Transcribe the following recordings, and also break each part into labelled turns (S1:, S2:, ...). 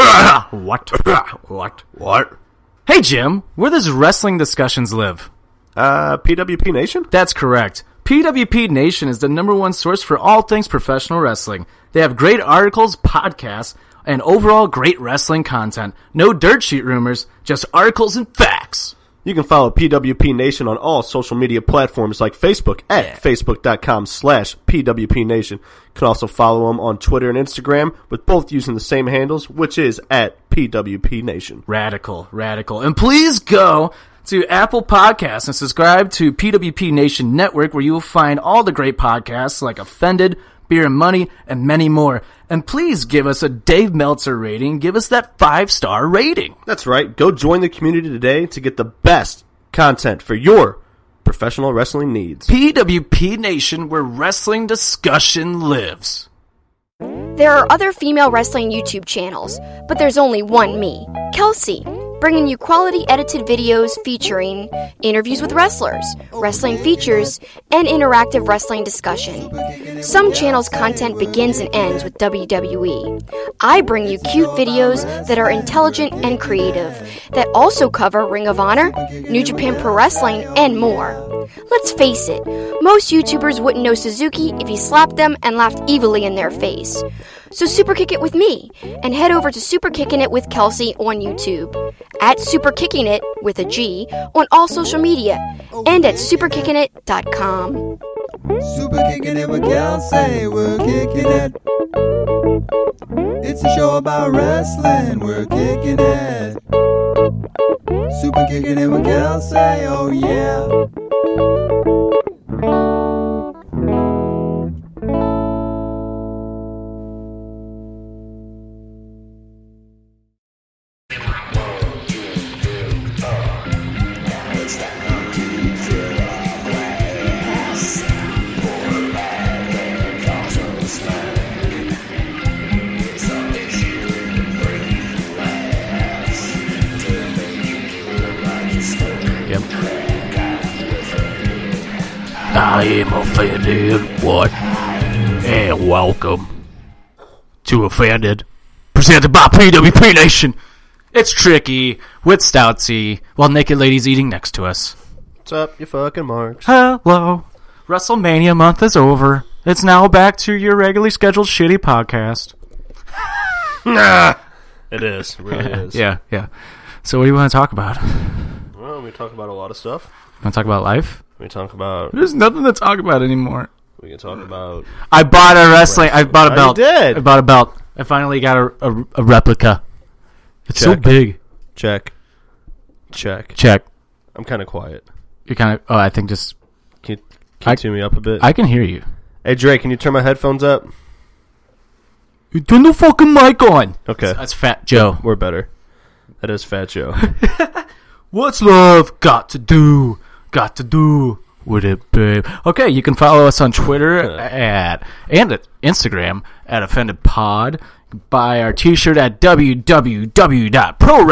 S1: What?
S2: What?
S1: What?
S2: Hey, Jim, where does wrestling discussions live?
S1: Uh, PWP Nation?
S2: That's correct. PWP Nation is the number one source for all things professional wrestling. They have great articles, podcasts, and overall great wrestling content. No dirt sheet rumors, just articles and facts.
S1: You can follow PWP Nation on all social media platforms like Facebook at facebook.com slash PWP Nation. You can also follow them on Twitter and Instagram with both using the same handles, which is at PWP Nation.
S2: Radical, radical. And please go to Apple Podcasts and subscribe to PWP Nation Network where you will find all the great podcasts like Offended, Beer and Money, and many more. And please give us a Dave Meltzer rating. Give us that five star rating.
S1: That's right. Go join the community today to get the best content for your professional wrestling needs.
S2: PWP Nation, where wrestling discussion lives.
S3: There are other female wrestling YouTube channels, but there's only one me, Kelsey, bringing you quality edited videos featuring interviews with wrestlers, wrestling features, and interactive wrestling discussion. Some channels' content begins and ends with WWE. I bring you cute videos that are intelligent and creative, that also cover Ring of Honor, New Japan Pro Wrestling, and more. Let's face it, most YouTubers wouldn't know Suzuki if he slapped them and laughed evilly in their face. So super kick it with me and head over to Super Kicking It with Kelsey on YouTube, at Super Kicking It with a G on all social media, and at superkickingit.com.
S4: Super kicking it with Kelsey, we're kicking it. It's a show about wrestling, we're kicking it. Super kicking it with Kelsey, oh yeah.
S2: I am offended. What? And welcome to Offended, presented by PWP Nation. It's Tricky with Stoutsy, while Naked Lady's eating next to us.
S1: What's up, you fucking marks?
S2: Hello. WrestleMania month is over. It's now back to your regularly scheduled shitty podcast.
S1: It is. It really is.
S2: Yeah, yeah. So, what do you want to talk about? Want
S1: Well, we talk about a lot of stuff.
S2: to talk about life?
S1: We talk about.
S2: There's nothing to talk about anymore.
S1: We can talk about.
S2: I bought a wrestling. I bought a
S1: Oh, you
S2: belt.
S1: did.
S2: I bought a belt. I finally got a, a, a replica. It's so
S1: Check.
S2: big.
S1: Check. Check.
S2: Check.
S1: I'm kind of quiet.
S2: You're kind of. Oh, I think just.
S1: Can you, can you
S2: I-
S1: tune me up a bit?
S2: I can hear you.
S1: hey, Drake, can you turn my headphones up?
S2: You turn the fucking mic on.
S1: Okay.
S2: That's Fat Joe.
S1: We're better. That is Fat Joe.
S2: What's love got to do? Got to do with it, babe. Okay, you can follow us on Twitter at and at Instagram at Offended Pod. Buy our T-shirt at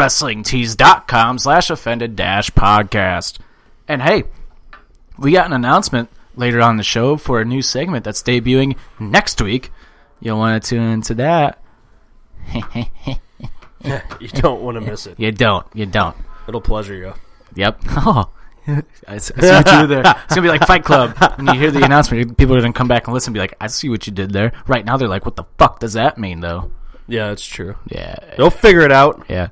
S2: www.prowrestlingtees.com slash offended dash podcast. And hey, we got an announcement later on in the show for a new segment that's debuting next week. You'll want to tune into that.
S1: you don't want to miss it.
S2: You don't. You don't.
S1: It'll pleasure you.
S2: Yep. Oh. I s- I see what you did there. It's gonna be like Fight Club. When you hear the announcement, people are gonna come back and listen. and Be like, I see what you did there. Right now, they're like, What the fuck does that mean, though?
S1: Yeah, it's true.
S2: Yeah,
S1: They'll figure it out.
S2: yeah.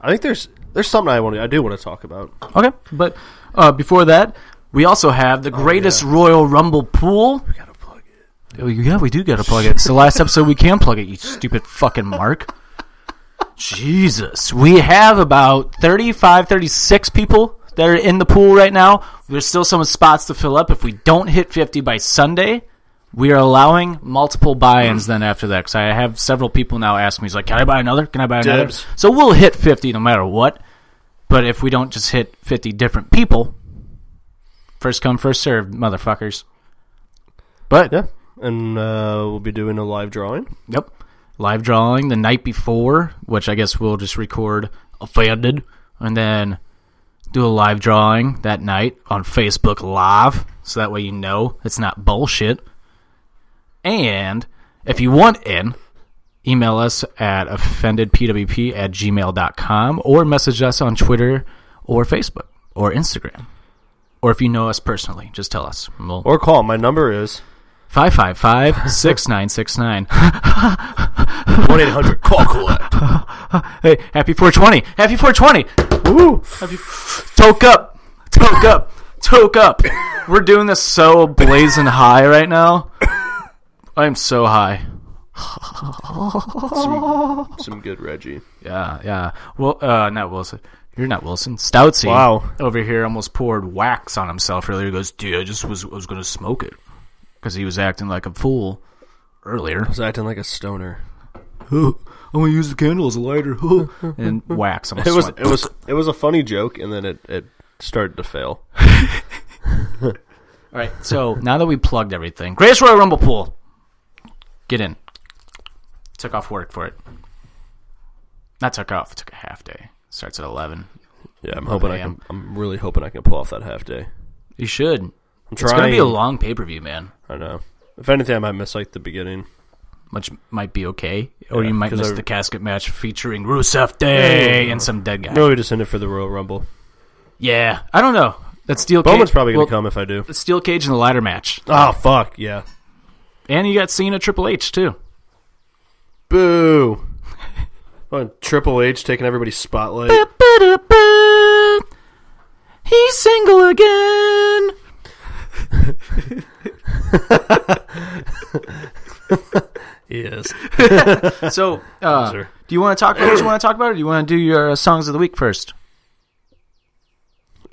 S1: I think there's there's something I want to, I do want to talk about.
S2: Okay, but uh, before that, we also have the greatest Royal Rumble pool.
S1: Gotta plug it.
S2: Oh, yeah, we do gotta plug it. It's the last episode we can plug it. You stupid fucking Mark. Jesus, we have about 35, 36 people that are in the pool right now. There's still some spots to fill up. If we don't hit 50 by Sunday, we are allowing multiple buy-ins then after that because I have several people now ask me, he's like, can I buy another? Can I buy another?
S1: Dibs.
S2: So we'll hit 50 no matter what. But if we don't just hit 50 different people, first come, first served, motherfuckers. But
S1: Yeah. And uh, we'll be doing a live drawing.
S2: Yep. Live drawing the night before, which I guess we'll just record offended and then do a live drawing that night on Facebook Live. So that way you know it's not bullshit. And if you want in, Email us at offendedpwp at gmail.com or message us on Twitter or Facebook or Instagram. Or if you know us personally, just tell us. We'll
S1: Or call. My number is
S2: 555 6969.
S1: 1 800 call collect.
S2: Hey, happy 420. Happy 420.
S1: Woo!
S2: Toke up. Toke up. Toke up. We're doing this so blazing high right now. I'm so high.
S1: Some, some good Reggie.
S2: Yeah, yeah. Well, uh, not Wilson. You're not Wilson. Stoutsy.
S1: Wow.
S2: Over here almost poured wax on himself earlier. He goes, dude, I just was, was going to smoke it. Because he was acting like a fool earlier.
S1: was acting like a stoner.
S2: I'm going to use the candle as a lighter. and wax.
S1: It was it was it was a funny joke, and then it, it started to fail.
S2: All right, so now that we plugged everything, Grace Royal Rumble pool, get in. Took off work for it. Not took off. Took a half day. Starts at eleven.
S1: Yeah, I'm hoping I
S2: am.
S1: can. I'm really hoping I can pull off that half day.
S2: You should.
S1: I'm
S2: It's gonna be a
S1: trying.
S2: long pay per view, man.
S1: I know. If anything, I might miss like the beginning.
S2: Which might be okay, or
S1: Yeah,
S2: you might
S1: 'cause
S2: miss
S1: I-
S2: the casket match featuring Rusev Day and some dead guy.
S1: No, we just end it for the Royal Rumble.
S2: Yeah, I don't know. That steel
S1: Bowman's
S2: cage,
S1: probably gonna
S2: well,
S1: come if I do.
S2: The steel cage and the ladder match,
S1: Oh fuck yeah!
S2: and you got Cena Triple H too.
S1: Boo! Fucking Triple H taking everybody's spotlight.
S2: He's single again.
S1: Yes.
S2: So, uh,
S1: Sir.
S2: do you want to talk about what you want to talk about, or do you want to do your uh, songs of the week first?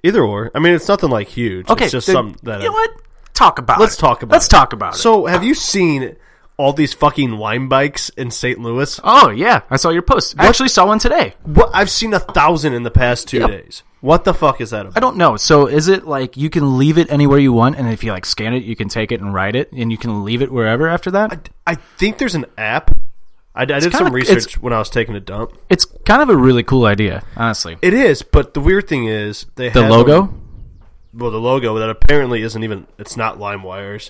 S1: Either or. I mean, it's nothing like huge.
S2: Okay,
S1: It's just
S2: then-
S1: something that.
S2: you know what? Talk about.
S1: Let's
S2: it.
S1: talk about
S2: Let's
S1: it.
S2: talk about it.
S1: So, have you seen all these fucking wine bikes in St. Louis?
S2: Oh yeah, I saw your post. I actually saw one today.
S1: What I've seen a thousand in the past two
S2: Yep.
S1: days. What the fuck is that about?
S2: I don't know. So is it like you can leave it anywhere you want, and if you like scan it, you can take it and write it, and you can leave it wherever after that?
S1: I think there's an app. I, I did some
S2: kinda-
S1: research
S2: it's-
S1: when I was taking a dump.
S2: It's kind of a really cool idea, honestly.
S1: It is, but the weird thing is they
S2: The
S1: have a-
S2: logo.
S1: well, the logo that apparently isn't even. It's not LimeWire's.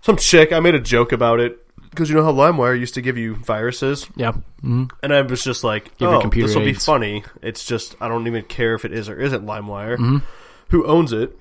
S1: Some chick. I made a joke about it because you know how LimeWire used to give you viruses,
S2: Yeah. hmm
S1: and I was just like,
S2: Give your
S1: "Oh,
S2: computer
S1: this will be
S2: AIDS."
S1: funny." It's just I don't even care if it is or isn't LimeWire.
S2: Mm-hmm.
S1: Who owns it?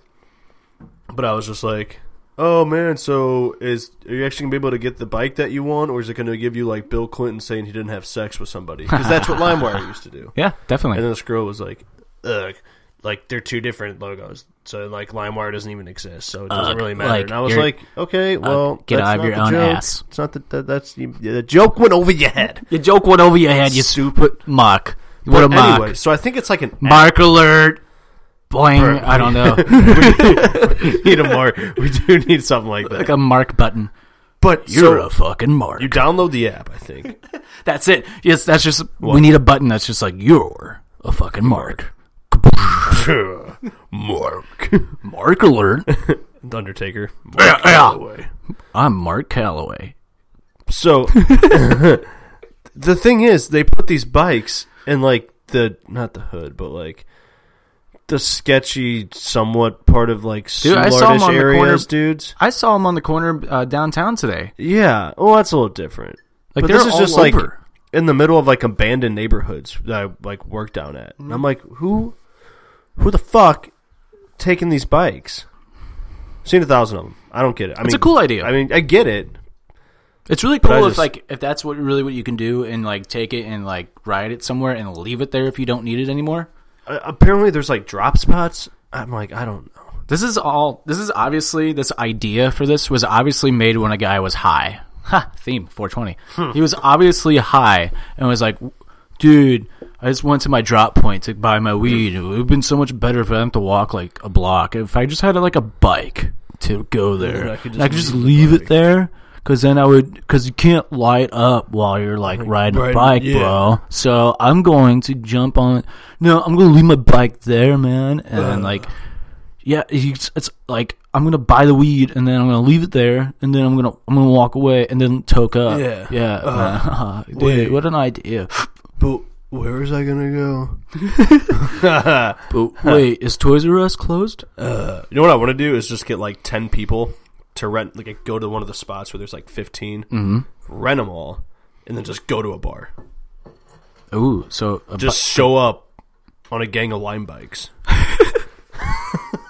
S1: But I was just like, "Oh man, so is are you actually gonna be able to get the bike that you want, or is it gonna give you like Bill Clinton saying he didn't have sex with somebody? Because that's what LimeWire used to do."
S2: Yeah, definitely.
S1: And then this girl was like, ugh, like they're two different logos. So like LimeWire doesn't even exist, so it doesn't
S2: Ugh,
S1: really matter.
S2: like,
S1: and I was
S2: you're-
S1: like, okay, well,
S2: get
S1: that's
S2: out of
S1: not
S2: your
S1: the
S2: own
S1: joke.
S2: ass.
S1: It's not that, that that's you, the joke went over your head.
S2: Your joke went over your head, you stupid mock. What a
S1: But
S2: mock.
S1: anyway, so I think it's like an
S2: Mark alert. Boing.
S1: Burn.
S2: I don't know.
S1: app. need a mark. We do need something like that.
S2: like a mark button.
S1: but
S2: You're
S1: so
S2: a fucking mark.
S1: you download the app, I think.
S2: that's it. Yes, that's just. We need a button that's just like you're a fucking mark.
S1: Mark
S2: Mark alert.
S1: The Undertaker.
S2: Yeah, yeah.
S1: Away.
S2: I'm Mark Calloway.
S1: So the thing is, they put these bikes in like the not the hood, but like the sketchy, somewhat part of like
S2: Dude, I saw 'em
S1: smartish
S2: on the
S1: areas,
S2: corner-
S1: dudes.
S2: I saw him on the corner uh, downtown today.
S1: Yeah, well, that's a little different.
S2: Like
S1: but
S2: they're
S1: this is
S2: all
S1: just like
S2: over.
S1: in the middle of like abandoned neighborhoods that I like work down at, and
S2: Mm-hmm.
S1: I'm like, who, who the fuck, taking these bikes? Seen a thousand of them. I don't get it. I
S2: It's
S1: mean,
S2: a cool idea.
S1: I mean, I get it.
S2: It's really
S1: I
S2: cool if
S1: just-
S2: like if that's what really what you can do and like take it and like ride it somewhere and leave it there if you don't need it anymore.
S1: Uh, apparently, there's like drop spots. I'm like, I don't know.
S2: This is all. This is obviously this idea for this was obviously made when a guy was high. Ha! Theme 420. He was obviously high and was like, "Dude, I just went to my drop point to buy my weed. It would have been so much better if I didn't have to walk like a block. If I just had like a bike to go there,
S1: I
S2: I
S1: could
S2: could
S1: just
S2: just, leave, it there." Cause then I would, cause you can't light up while you're like riding a
S1: riding-
S2: bike,
S1: yeah.
S2: bro. So I'm going to jump on. No, I'm gonna leave my bike there, man. And then like, yeah, it's, it's like I'm gonna buy the weed and then I'm gonna leave it there and then I'm gonna I'm gonna walk away and then toke up.
S1: Yeah.
S2: yeah.
S5: Uh,
S2: Dude,
S1: wait.
S2: what an idea!
S1: But where was I gonna go?
S2: But wait, is Toys R Us closed?
S5: Uh,
S1: You know what I want to do is just get like ten Mm-hmm. people to rent, like go to one of the spots where there's like 15 rent them all, and then just go to a bar.
S5: Ooh, so a
S1: Just show up on a gang of line bikes.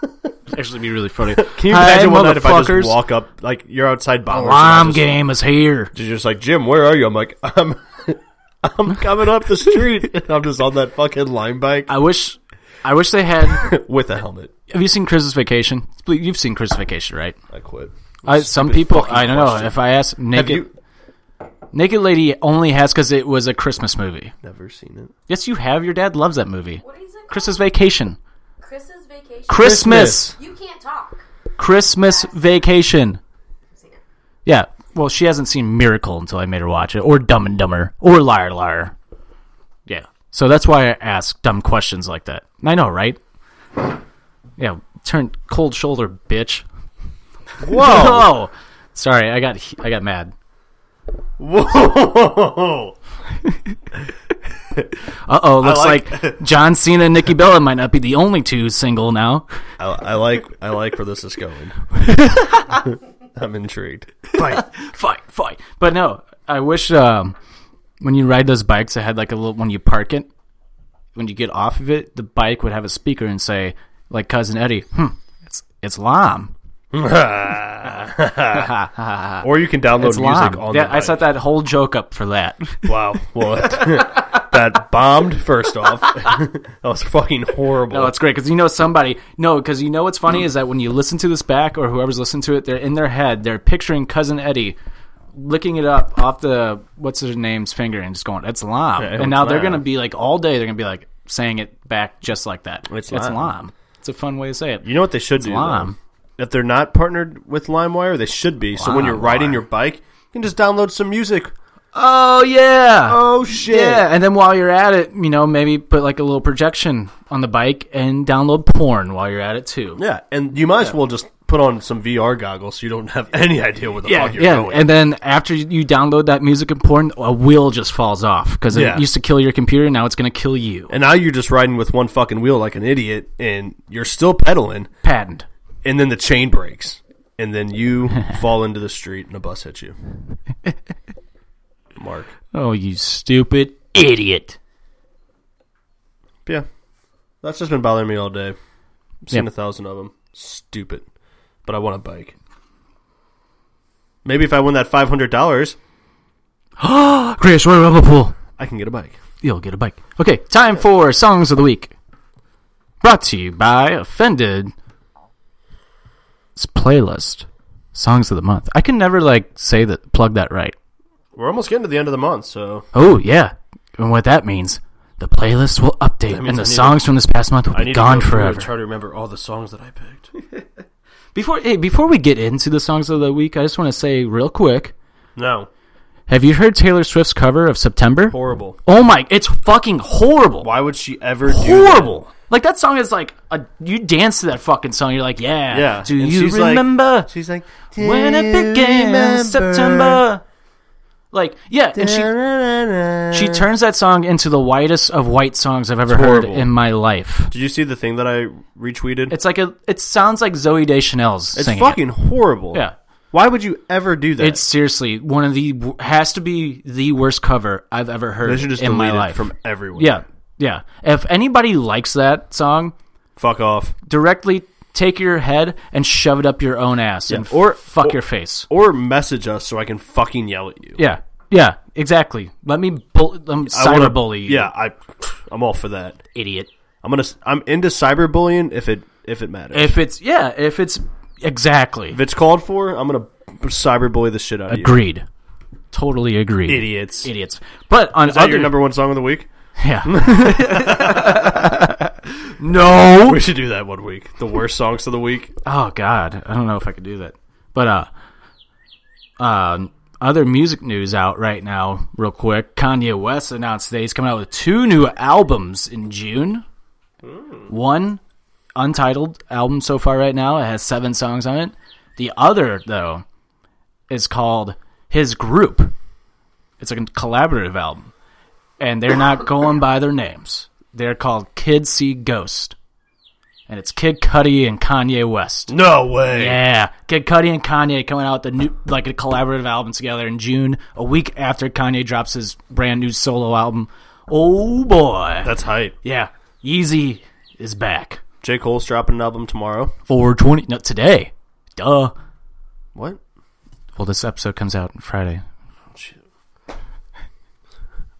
S5: bu- actually be really funny.
S1: Can you
S5: Hi,
S1: imagine one night if I
S5: motherfuckers.
S1: just walk up like you're outside Bombers? and I
S5: Alarm
S1: just-
S5: game is here.
S1: You're just like Jim, where are you? I'm like I'm. I'm coming up the street. and I'm just on that fucking line bike
S5: I wish, I wish they had. have
S1: with a helmet.
S5: you seen Chris's Vacation? You've seen Chris's Vacation, right?
S1: I quit.
S5: I, some
S1: Stupid
S5: people,
S1: fucking
S5: I don't know.
S1: question.
S5: If I ask
S1: Have
S5: naked,
S1: you
S5: naked lady only has because it was a Christmas movie.
S1: never seen it?
S5: Yes, you have. Your dad loves that movie.
S6: What is it?
S5: Chris's Vacation.
S6: called? Chris's vacation.
S5: Christmas.
S6: You can't talk.
S5: Christmas Vacation.
S6: Seen it.
S5: Yeah. Well, she hasn't seen Miracle until I made her watch it, or Dumb and Dumber, or Liar Liar. Yeah. So that's why I ask dumb questions like that. I know, right? Yeah. Turn cold shoulder, bitch.
S1: Whoa!
S5: Oh, sorry. I got I got mad.
S1: Whoa!
S5: Uh oh. Looks
S1: like-
S5: like, John Cena and Nikki Bella might not be the only two single now.
S1: I, I like I like where this is going. I'm intrigued.
S5: fight, fight. But no, I wish um, when you ride those bikes, it had like a little when you park it, when you get off of it, the bike would have a speaker and say, like cousin Eddie, hmm, it's it's lime.
S1: Or you can download
S5: It's
S1: music
S5: lime.
S1: on
S5: Yeah,
S1: the
S5: I set that whole joke up for that.
S1: bike. Wow, what? that bombed. First off, that was fucking horrible.
S5: No, it's great because you know somebody. No, because you know what's funny is that when you listen to this back or whoever's listening to it, they're in their head, they're picturing cousin Eddie licking it up off the what's his name's finger and just going, "It's lime."
S1: Yeah, it's
S5: and now they're
S1: lime.
S5: gonna be like all day, they're gonna be like saying it back just like that.
S1: It's
S5: it's
S1: lime.
S5: lime. It's a fun way to say it.
S1: you know what they should do? though?
S5: lime.
S1: If they're not partnered with LimeWire, they should be. So when you're riding
S5: LimeWire.
S1: your bike, you can just download some music.
S5: Oh yeah.
S1: Oh shit!
S5: Yeah, and then while you're at it, you know, maybe put like a little projection on the bike and download porn while you're at it too.
S1: Yeah, and you might as well just put on some VR goggles so you don't have any idea where the fuck you're
S5: yeah,
S1: going.
S5: and then after you download that music and porn, a wheel just falls off because it
S1: Yeah.
S5: used to kill your computer. Now it's going to kill you.
S1: and now you're just riding with one fucking wheel like an idiot, and you're still pedaling.
S5: Patent.
S1: and then the chain breaks, and then you fall into the street and a bus hits you. Mark.
S5: Oh, you stupid idiot!
S1: Yeah, that's just been bothering me all day. I've seen
S5: Yep.
S1: a thousand of them. Stupid, but I want a bike. Maybe if I win that five hundred dollars,
S5: Chris, we're rubber pool.
S1: I can get a bike.
S5: You'll get a bike. Okay, time for songs of the week. Brought to you by Offended. It's playlist songs of the month. I can never like say that plug that right.
S1: We're almost getting to the end of the month, so
S5: Oh yeah, and what that means, the playlist will update,
S1: means
S5: and
S1: I
S5: the
S1: need
S5: songs from this past month will
S1: I
S5: be
S1: need
S5: gone
S1: to go through and
S5: forever.
S1: Try to remember all the songs that I picked.
S5: Before hey, before we get into the songs of the week, I just want to say real quick:
S1: No,
S5: Have you heard Taylor Swift's cover of September?
S1: horrible.
S5: Oh my, it's fucking horrible,
S1: Why would she ever do that?
S5: horrible. Like that song is like a, you dance to that fucking song. You're like, yeah.
S1: Yeah.
S5: Do
S1: and
S5: you
S1: she's like-
S5: remember
S1: she's like,
S5: when it
S1: "Do you
S5: began
S1: remember?"
S5: September? Like yeah, and she she turns that song into the whitest of white songs I've ever heard
S1: horrible.
S5: in my life.
S1: Did you see the thing that I retweeted?
S5: It's like a. It sounds like Zoe Deschanel's
S1: It's
S5: singing. it.
S1: fucking horrible.
S5: Yeah.
S1: Why would you ever do that?
S5: It's seriously one of the has to be the worst cover I've ever heard
S1: they should just
S5: in
S1: delete
S5: my life.
S1: it from everywhere.
S5: yeah, yeah. If anybody likes that song,
S1: Fuck off.
S5: directly take your head and shove it up your own ass and
S1: or-
S5: or fuck
S1: or-
S5: your face.
S1: Or message us so I can fucking yell at you.
S5: Yeah, yeah, exactly. Let me bull- um,
S1: I wanna-
S5: cyberbully you,
S1: Yeah, I I'm all for that.
S5: idiot.
S1: I'm going to I'm into cyberbullying if it if it matters.
S5: If it's yeah, if it's exactly
S1: if it's called for, I'm going to cyberbully the shit out of
S5: agreed, totally agreed,
S1: you. Idiots. Is
S5: idiots. But on
S1: that
S5: other
S1: your number one song of the week?
S5: Yeah. no.
S1: We should do that one week. The worst songs of the week.
S5: Oh God, I don't know if I could do that. But uh, um, other music news out right now, real quick. Kanye West announced today he's coming out with two new albums in June. One untitled album so far right now. It has seven songs on it. The other though is called His Group. It's like a collaborative album, and they're not going by their names. They're called Kids See Ghost. and it's Kid Cudi and Kanye West.
S1: No way.
S5: Yeah, Kid Cudi and Kanye coming out with a new like a collaborative album together in June, a week after Kanye drops his brand new solo album. Oh boy,
S1: That's hype.
S5: yeah, Yeezy is back.
S1: J. Cole's dropping an album tomorrow.
S5: Four twenty, no today, duh.
S1: What?
S5: Well, this episode comes out on Friday.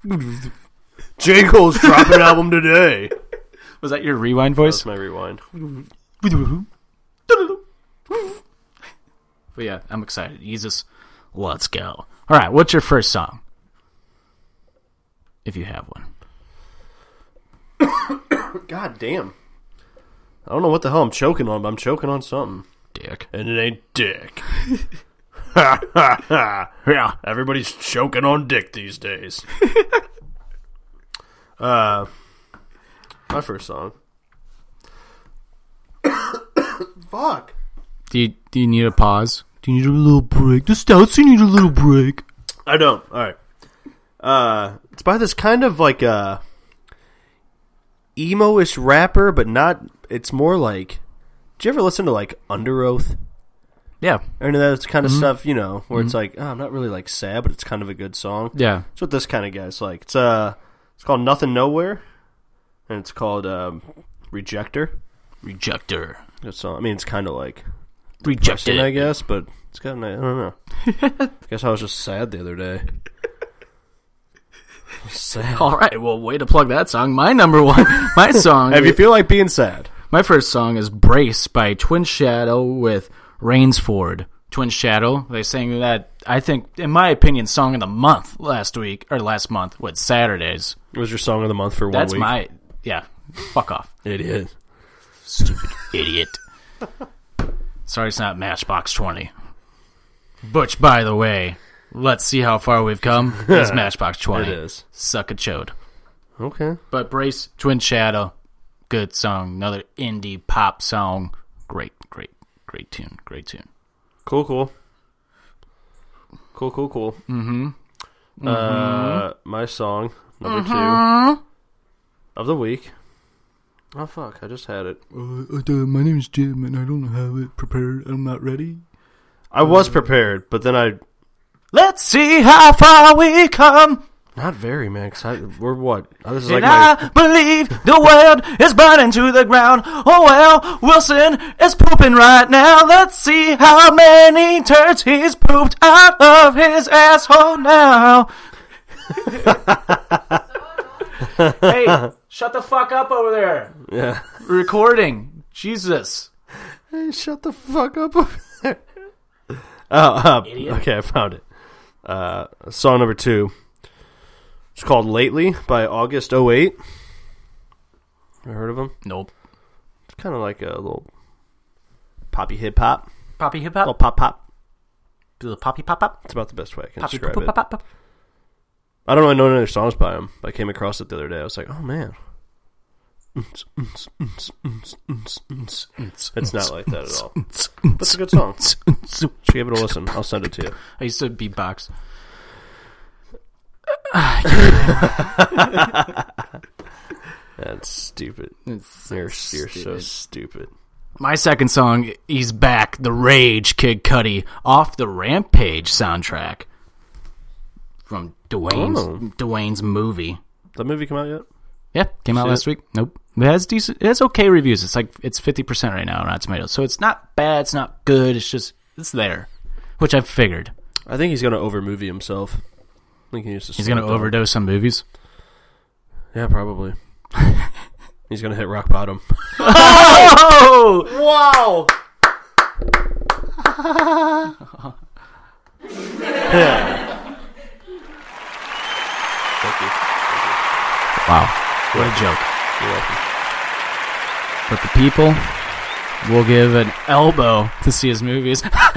S1: J. Cole's dropping an album today.
S5: Was that your rewind voice?
S1: That's my rewind.
S5: But yeah, I'm excited. Jesus, let's go. All right, what's your first song? If you have one.
S1: God damn. I don't know what the hell I'm choking on, but I'm choking on something.
S5: Dick.
S1: And it ain't dick.
S5: Yeah.
S1: Everybody's choking on dick these days. uh, my first song. Fuck.
S5: Do you, do you need a pause? Do you need a little break? The stouts, you need a little break.
S1: I don't. All right. Uh, it's by this kind of like uh, emo-ish rapper, but not. It's more like. Do you ever listen to like Under Oath?
S5: Yeah.
S1: Or any of that kind of stuff, you know, where it's like, oh, I'm not really like sad, but it's kind of a good song.
S5: Yeah.
S1: That's what this kind of guy's like. It's uh, it's called Nothing Nowhere, and it's called um, Rejector.
S5: Rejector.
S1: So I mean, it's kind of like
S5: Rejected.
S1: sin, I guess, but it's kind of I don't know. I guess I was just sad the other day. Sad.
S5: All right. Well, way to plug that song. My number one, my song.
S1: If you feel like being sad,
S5: my first song is "Brace" by Twin Shadow with Rainsford. Twin Shadow. They sang that. I think, in my opinion, song of the month last week or last month. What Saturdays?
S1: it was your song of the month for one
S5: That's
S1: week.
S5: my. Yeah. Fuck off,
S1: it is.
S5: stupid idiot. Sorry, it's not Matchbox Twenty. Butch, by the way, let's see how far we've come. It's Matchbox
S1: It
S5: Twenty.
S1: is.
S5: Suck a chode.
S1: Okay.
S5: But Brace, Twin Shadow, good song. Another indie pop song. Great, great, great tune. Great tune.
S1: Cool. Cool. Cool. Cool. Cool. Mm-hmm. Uh, my song number two of the week. Oh fuck! I just had it.
S7: Uh, my name is Jim, and I don't have it prepared. I'm not ready.
S1: I was prepared, but then I
S5: Let's see how far we come.
S1: not very man. 'cause I, we're what? Oh, this is like
S5: And
S1: my,
S5: I believe the world is burning to the ground. Oh well, Wilson is pooping right now. Let's see how many turds he's pooped out of his asshole now. hey, shut the fuck up over there.
S1: yeah.
S5: recording. Jesus.
S1: Hey, shut the fuck up over there. Oh, uh, okay, I found it. Uh, song number two. It's called Lately by August 08. You heard of him?
S5: Nope.
S1: It's kind of like a little poppy hip hop.
S5: Poppy hip
S1: Little
S5: hop.
S1: pop pop.
S5: Do the poppy pop pop.
S1: It's about the best way I can
S5: Poppy
S1: describe
S5: pop
S1: it.
S5: pop pop. pop.
S1: I don't really know any other songs by him, but I came across it the other day. I was like, oh man. It's not like that at all. But it's a good song. Just give it a listen. I'll send it to you.
S5: I used to beatbox.
S1: That's stupid.
S5: It's-
S1: You're, you're so stupid.
S5: My second song, he's back. The Rage, Kid Cudi, off the Rampage soundtrack from Dwayne's
S1: Oh.
S5: Dwayne's movie.
S1: That movie come out yet?
S5: Yeah, came out
S1: Shit.
S5: last week. Nope. It has decent. It has okay reviews. It's like it's fifty percent right now on Rotten Tomatoes, so it's not bad. It's not good. It's just it's there, which I figured
S1: I think he's gonna over movie himself. I think he needs to.
S5: he's
S1: slow
S5: gonna
S1: it down.
S5: overdose on movies.
S1: Yeah, probably. he's gonna hit rock bottom. Wow.
S5: Oh!
S1: Thank you.
S5: Wow. What a joke.
S1: You're welcome.
S5: But the people will give an elbow to see his movies.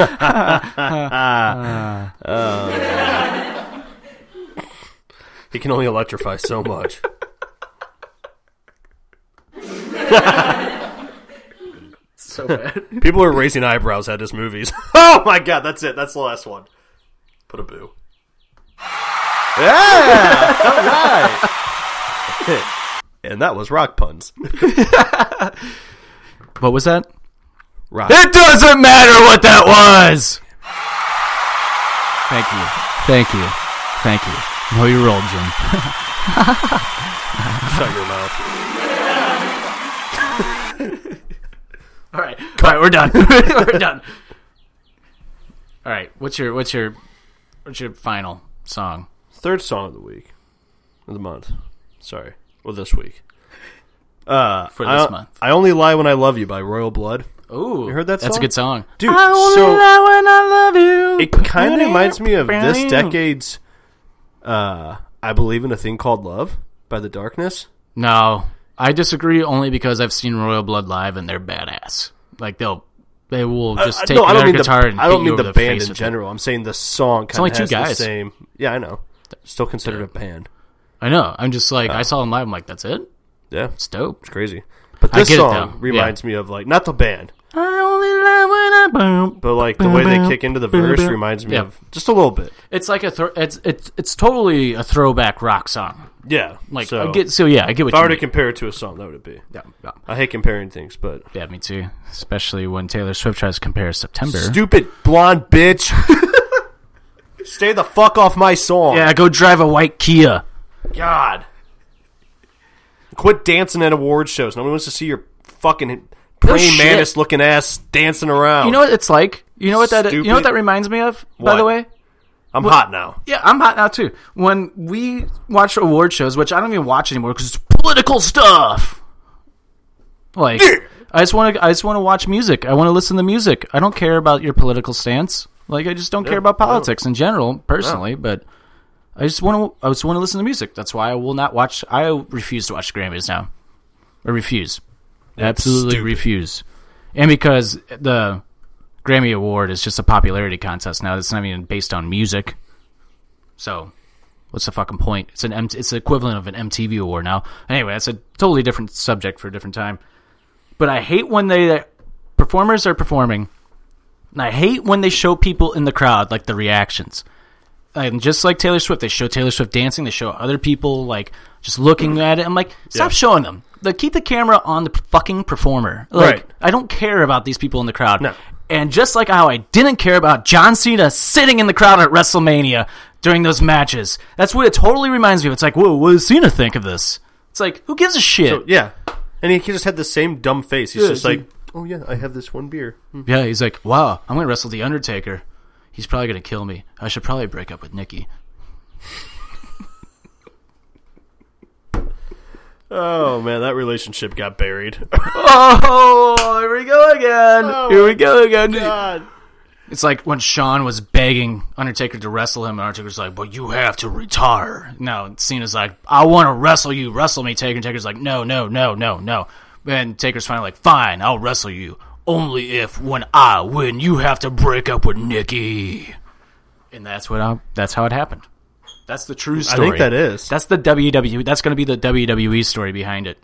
S1: He can only electrify so much.
S5: so bad.
S1: People are raising eyebrows at his movies. oh my god, that's it. That's the last one. Put a boo. Yeah! All right! and that was rock puns.
S5: What was that?
S8: Rock.
S5: It doesn't matter what that was. Thank you. Thank you. Thank you. Know your role, Jim.
S1: Shut your mouth.
S5: All right. All right, we're done. we're done. All right. What's your what's your what's your final song?
S1: Third song of the week, of the month. Sorry, or this week. Uh,
S5: For
S1: I-
S5: this month.
S1: I only lie when I love you by Royal Blood.
S5: Ooh,
S1: You heard that
S5: That's
S1: song?
S5: a good song.
S1: Dude,
S5: I only
S1: so-
S5: lie when I love you.
S1: It kind of reminds me of this decade's uh, I Believe in a Thing Called Love by The Darkness.
S5: No, I disagree only because I've seen Royal Blood live and they're badass. Like they'll they will just
S1: I-
S5: take
S1: Uh, no, I don't
S5: their
S1: mean
S5: guitar
S1: the,
S5: and
S1: I
S5: hit
S1: don't
S5: you
S1: mean
S5: over
S1: the,
S5: the
S1: band
S5: face
S1: in
S5: with it.
S1: general. I'm saying the song kind
S5: only
S1: of
S5: two
S1: has
S5: guys.
S1: the same. Yeah, I know. Still considered a band.
S5: I know. I'm just like I saw them live. I'm like, that's it.
S1: Yeah,
S5: It's dope.
S1: it's crazy. But
S5: I
S1: this
S5: get it,
S1: song
S5: though.
S1: reminds me of like not the band,
S5: I only love when I
S1: but like the way they kick into the verse reminds me
S5: Yeah.
S1: of just a little bit.
S5: It's like a thro- it's it's it's totally a throwback rock song.
S1: Yeah,
S5: Like
S1: so,
S5: I get so yeah I get what
S1: If I
S5: you
S1: were to
S5: mean.
S1: compare it to a song, that would it be?
S5: yeah, yeah.
S1: I hate comparing things, but
S5: Yeah, me too. Especially when Taylor Swift tries to compare September.
S1: stupid blonde bitch, stay the fuck off my song.
S5: yeah, go drive a white Kia.
S1: God. Quit dancing at award shows. Nobody wants to see your fucking praying
S5: shit.
S1: mantis looking ass dancing around.
S5: You know what it's like. You know what that. You know
S1: Stupid-
S5: what that reminds me of.
S1: What?
S5: By the way,
S1: I'm hot now.
S5: yeah, I'm hot now too. When we watch award shows, which I don't even watch anymore because it's political stuff. Like, I just want to. I just want to watch music. I want to listen to music. I don't care about your political stance. Like, I just don't care about politics in general, personally. But I just want to. I just want to listen to music. That's why I will not watch. I refuse to watch Grammys now. I refuse. Absolutely
S1: stupid.
S5: refuse. And because the Grammy Award is just a popularity contest now. It's not even based on music. So, what's the fucking point? It's an M- it's the equivalent of an MTV award now. Anyway, that's a totally different subject for a different time. But I hate when they uh, performers are performing, and I hate when they show people in the crowd like the reactions. And just like Taylor Swift, they show Taylor Swift dancing. They show other people like just looking at it. I'm like, stop
S1: Yeah.
S5: showing them. Like, keep the camera on the fucking performer. Like,
S1: Right.
S5: I don't care about these people in the crowd.
S1: No.
S5: And just like how I didn't care about John Cena sitting in the crowd at WrestleMania during those matches, that's what it totally reminds me of. It's like, whoa, what does Cena think of this? It's like, who gives a shit?
S1: So, yeah. And he he just had the same dumb face. He's
S5: Yeah,
S1: just
S5: dude.
S1: like, oh, yeah, I have this one beer. Hmm.
S5: yeah, he's like, wow, I'm going to wrestle The Undertaker. He's probably going to kill me. I should probably break up with Nikki.
S1: Oh, man, that relationship got buried.
S5: Oh, here we go again.
S1: Oh
S5: here we go again.
S1: God.
S5: It's like when Sean was begging Undertaker to wrestle him, and Undertaker's like, "But you have to retire." No, Cena's like, "I want to wrestle you, wrestle me." Taker, and Taker's like, "No, no, no, no, no." And Taker's finally like, "Fine, I'll wrestle you, only if when I win, you have to break up with Nikki." And that's what I, that's how it happened. That's the true
S1: I
S5: story.
S1: think that is.
S5: That's the WWE. That's going to be the WWE story behind it.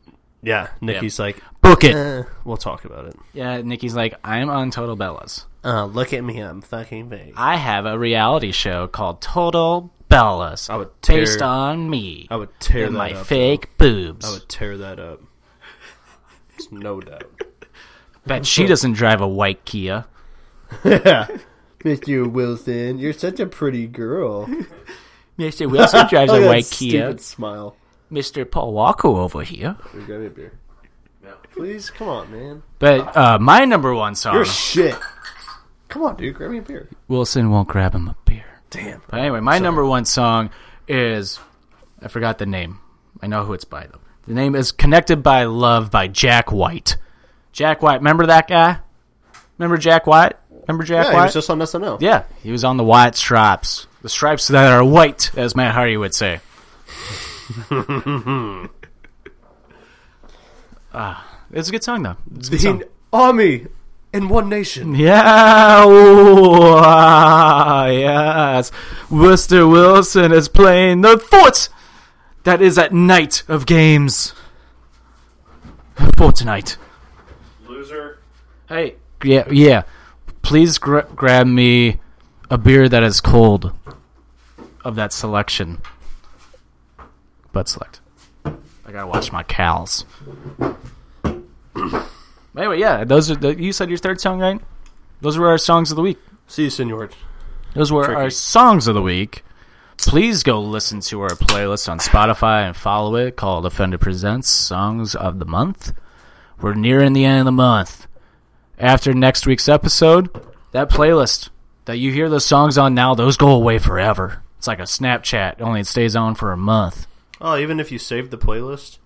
S1: yeah. Nikki's like,
S5: Book it.
S1: eh, we'll talk about it.
S5: Yeah, Nikki's like, "I'm on Total Bellas."
S1: Uh, look at me. I'm fucking big. I,
S5: I have a reality show called Total Bellas.
S1: I would tear-
S5: based on me.
S1: would tear
S5: and
S1: that
S5: my
S1: up.
S5: fake
S1: I
S5: boobs.
S1: would tear that up. It's no doubt.
S5: Bet she doesn't drive a white Kia.
S1: Mr. Wilson, you're such a pretty girl.
S5: Mr. Wilson drives a white Kia.
S1: Stupid smile.
S5: Mr. Paul Walker over here.
S1: Grab me a beer. Ah. Please, come on, man.
S5: But uh, my number one song,
S1: shit. Come on, dude. Grab me a beer.
S5: Wilson won't grab him a beer.
S1: Damn.
S5: But anyway, my number one song is I forgot the name. I know who it's by though. The name is Connected by Love by Jack White. Jack White, remember that guy? Remember Jack White? Remember Jack
S1: Yeah, he
S5: White?
S1: was just on SNL.
S5: Yeah, he was on the white stripes. The stripes that are white, as Matt Hardy would say. ah, it's a good song though. It's a good song.
S1: The army in one nation.
S5: Yeah, ooh, ah, yes. Worcester Wilson is playing the fort. That is at night of games. For tonight.
S1: Loser.
S5: Hey, yeah, yeah. Please gra- grab me a beer that is cold of that selection. Bud Select. I gotta watch my cows. Anyway, yeah, those are the, you said your third song, right? Those were our songs of the week.
S1: See you, senor.
S5: Those were our
S1: Tricky.
S5: songs of the week. Please go listen to our playlist on Spotify and follow it called Offended Presents Songs of the Month. We're nearing the end of the month. After next week's episode, that playlist that you hear those songs on now, those go away forever. It's like a Snapchat, only it stays on for a month.
S1: Oh, even if you save the playlist.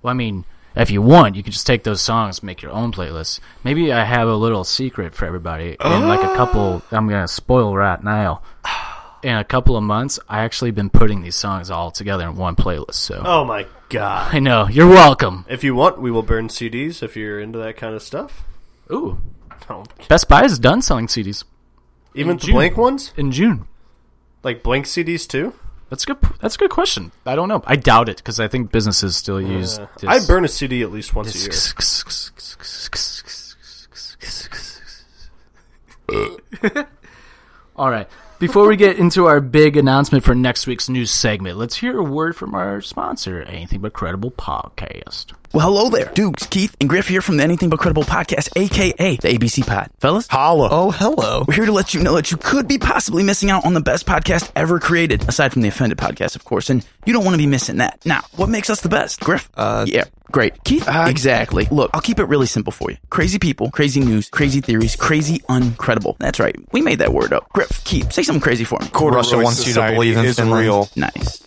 S5: Well, I mean, if you want, you can just take those songs, make your own playlist. Maybe I have a little secret for everybody. In like a
S1: Oh.
S5: couple, I'm gonna spoil right now. In a couple of months, I actually been putting these songs all together in one playlist. So
S1: Oh my god.
S5: I know you're welcome.
S1: If you want, we will burn CDs if you're into that kind of stuff.
S5: Ooh,
S1: Oh,
S5: Best Buy is done selling CDs
S1: Even the
S5: June.
S1: blank ones?
S5: in June.
S1: Like blank CDs too?
S5: That's a good. That's a good question. I don't know. I doubt it because I think businesses still use.
S1: Uh,
S5: this-
S1: I burn a CD at least once a year.
S5: All right. Before we get into our big announcement for next week's news segment, let's hear a word from our sponsor, Anything But Credible Podcast.
S8: Well, hello there. Dukes, Keith, and Griff here from the Anything But Credible podcast, aka the ABC Pod. Fellas,
S9: Holla.
S8: Oh, hello. We're here to let you know that you could be possibly missing out on the best podcast ever created, aside from the Offended podcast, of course, and you don't want to be missing that. Now, what makes us the best? Griff? Uh, yeah, great. Keith? exactly. Look, I'll keep it really simple for you. Crazy people, crazy news, crazy theories, crazy uncredible. That's right. We made that word up. Griff, Keith, say something crazy for me.
S9: Corduroy
S10: Russia wants you to
S9: Society
S10: believe in
S9: is
S10: Finland.
S9: real.
S8: Nice.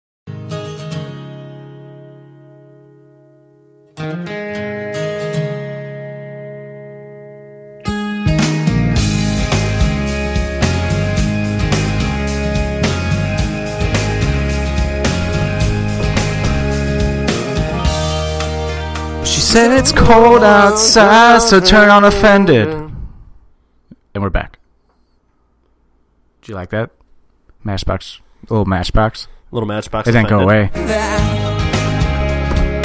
S5: She said it's cold outside, so turn on offended. And we're back. Do you like that? Matchbox. Little matchbox.
S1: Little matchbox.
S5: It didn't go
S1: offended.
S5: away.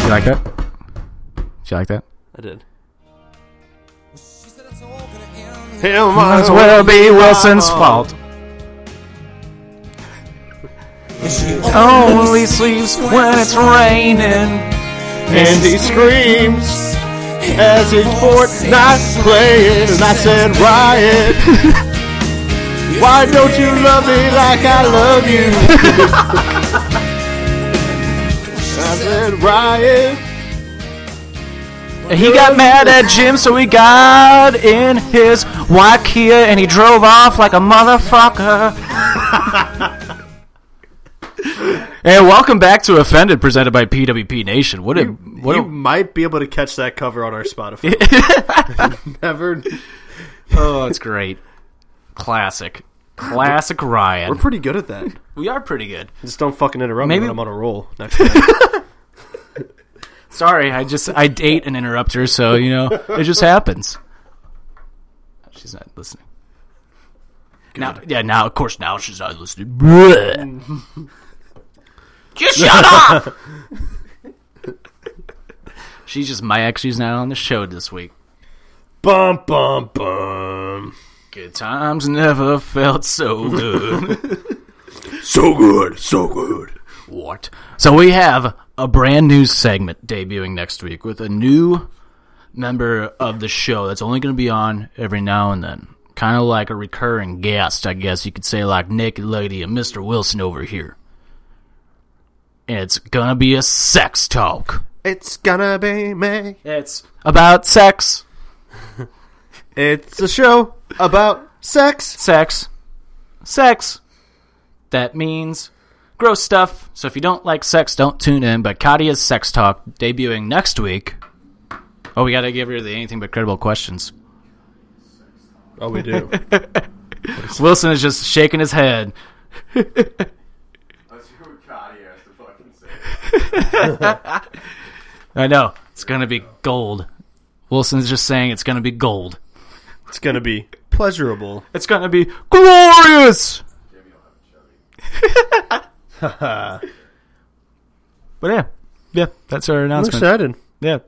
S5: You like that? Do you like that?
S1: I did. Hell, might
S5: Might as well be Wilson's fault. Only sleeps when it's raining.
S1: And he screams as his Fortnite playing. And I said, Ryan, why don't you love me like I love you? I said, Ryan.
S5: And He got mad at Jim, so he got in his white Kia and he drove off like a motherfucker. and welcome back to Offended, presented by PWP Nation. What a what
S1: you
S5: a,
S1: might be able to catch that cover on our Spotify. Never.
S5: oh, it's great, classic, classic Ryan.
S1: We're pretty good at that.
S5: We are pretty good.
S1: Just don't fucking interrupt
S5: Maybe-
S1: me when I'm on a roll. Next time.
S5: Sorry, I just I date an interrupter, so you know it just happens. She's not listening. Now, yeah, now of course now she's not listening. Bleh. just shut up. she's just my ex. She's not on the show this week.
S1: bum, bum,
S5: Uh,
S1: bum.
S5: Good times never felt so good.
S1: So good, so good.
S5: what? So we have a brand new segment debuting next week with a new member of the show that's only going to be on every now and then. Kind of like a recurring guest, I guess you could say, like Naked Lady and Mr. Wilson over here. And it's going to be a sex talk.
S1: It's gonna be me.
S5: It's about sex.
S1: It's a show about sex.
S5: sex, sex. That means gross stuff. So if you don't like sex, don't tune in. But Kadia's Sex Talk debuting next week. Oh, we gotta give her the anything but credible questions.
S1: Oh, we do.
S5: Wilson is just shaking his head. I know it's gonna be gold. Wilson's just saying it's gonna be gold.
S1: it's gonna be pleasurable.
S5: It's gonna be glorious. But yeah, yeah, that's our
S1: I'm
S5: announcement.
S1: excited.
S5: Yeah,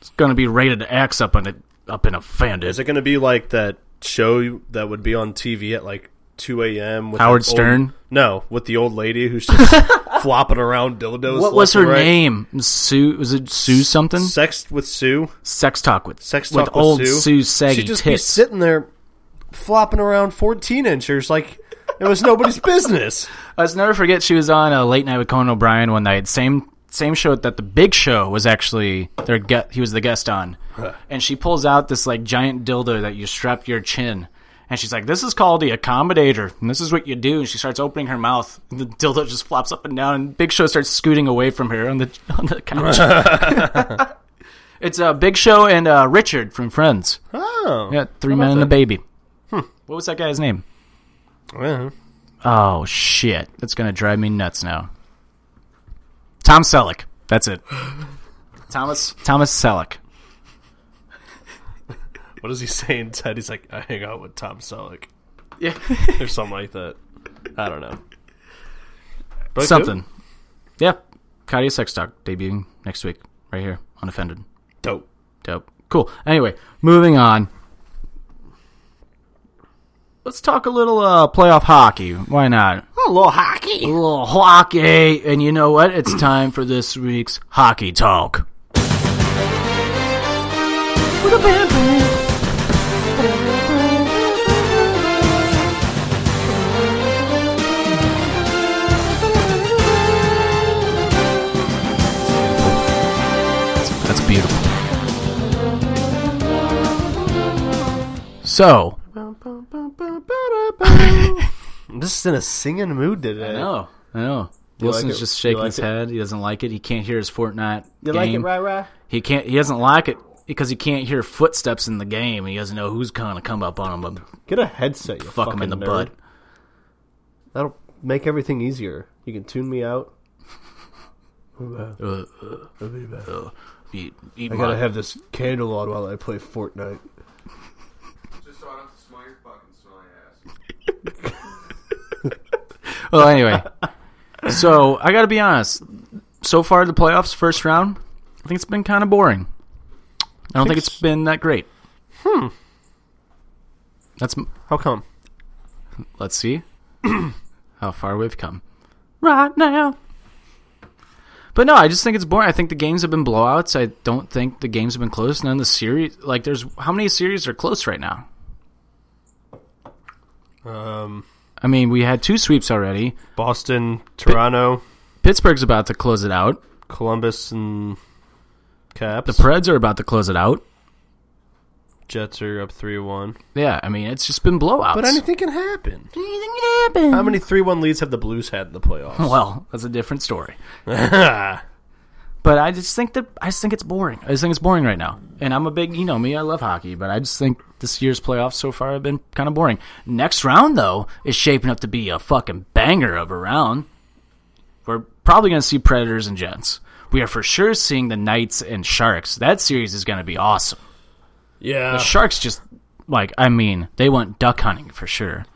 S5: it's gonna be rated X up in it, up in offended.
S1: Is it going to be like that show that would be on TV at like 2 a.m. with
S5: Howard
S1: that old-
S5: Stern?
S1: no, with the old lady who's just flopping around dildos.
S5: what was
S1: left and
S5: her
S1: right.
S5: name? Sue? Was it Sue something?
S1: Sex with Sue.
S5: Sex talk with
S1: Sex
S5: with
S1: talk
S5: old
S1: with Sue.
S5: Sue saggy
S1: She'd just be
S5: tits.
S1: sitting there flopping around 14 inchers like it was nobody's business.
S5: Let's never forget she was on a late night with Conan O'Brien one night. Same same show that the Big Show was actually their gu- he was the guest on, and she pulls out this like giant dildo that you strap to your chin. And she's like, "This is called the accommodator, and this is what you do." And she starts opening her mouth, and the dildo just flops up and down. And Big Show starts scooting away from her on the on the couch. it's uh, Big Show and uh, Richard from Friends.
S1: Oh.
S5: Yeah, three men and a baby. What was that guy's name?
S1: Yeah.
S5: Oh shit, that's gonna drive me nuts now. Tom Selleck, that's it. Thomas Thomas Selleck.
S1: What is he saying, Ted? He's like, I hang out with Tom Selleck
S5: Yeah,
S1: or something like that. I don't know. But cool.
S5: something. Yeah, Cardio Sex Talk debuting next week, right here, unoffended.
S1: Dope.
S5: Dope. Cool. Anyway, moving on. Let's talk a little uh, playoff hockey. Why not?
S1: A little hockey.
S5: A little hockey, and you know what? It's time for this week's hockey talk. That's beautiful. So,
S1: I'm just in a singing mood today.
S5: no, I know.
S1: you
S5: Wilson's
S1: like it?
S5: just
S1: You
S5: shaking
S1: like
S5: his
S1: it?
S5: head. He doesn't like it. He can't hear his Fortnite.
S1: You
S5: game.
S1: like it, right, right?
S5: He can't. He doesn't like it because he can't hear footsteps in the game, and he doesn't know who's gonna come up on him and
S1: Get a headset. You
S5: fuck him in the
S1: fucking nerd.
S5: butt.
S1: That'll make everything easier. You can tune me out.
S5: Uh, uh, uh, eat, eat
S1: I
S5: my-
S1: gotta have this candle on while I play Fortnite.
S5: Well, anyway, so I got to be honest. So far, the playoffs first round, I think it's been kind of boring. I don't think it's been that great. Hmm. That's m-
S1: How come?
S5: let's see how far we've come right now. But no, I just think it's boring. I think the games have been blowouts. I don't think the games have been close. None of the series, like, there's how many series are close right now?
S1: Um,
S5: I mean, we had two sweeps already.
S1: Boston, Toronto,
S5: Pittsburgh's about to close it out.
S1: Columbus, and Caps.
S5: The Preds are about to close it out.
S1: Jets are up three one.
S5: Yeah, I mean, it's just been blowouts.
S1: But anything can happen. How many three one leads have the Blues had in the playoffs?
S5: well, that's a different story. But I just think that I just think it's boring. I just think it's boring right now. And I'm a big, you know me, I love hockey, but I just think this year's playoffs so far have been kind of boring. Next round though is shaping up to be a fucking banger of a round. We're probably going to see Predators and Jets. We are for sure seeing the Knights and Sharks. That series is going to be awesome.
S1: yeah.
S5: Sharks just like I mean, they went duck hunting for sure.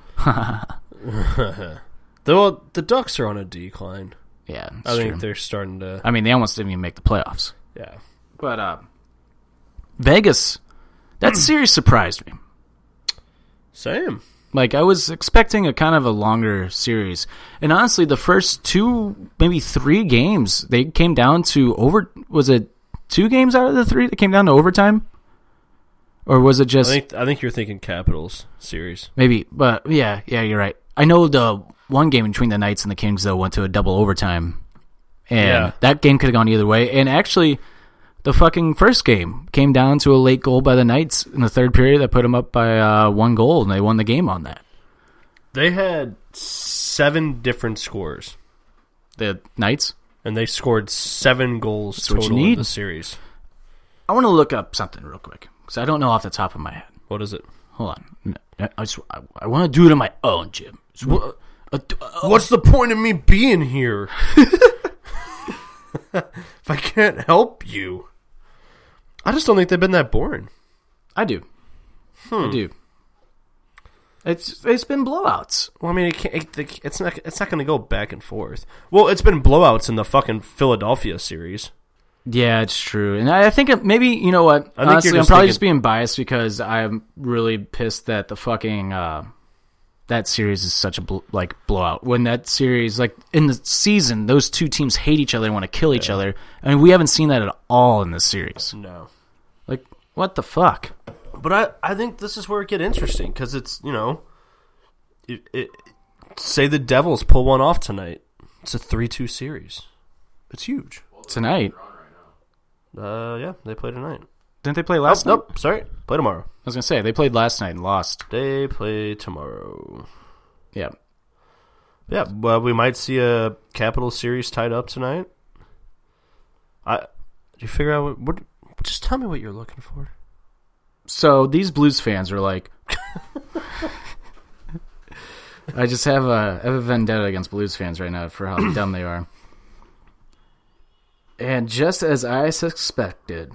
S1: Though the Ducks are on a decline.
S5: Yeah,
S1: I
S5: that's
S1: think
S5: true.
S1: they're starting to.
S5: I mean, they almost didn't even make the playoffs.
S1: Yeah.
S5: But uh, Vegas, that series surprised me.
S1: Same.
S5: Like I was expecting a kind of a longer series, and honestly, the first two, maybe three games, they came down to over. Was it two games out of the three that came down to overtime, or was
S1: I
S5: it just
S1: think I think you're thinking Capitals series.
S5: maybe? But yeah, yeah, you're right. I know the one game between the Knights and the Kings though went to a double overtime, and
S1: Yeah.
S5: that game could have gone either way. And actually, the fucking first game came down to a late goal by the Knights in the third period that put them up by uh, one goal, and they won the game on that.
S1: They had seven different scores,
S5: The Knights.
S1: and they scored seven goals
S5: what you
S1: total in
S5: need.
S1: the series.
S5: I want to look up something real quick because I don't know off the top of my head.
S1: What is it?
S5: Hold on. No, I, just, I, I want to do it on my own, Jim. It's one- uh, d- uh,
S1: What's the point of me being here if I can't help you? I just don't think they've been that boring.
S5: I do. I do. It's it's been blowouts.
S1: Well, I mean, it can't, it, it's not it's not going to go back and forth. Well, it's been blowouts in the fucking Philadelphia series.
S5: Yeah, it's true, and I, I think it, maybe you know what.
S1: I think
S5: Honestly, I'm
S1: you're
S5: probably
S1: just thinking-
S5: just being biased because I'm really pissed that the fucking uh, that series is such a bl- like blowout. When that series, like in the season, those two teams hate each other and want to kill each other. I mean, we haven't seen that at all in this series.
S1: No,
S5: Like, what the fuck?
S1: but I I think this is where it get interesting because it's you know, it, it say the Devils pull one off tonight. It's a three two series. It's huge.
S5: Tonight?
S1: Uh, yeah, they play tonight.
S5: Didn't they play
S1: Oh,
S5: last night?
S1: nope, sorry, play tomorrow.
S5: I was gonna say they played last night and lost.
S1: They play tomorrow.
S5: Yeah.
S1: Yeah, well, we might see a capital series tied up tonight. I, did you figure out what, what? Just tell me what you're looking for.
S5: So these Blues fans are like, I just have a I have a vendetta against Blues fans right now for how dumb they are. And just as I suspected,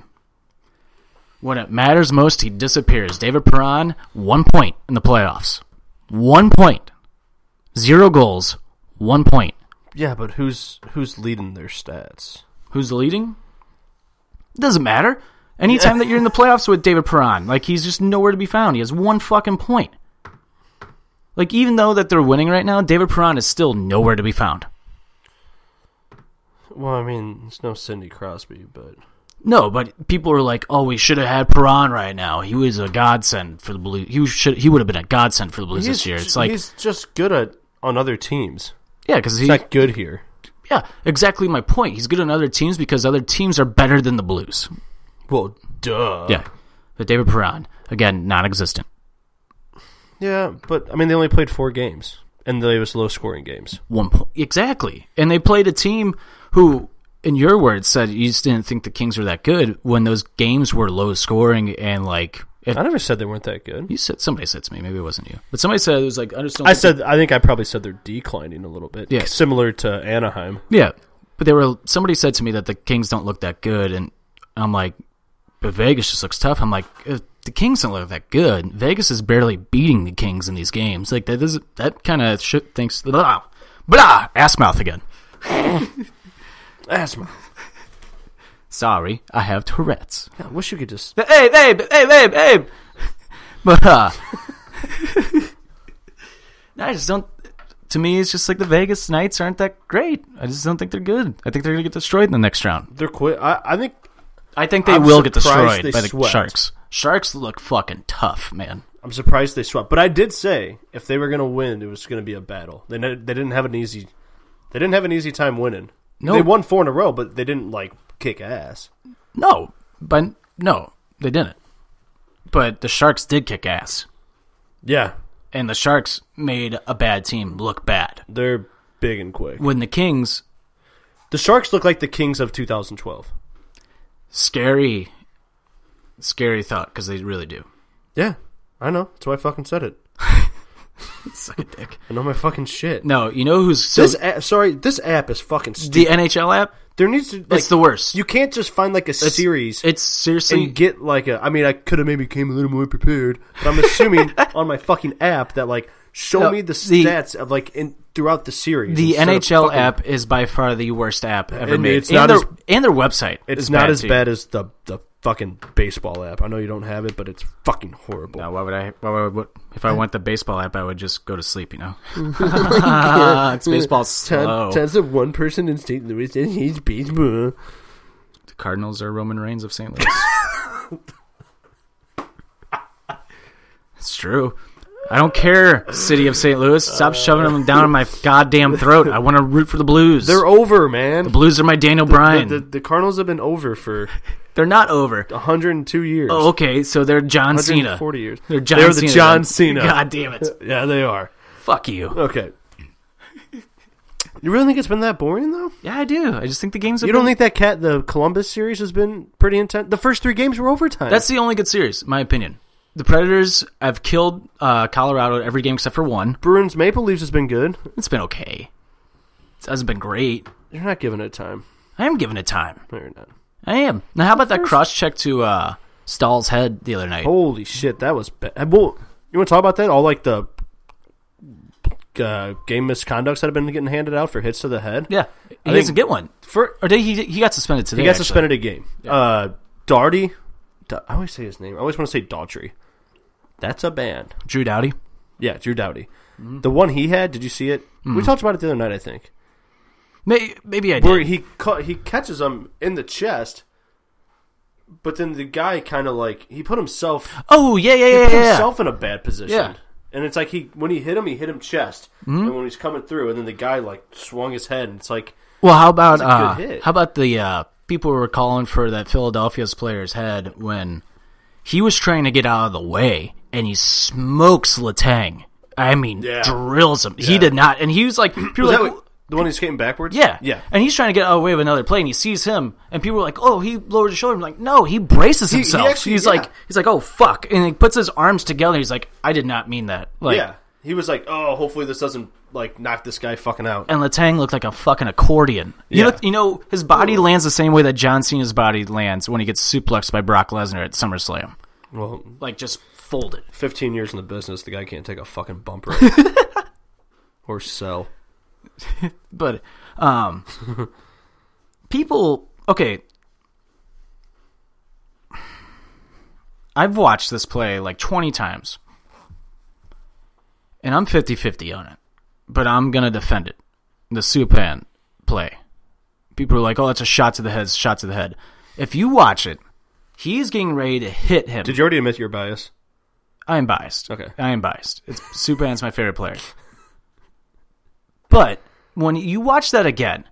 S5: when it matters most, he disappears. David Perron, one point in the playoffs, one point, zero goals, one point.
S1: Yeah, but who's who's leading their stats?
S5: Who's leading? Doesn't matter. Anytime that you're in the playoffs with David Perron, like he's just nowhere to be found. He has one fucking point. Like even though that they're winning right now, David Perron is still nowhere to be found.
S1: Well, I mean, it's no Cindy Crosby, but
S5: No, but people are like, "Oh, we should have had Perron right now. He was a godsend for the Blues. He should he would have been a godsend for the Blues this year." It's like,
S1: he's just good at on other teams.
S5: yeah, because he,
S1: He's not good here.
S5: yeah, exactly my point. He's good on other teams because other teams are better than the Blues.
S1: Well, duh.
S5: Yeah, but David Perron again, non-existent.
S1: yeah, but I mean, they only played four games, and they was low scoring games.
S5: one point exactly and they played a team who in your words said you just didn't think the kings were that good when those games were low scoring and like if,
S1: I never said they weren't that good.
S5: you said somebody said to me maybe it wasn't you but somebody said it was like i just don't
S1: I
S5: think-
S1: said I think I probably said they're declining a little bit,
S5: Yeah.
S1: similar to Anaheim.
S5: yeah but they were somebody said to me that the kings don't look that good and i'm like but vegas just looks tough i'm like if the kings don't look that good vegas is barely beating the kings in these games like that doesn't that kind of shit thinks blah blah ass mouth again
S1: Asthma.
S5: sorry i have tourette's
S1: I wish you could just
S5: Hey, babe, hey, babe, babe. But uh, no, I just don't. To me, it's just like the Vegas Knights aren't that great. I just don't think they're good. I think they're gonna get destroyed in the next round.
S1: They're quit. I, I think
S5: I think they
S1: I'm
S5: will get
S1: surprised
S5: destroyed
S1: they
S5: by the
S1: swept.
S5: Sharks. Sharks look fucking tough, man.
S1: I'm surprised they swept. But I did say if they were going to win, it was going to be a battle. They ne- they didn't have an easy they didn't have an easy time winning.
S5: No.
S1: they won four in a row, but they didn't like kick ass.
S5: No, but no, they didn't. But the Sharks did kick ass,
S1: Yeah,
S5: and the Sharks made a bad team look bad.
S1: they're big and quick.
S5: When the Kings
S1: The Sharks look like the Kings of 2012.
S5: scary, scary thought because they really do.
S1: Yeah, I know. That's why I fucking said it.
S5: Suck a dick.
S1: I know my fucking shit.
S5: No, you know who's so
S1: This app, sorry, this app is fucking stupid.
S5: the NHL app.
S1: there needs to like,
S5: it's the worst.
S1: You can't just find like a
S5: It's-
S1: series
S5: It's seriously.
S1: and get like a. I mean, I could have maybe came a little more prepared, but I'm assuming on my fucking app that like show
S5: No,
S1: me the
S5: the-
S1: stats of like in throughout the series.
S5: the
S1: instead of
S5: NHL
S1: fucking-
S5: app is by far the worst app ever
S1: And
S5: made.
S1: it's
S5: and,
S1: not
S5: their,
S1: as-
S5: and their website.
S1: It's
S5: is
S1: not
S5: bad
S1: as
S5: too.
S1: bad as the the fucking baseball app. I know you don't have it, but it's fucking horrible.
S5: No, why would I? Why would, what, if I want the baseball app, I would just go to sleep. You know,
S1: Oh
S5: it's baseball slow.
S1: the one person in St. Louis, and he's baseball.
S5: The Cardinals are Roman Reigns of St. Louis. it's true. I don't care, city of St. Louis. Stop shoving them down my goddamn throat. I want to root for the Blues.
S1: They're over, man. The,
S5: Blues are my Daniel
S1: the,
S5: Bryan.
S1: the, the Cardinals have been over for
S5: They're not over.
S1: 102 years.
S5: Oh, okay, so they're John Cena.
S1: 140 years.
S5: They're John
S1: They're the
S5: Cena.
S1: John
S5: then.
S1: Cena. Oh.
S5: God damn it.
S1: Yeah, they are.
S5: Fuck you.
S1: Okay. You really think it's been that boring though?
S5: Yeah, I do. I just think the games. Have
S1: You don't
S5: been-
S1: think that cat the Columbus series has been pretty intense? The first three games were overtime.
S5: that's the only good series, in my opinion. The Predators have killed uh, Colorado every game except for one.
S1: Bruins Maple Leafs has been good.
S5: It's been okay. It hasn't been great.
S1: You're not giving it time.
S5: I am giving it time.
S1: No, you're not.
S5: I am. Now, how about that cross check to uh, Stahl's head the other night?
S1: Oh. Holy shit, that was bad. Well, you want to talk about that? All like the uh, game misconducts that have been getting handed out for hits to the head.
S5: Yeah, he
S1: I
S5: doesn't
S1: think-
S5: get one.
S1: For,
S5: Or did he? He got suspended today.
S1: he got
S5: actually.
S1: suspended a game. Uh, Darty, Da- I always say his name. I always want to say Daughtry. That's a band.
S5: Drew Dowdy.
S1: Yeah, Drew Doughty.
S5: Mm-hmm.
S1: The one he had, did you see it? We talked about it the other night, I think.
S5: Maybe, maybe I did.
S1: Where he ca- he catches him in the chest, but then the guy kind of like he put himself
S5: oh yeah, yeah,
S1: he
S5: yeah,
S1: put
S5: yeah.
S1: himself in a bad position.
S5: Yeah. Mm-hmm.
S1: And it's like he when he hit him, he hit him chest, and when he's coming through, and then the guy like swung his head, and it's like
S5: Well, how about
S1: That was a
S5: uh,
S1: good hit.
S5: how about the uh, people who were calling for that Philadelphia's player's head when he was trying to get out of the way and he smokes Latang. I mean,
S1: Yeah.
S5: drills him. He did not, and he was like, people were
S1: was
S5: like,
S1: that what- the one who's skating backwards.
S5: yeah,
S1: yeah.
S5: and he's trying to get out of the way of another play, and he sees him, and people were like, oh, he lowered his shoulder. I'm like, no, he braces
S1: he
S5: himself.
S1: actually-
S5: he's
S1: yeah.
S5: like, he's like, oh fuck, and he puts his arms together. He's like, I did not mean that. Like,
S1: yeah. He was like, "Oh, hopefully this doesn't like knock this guy fucking out."
S5: and Letang looked like a fucking accordion. You
S1: Yeah.
S5: look, you know, his body lands the same way that John Cena's body lands when he gets suplexed by Brock Lesnar at SummerSlam,
S1: Well,
S5: like just folded.
S1: fifteen years in the business, the guy can't take a fucking bump right or sell.
S5: But um, people, okay, I've watched this play like twenty times, and I'm 50-50 on it, but I'm gonna defend it. The Supan play. people are like, "Oh, that's a shot to the head, it's a shot to the head." If you watch it, he's getting ready to hit him.
S1: Did you already admit your bias?
S5: I am biased.
S1: Okay.
S5: I am biased. It's Superman's my favorite player. But when you watch that again,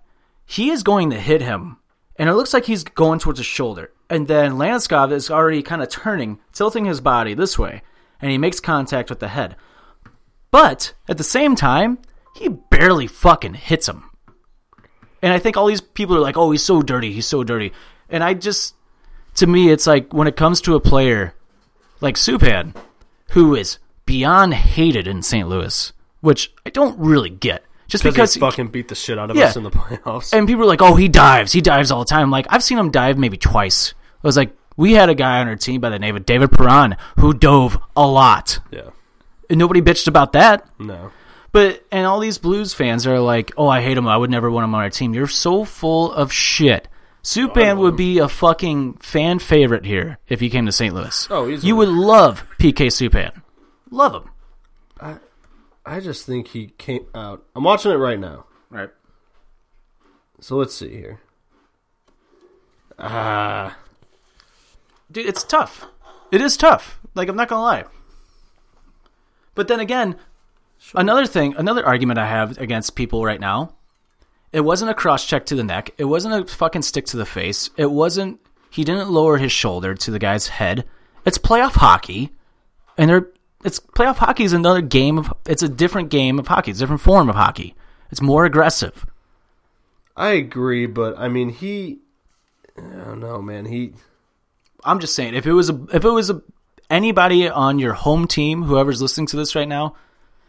S5: he is going to hit him, and it looks like he's going towards his shoulder. And then Landeskov is already kind of turning, tilting his body this way, and he makes contact with the head. But at the same time, he barely fucking hits him. And I think all these people are like, "Oh, he's so dirty. He's so dirty." And I just, to me, it's like when it comes to a player like Supan, who is beyond hated in St. Louis, which I don't really get. Just
S1: Because
S5: because
S1: he fucking beat the shit out of
S5: Yeah.
S1: us in the playoffs.
S5: and people are like, "Oh, he dives. He dives all the time." Like I've seen him dive maybe twice. I was like, we had a guy on our team by the name of David Perron who dove a lot,
S1: yeah.
S5: and nobody bitched about that.
S1: No.
S5: But and all these Blues fans are like, "Oh, I hate him. I would never want him on our team." You're so full of shit. Supan would be a fucking fan favorite here if he came to St. Louis.
S1: Oh, easily.
S5: you would love PK Supan. Love him.
S1: I just think he came out. I'm watching it right now.
S5: Right.
S1: So let's see here.
S5: dude, it's tough. It is tough. Like I'm not gonna lie. But then again, another thing, another argument I have against people right now, it wasn't a cross check to the neck. It wasn't a fucking stick to the face. It wasn't. He didn't lower his shoulder to the guy's head. It's playoff hockey, and they're it's playoff hockey is another game of it's a different game of hockey. It's a different form of hockey. It's more aggressive.
S1: I agree, but I mean, he. I don't know, man. He.
S5: I'm just saying if it was a if it was a anybody on your home team, whoever's listening to this right now,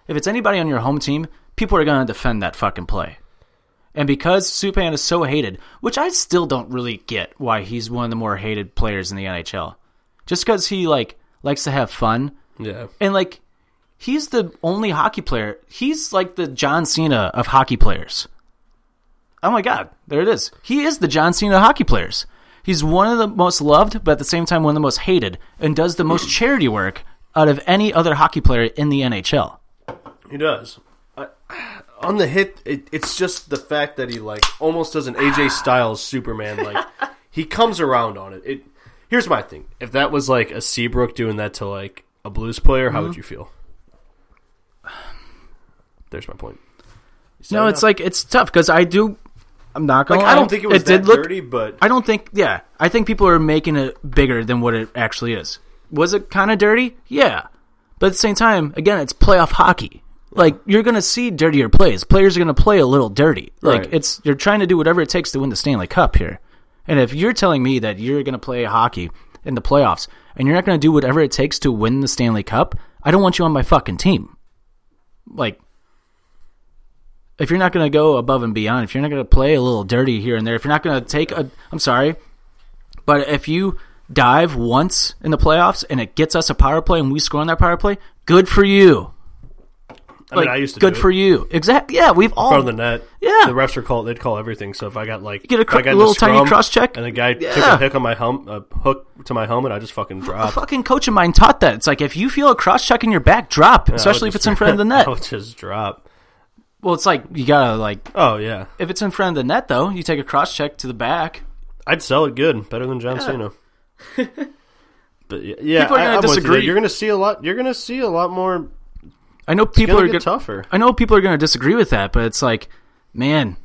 S5: if it's anybody on your home team, people are going to defend that fucking play. And because Supan is so hated, which I still don't really get why he's one of the more hated players in the NHL. Just cuz he like likes to have fun
S1: Yeah.
S5: and like he's the only hockey player. He's like the John Cena of hockey players. Oh my god, there it is. He is the John Cena of hockey players. He's one of the most loved, but at the same time one of the most hated, and does the most charity work out of any other hockey player in the NHL.
S1: He does. I, on the hit, it, it's just the fact that he like almost does an AJ Styles Superman. Like he comes around on it. It. Here's my thing. If that was like a Seabrook doing that to like a Blues player, how
S5: Mm-hmm.
S1: would you feel? There's my point. You said
S5: No,
S1: it
S5: it's
S1: now.
S5: like it's tough because I do. I'm not gonna.
S1: like
S5: lie,
S1: I don't think it was that
S5: did look,
S1: dirty, but
S5: I don't think. Yeah, I think people are making it bigger than what it actually is. Was it kind of dirty? Yeah, but at the same time, again, it's playoff hockey. Like you're gonna see dirtier plays. Players are gonna play a little dirty. Like
S1: Right.
S5: it's you're trying to do whatever it takes to win the Stanley Cup here. And if you're telling me that you're gonna play hockey in the playoffs and you're not gonna do whatever it takes to win the Stanley Cup, I don't want you on my fucking team. Like if you're not going to go above and beyond, if you're not going to play a little dirty here and there, if you're not going to take a, I'm sorry, but if you dive once in the playoffs and it gets us a power play and we score on that power play, good for you.
S1: I mean, I used to
S5: good
S1: do
S5: for
S1: it.
S5: you. Exactly. Yeah, we've all.
S1: From the net,
S5: Yeah.
S1: The refs are call they'd call everything. So if I got like
S5: get a cr-
S1: if I got in
S5: little
S1: the
S5: tiny
S1: scrum
S5: cross check.
S1: and the guy took
S5: Yeah.
S1: a hook on my helm, a hook to my helmet, I just fucking
S5: A
S1: dropped.
S5: fucking coach of mine taught that. It's like if you feel a cross check in your back, drop,
S1: I would
S5: especially if
S1: just-
S5: it's in front of the net.
S1: I would just drop.
S5: Well, it's like you gotta like
S1: Oh yeah,
S5: if it's in front of the net though, you take a cross check to the back.
S1: I'd sell it good, better than John Cena. but yeah, yeah
S5: People are
S1: I- I'm
S5: gonna
S1: with you there.
S5: disagree.
S1: You're gonna see a lot. You're gonna see a lot more.
S5: I know people
S1: gonna
S5: are
S1: get
S5: gonna,
S1: tougher.
S5: I know people are going to disagree with that, but it's like, man,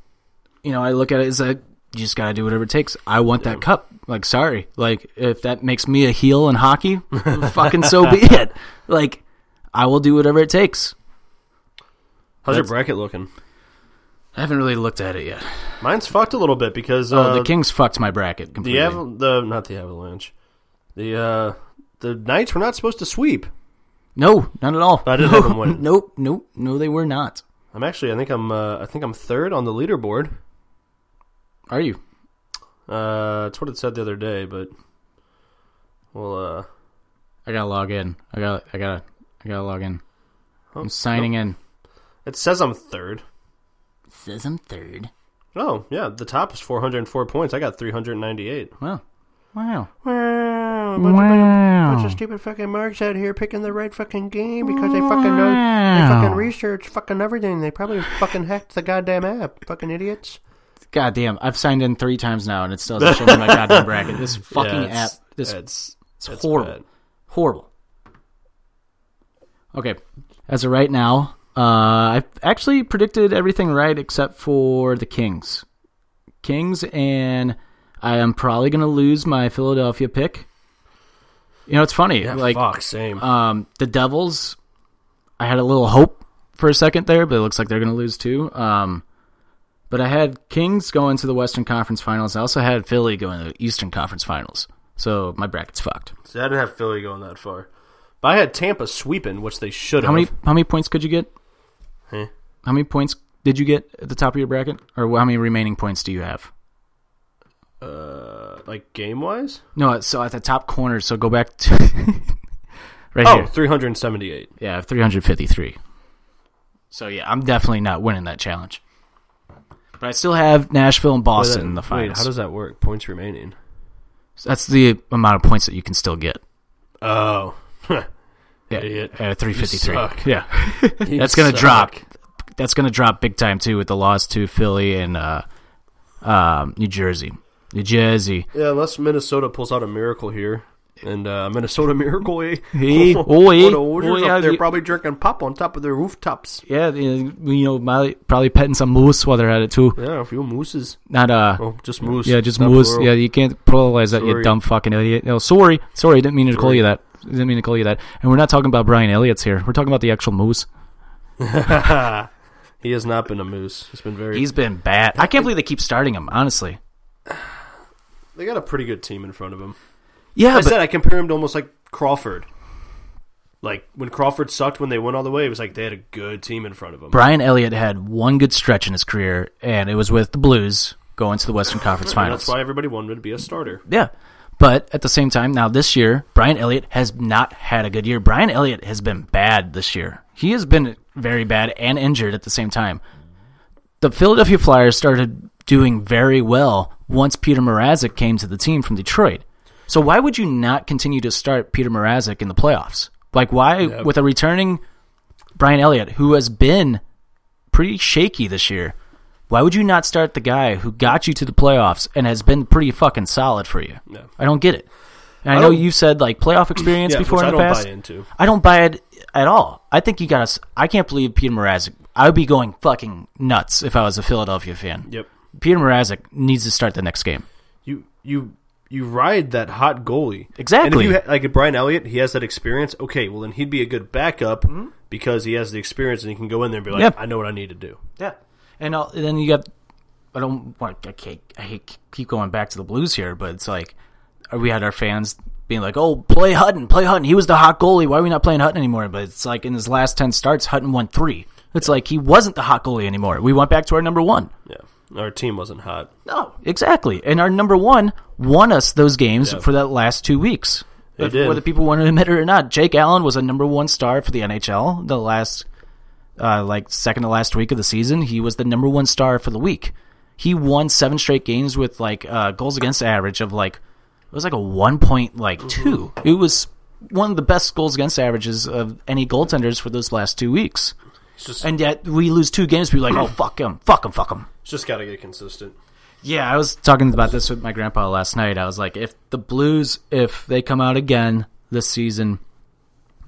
S5: you know, I look at it as a you just gotta do whatever it takes. I want that cup. Like, sorry, like if that makes me a heel in hockey, fucking so be it. Like, I will do whatever it takes.
S1: How's your
S5: That's-
S1: bracket looking?
S5: I haven't really looked at it yet.
S1: Mine's fucked a little bit because
S5: Oh,
S1: uh,
S5: the Kings fucked my bracket
S1: the
S5: completely.
S1: Aval- the not the avalanche, the uh, the Knights were not supposed to sweep.
S5: no, not at all.
S1: I didn't have them winning.
S5: Nope, nope, no, they were not.
S1: I'm actually, I think I'm, uh, I think I'm third on the leaderboard.
S5: Are you?
S1: Uh, that's what it said the other day, but well, uh,
S5: I gotta log in. I gotta, I gotta, I gotta log in.
S1: Oh,
S5: I'm signing in.
S1: it says I'm third.
S5: Says I'm third.
S1: Oh yeah, the top is 404 points. I got 398.
S5: Wow, wow.
S1: Wow, bunch, Of, bunch of stupid fucking marks out here picking the right fucking game because they fucking know they fucking research fucking everything. They probably fucking hacked the goddamn app. Fucking idiots.
S5: God damn, I've signed in three times now, and it still doesn't show me my goddamn bracket. This fucking app, this
S1: it's, it's
S5: horrible. horrible. Okay, as of right now, uh, I've actually predicted everything right except for the Kings. Kings, and I am probably gonna lose my Philadelphia pick. You know, it's funny.
S1: Yeah,
S5: like
S1: fuck, same.
S5: um, the Devils, I had a little hope for a second there, but it looks like they're going to lose too. Um, but I had Kings going to the Western Conference Finals. I also had Philly going to the Eastern Conference Finals. So my bracket's fucked.
S1: See, I didn't have Philly going that far. But I had Tampa sweeping, which they should have.
S5: How many how many points could you get?
S1: Huh?
S5: How many points did you get at the top of your bracket, or how many remaining points do you have?
S1: Uh, like game wise?
S5: No, so at the top corner. So go back to right
S1: Oh,
S5: here.
S1: 378.
S5: Yeah, I have 353. So yeah, I'm definitely not winning that challenge. But I still have Nashville and
S1: Wait,
S5: Boston
S1: that-
S5: in the
S1: Wait,
S5: finals.
S1: how does that work? Points remaining.
S5: That's the amount of points that you can still get.
S1: Oh.
S5: Yeah,
S1: Idiot.
S5: uh, 353.
S1: You suck.
S5: Yeah, that's gonna drop. That's gonna drop big time too with the loss to Philly and uh, um, New Jersey. New Jersey.
S1: Yeah, unless Minnesota pulls out a miracle here. And uh, Minnesota Miracle, eh?
S5: Hey, Oh,
S1: All
S5: oi,
S1: the Warriors
S5: oi,
S1: up there
S5: you-
S1: probably drinking pop on top of their rooftops.
S5: Yeah, they- you know, my- probably petting some moose while they're at it too.
S1: Yeah, a few mooses.
S5: Not uh,
S1: Oh, just moose.
S5: Yeah, just
S1: not
S5: moose.
S1: plural.
S5: Yeah, you can't pluralize that, you
S1: Sorry.
S5: dumb fucking idiot. No, sorry, sorry, I didn't mean to call
S1: Sorry.
S5: you that. Didn't mean to call you that. And we're not talking about Brian Elliott's here. We're talking about the actual moose.
S1: He has not been a moose. He's been very.
S5: He's been bad. I can't believe they keep starting him. Honestly.
S1: They got a pretty good team in front of him.
S5: Yeah,
S1: I
S5: but
S1: said I compare him to almost like Crawford. Like when Crawford sucked when they went all the way, it was like they had a good team in front of them.
S5: Brian Elliott had one good stretch in his career, and it was with the Blues going to the Western Conference
S1: And
S5: Finals.
S1: that's why everybody wanted to be a starter.
S5: Yeah. But at the same time, now this year, Brian Elliott has not had a good year. Brian Elliott has been bad this year. He has been very bad and injured at the same time. The Philadelphia Flyers started doing very well once Peter Mrazek came to the team from Detroit. So why would you not continue to start Peter Mrazek in the playoffs? Like why with a returning Brian Elliott who has been pretty shaky this year? Why would you not start the guy who got you to the playoffs and has been pretty fucking solid for you?
S1: Yeah.
S5: I don't get it. And I, know
S1: don't-
S5: you said like playoff experience
S1: Yeah,
S5: before
S1: which
S5: in
S1: I
S5: the
S1: don't
S5: past.
S1: buy into.
S5: I don't buy it at all. I think you got to. I can't believe Peter Mrazek. I would be going fucking nuts if I was a Philadelphia fan.
S1: Yep.
S5: Peter Mrazek needs to start the next game.
S1: You you you ride that hot goalie
S5: Exactly.
S1: And if you ha- like Brian Elliott, he has that experience. Okay, well then he'd be a good backup because he has the experience and he can go in there and be like,
S5: Mm-hmm. Yep.
S1: I know what I need to do.
S5: Yeah, and, I'll, and then you got. I don't want. I can't. I hate, keep going back to the Blues here, but it's like uh, we had our fans being like, "Oh, play Hutton, play Hutton. He was the hot goalie. Why are we not playing Hutton anymore?" But it's like in his last ten starts, Hutton won three. It's like he wasn't the hot goalie anymore. We went back to our number one.
S1: Yeah, our team wasn't hot.
S5: No, exactly. And our number one won us those games for that last two weeks.
S1: They
S5: If-
S1: did.
S5: Whether people want to admit it or not, Jake Allen was a number one star for the NHL the last uh, like second to last week of the season, he was the number one star for the week. He won seven straight games with like uh, goals against average of like it was like a one point like
S1: Mm-hmm.
S5: two. It was one of the best goals against averages of any goaltenders for those last two weeks.
S1: just-
S5: and yet we lose two games. We're like, oh fuck him, fuck him, fuck him.
S1: Just got to get consistent.
S5: Yeah, I was talking about this with my grandpa last night. I was like, if the Blues, if they come out again this season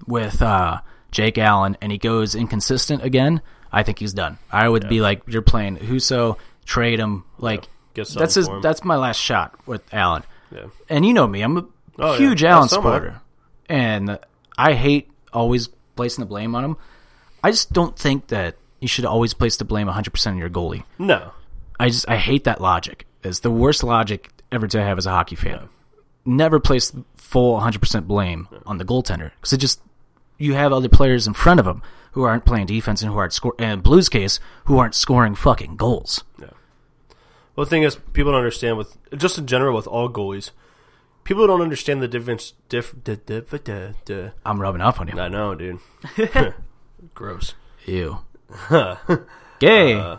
S5: with uh, Jake Allen and he goes inconsistent again, I think he's done. I would be like, you're playing Huso, trade him. Like,
S1: Get something
S5: that's his,
S1: for him.
S5: that's my last shot with Allen.
S1: Yeah.
S5: And you know me, I'm a
S1: Oh, yeah.
S5: huge
S1: Well,
S5: Allen
S1: some are.
S5: supporter, and I hate always placing the blame on him. I just don't think that you should always place the blame 100 percent on your goalie.
S1: No.
S5: I just I hate that logic. It's the worst logic ever to have as a hockey fan. Never place full 100% blame on the goaltender because it just you have other players in front of him who aren't playing defense and who aren't score. And Blues case, who aren't scoring fucking goals.
S1: Well, the thing is, people don't understand with just in general with all goalies, people don't understand the difference. Diff, da, da, da, da, da.
S5: I'm rubbing off on you.
S1: I know, dude. Gross.
S5: Ew. gay.
S1: Uh,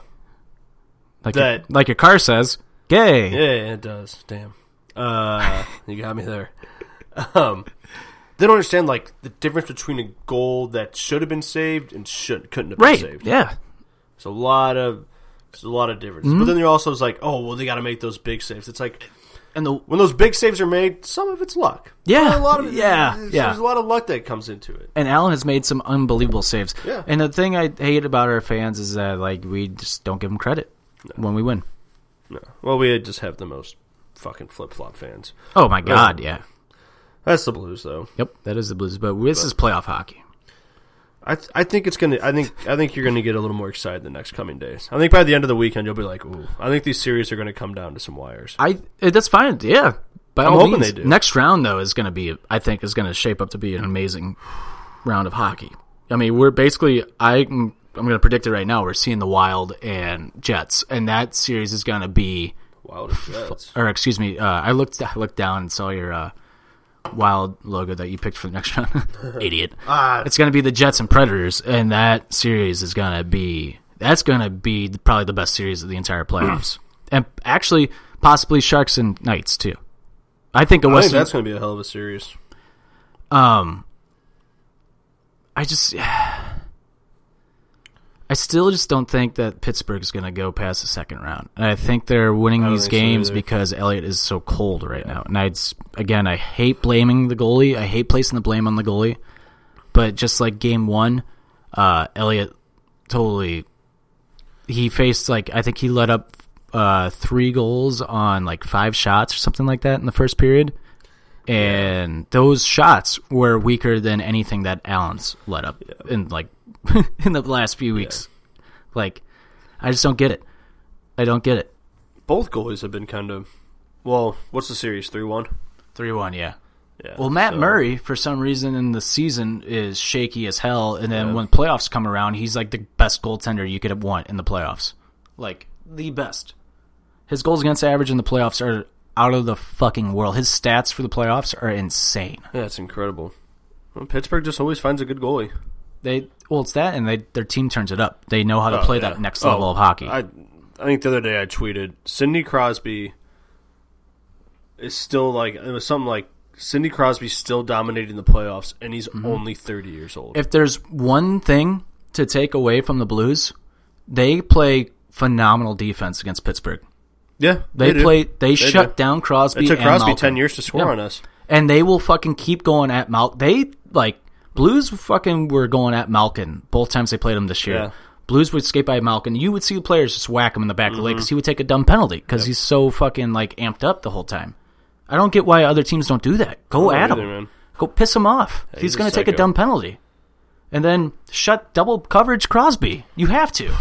S5: like your,
S1: that-
S5: like your car says, gay.
S1: Yeah, it does. Damn. Uh, you got me there. Um, they don't understand like the difference between a goal that should have been saved and should couldn't have been
S5: right.
S1: saved.
S5: Yeah.
S1: It's a lot of it's a lot of difference.
S5: Mm-hmm.
S1: But then they're also like, oh well, they got to make those big saves. It's like
S5: And the
S1: when those big saves are made, some of it's luck.
S5: yeah,
S1: a lot of it-
S5: yeah,
S1: there's,
S5: yeah.
S1: There's a lot of luck that comes into it.
S5: and Allen has made some unbelievable saves.
S1: Yeah.
S5: And the thing I hate about our fans is that like we just don't give them credit when we win.
S1: No, well, we just have the most fucking flip flop fans.
S5: Oh my god, yeah.
S1: That's the Blues, though.
S5: Yep, that is the Blues, but this is playoff hockey.
S1: I, th- I think it's gonna. I think I think you're gonna get a little more excited the next coming days. I think by the end of the weekend you'll be like, ooh. I think these series are gonna come down to some wires.
S5: I eh, that's fine. Yeah. By
S1: I'm
S5: all
S1: hoping
S5: means.
S1: they do.
S5: Next round though is going to be I think is going to shape up to be an amazing round of hockey. I mean, we're basically I I'm going to predict it right now. We're seeing the Wild and Jets and that series is going to be
S1: Wild and Jets.
S5: or excuse me, uh, I looked I looked down and saw your uh, wild logo that you picked for the next round. Idiot.
S1: Ah.
S5: it's gonna be the Jets and Predators, and that series is gonna be that's gonna be the- probably the best series of the entire playoffs, and actually possibly Sharks and Knights too. I think a
S1: I think
S5: Western.
S1: that's gonna be a hell of a series.
S5: um, I just. I still just don't think that Pittsburgh's going to go past the second round. And I think they're winning these
S1: think so
S5: games
S1: either.
S5: because Elliott is so cold right now. And I just, again, I hate blaming the goalie. I hate placing the blame on the goalie. But just like game one, uh, Elliott totally. He faced like I think he let up uh, three goals on like five shots or something like that in the first period, and those shots were weaker than anything that Allen's let up in like in the last few weeks. Like, I just don't get it. I don't get it.
S1: Both goalies have been kind of. Well, what's the series? Three one.
S5: Three one, yeah.
S1: Yeah.
S5: Well, Matt
S1: so-
S5: Murray, for some reason in the season, is shaky as hell. And then when playoffs come around, he's like the best goaltender you could want in the playoffs. Like, the best. His goals against average in the playoffs are out of the fucking world. His stats for the playoffs are insane.
S1: Yeah, it's incredible. Well, Pittsburgh just always finds a good goalie.
S5: They Well, it's that, and they, their team turns it up. They know how to play
S1: yeah.
S5: that next
S1: Oh,
S5: level of hockey.
S1: I I think the other day I tweeted Sidney Crosby is still like it was something like Sidney Crosby's still dominating the playoffs and he's
S5: Mm-hmm.
S1: only thirty years old.
S5: if there's one thing to take away from the Blues, they play phenomenal defense against Pittsburgh.
S1: yeah,
S5: They,
S1: do.
S5: play. They,
S1: do.
S5: shut down Crosby.
S1: It took
S5: and
S1: Crosby
S5: Malkin.
S1: ten years to score
S5: Yeah.
S1: on us.
S5: and they will fucking keep going at Mal. They like Blues fucking were going at Malkin both times they played him this year.
S1: Yeah.
S5: Blues would skate by Malkin. You would see the players just whack him in the back of
S1: Mm-hmm.
S5: the leg because he would take a dumb penalty because he's so fucking like amped up the whole time. I don't get why other teams don't do that. Go
S1: I
S5: at
S1: don't
S5: him.
S1: either, man.
S5: Go piss him off. he's
S1: he's a
S5: going to take a
S1: psycho.
S5: dumb penalty, and then shut double coverage Crosby. You have to.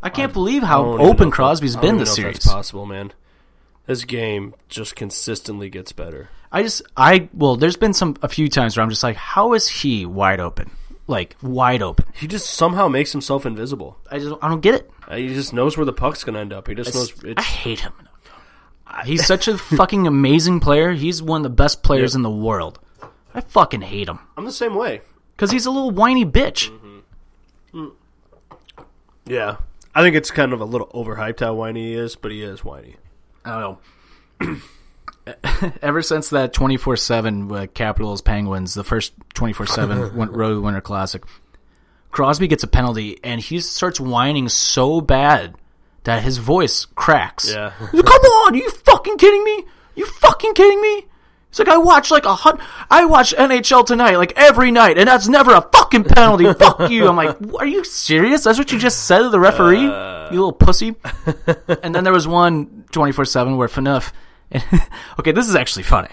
S5: I can't believe
S1: I
S5: how
S1: don't even know
S5: open
S1: if-
S5: Crosby's
S1: I don't
S5: been
S1: even
S5: this
S1: know if
S5: series.
S1: That's possible, man. This game just consistently gets better.
S5: I just I well, there's been some a few times where I'm just like, how is he wide open? Like wide open.
S1: He just somehow makes himself invisible.
S5: I just I don't get it.
S1: Uh, He just knows where the puck's gonna end up. He just knows.
S5: I
S1: Oh, It's,
S5: hate him. He's such a fucking amazing player. He's one of the best players in the world. I fucking hate him
S1: I'm the same way.
S5: because he's a little whiny bitch.
S1: Yeah. I think it's kind of a little overhyped how whiny he is, but he is whiny.
S5: I don't know. Ever since that 24 7 uh, Capitals Penguins, the first 24 7 Road to the Winter Classic, Crosby gets a penalty and he starts whining so bad that his voice cracks.
S1: Yeah.
S5: Come on, are you fucking kidding me? You fucking kidding me? It's like I watch like a hundred. I watch NHL tonight like every night, and that's never a fucking penalty. Fuck you! I'm like, are you serious? That's what you just said to the referee, you little pussy. and then there was one 24 seven where Fanuff. okay, this is actually funny.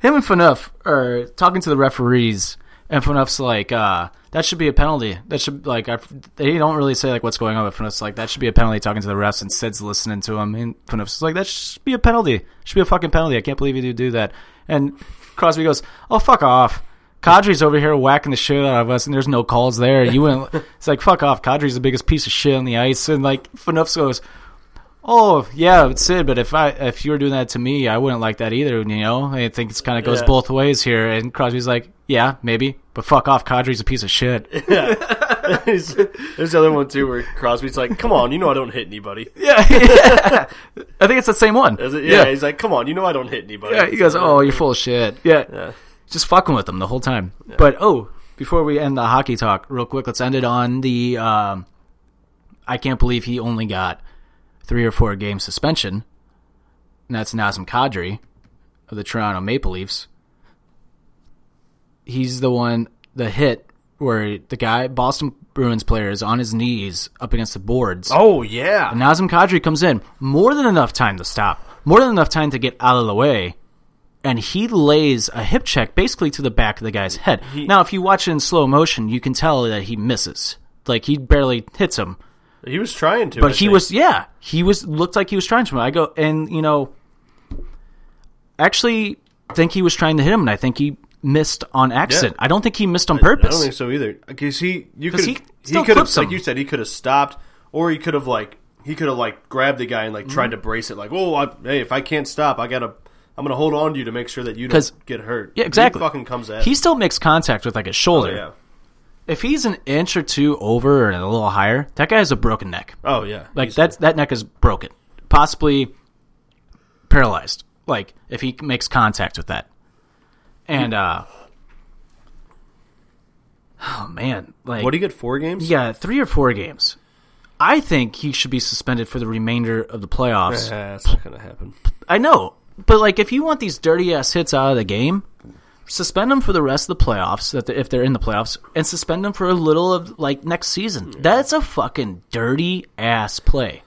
S5: Him and Fanuff are talking to the referees, and Fanuff's like, uh, "That should be a penalty. That should like I, they don't really say like what's going on." But Fanuff's like, "That should be a penalty." Talking to the refs, and Sid's listening to him, and Fanuff's like, "That should be a penalty. Should be a fucking penalty. I can't believe you do do that." And Crosby goes, "Oh fuck off." Kadri's over here whacking the shit out of us, and there's no calls there. You wouldn't. It's like fuck off. Kadri's the biggest piece of shit on the ice, and like Fanuff goes, Oh yeah, it's Sid. But if I if you were doing that to me, I wouldn't like that either. You know, I think it's kind of goes
S1: Yeah.
S5: both ways here. And Crosby's like, yeah, maybe, but fuck off. Kadri's a piece of shit.
S1: There's there's the other one too where Crosby's like, "Come on, you know I don't hit anybody."
S5: yeah, I think it's the same one.
S1: Is it? Yeah, he's like, "Come on, you know I don't hit anybody."
S5: Yeah, he goes, "Oh, you're full of shit." Yeah, just fucking with them the whole time. But oh, before we end the hockey talk, real quick, let's end it on the. Um, I can't believe he only got three or four game suspension, and that's Nazem Kadri of the Toronto Maple Leafs. He's the one, the hit where the guy, Boston Bruins player, is on his knees up against the boards.
S1: Oh yeah,
S5: Nazem Kadri comes in, more than enough time to stop, more than enough time to get out of the way, and he lays a hip check basically to the back of the guy's head. now, if you watch it in slow motion, you can tell that he misses. Like he barely hits him,
S1: he was trying to,
S5: but
S1: I
S5: he
S1: think.
S5: was yeah, he was looked like he was trying to. I go and you know, actually think he was trying to hit him, and I think he missed on accident. I don't think he missed on
S1: I
S5: purpose.
S1: don't think so either. Because he, you
S5: 'Cause
S1: could,
S5: he
S1: he,
S5: still
S1: could have,
S5: clips him.
S1: like you said, he could have stopped, or he could have like he could have like grabbed the guy and like
S5: Mm-hmm.
S1: tried to brace it, like, "Oh, I, hey, if I can't stop, I gotta, I'm gonna hold on to you to make sure that you
S5: 'Cause-
S1: don't get hurt."
S5: yeah, exactly.
S1: He fucking comes at.
S5: He
S1: him. Oh,
S5: still makes contact with like his shoulder.
S1: yeah.
S5: If he's an inch or two over and a little higher, that guy has a broken neck.
S1: Oh yeah.
S5: Like
S1: He's-
S5: that's that neck is broken, possibly paralyzed. Like if he makes contact with that, and uh, oh man, like
S1: What do you get? Four games?
S5: yeah, three or four games. I think he should be suspended for the remainder of the playoffs.
S1: Yeah, that's not gonna happen.
S5: I know, but like if you want these dirty ass hits out of the game, suspend them for the rest of the playoffs. That if they're in the playoffs, and suspend them for a little of like next season. That's a fucking dirty ass play,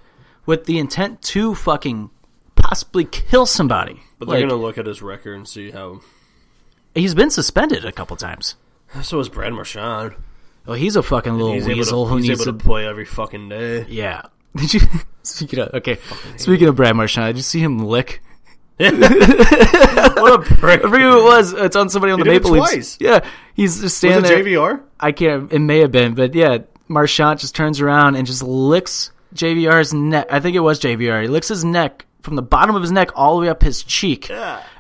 S5: with the intent to fucking possibly kill somebody.
S1: But they're
S5: Like,
S1: gonna look at his record and see how.
S5: he's been suspended a couple times.
S1: So is Brad Marchand.
S5: Well, he's a fucking little
S1: He's
S5: weasel
S1: able to,
S5: who
S1: he's
S5: needs
S1: able to play every fucking day.
S5: Yeah. Did you speaking of okay? Speaking of Brad Marchand, did you see him lick? what a prick! I forget who it was. It's on somebody on the
S1: did it
S5: Maple Leafs.
S1: twice.
S5: Yeah, he's just
S1: Was
S5: standing
S1: it
S5: there.
S1: JVR?
S5: I can't. It may have been, but yeah, Marchant just turns around and just licks JVR's neck. I think it was JVR. He licks his neck from the bottom of his neck all the way up his cheek.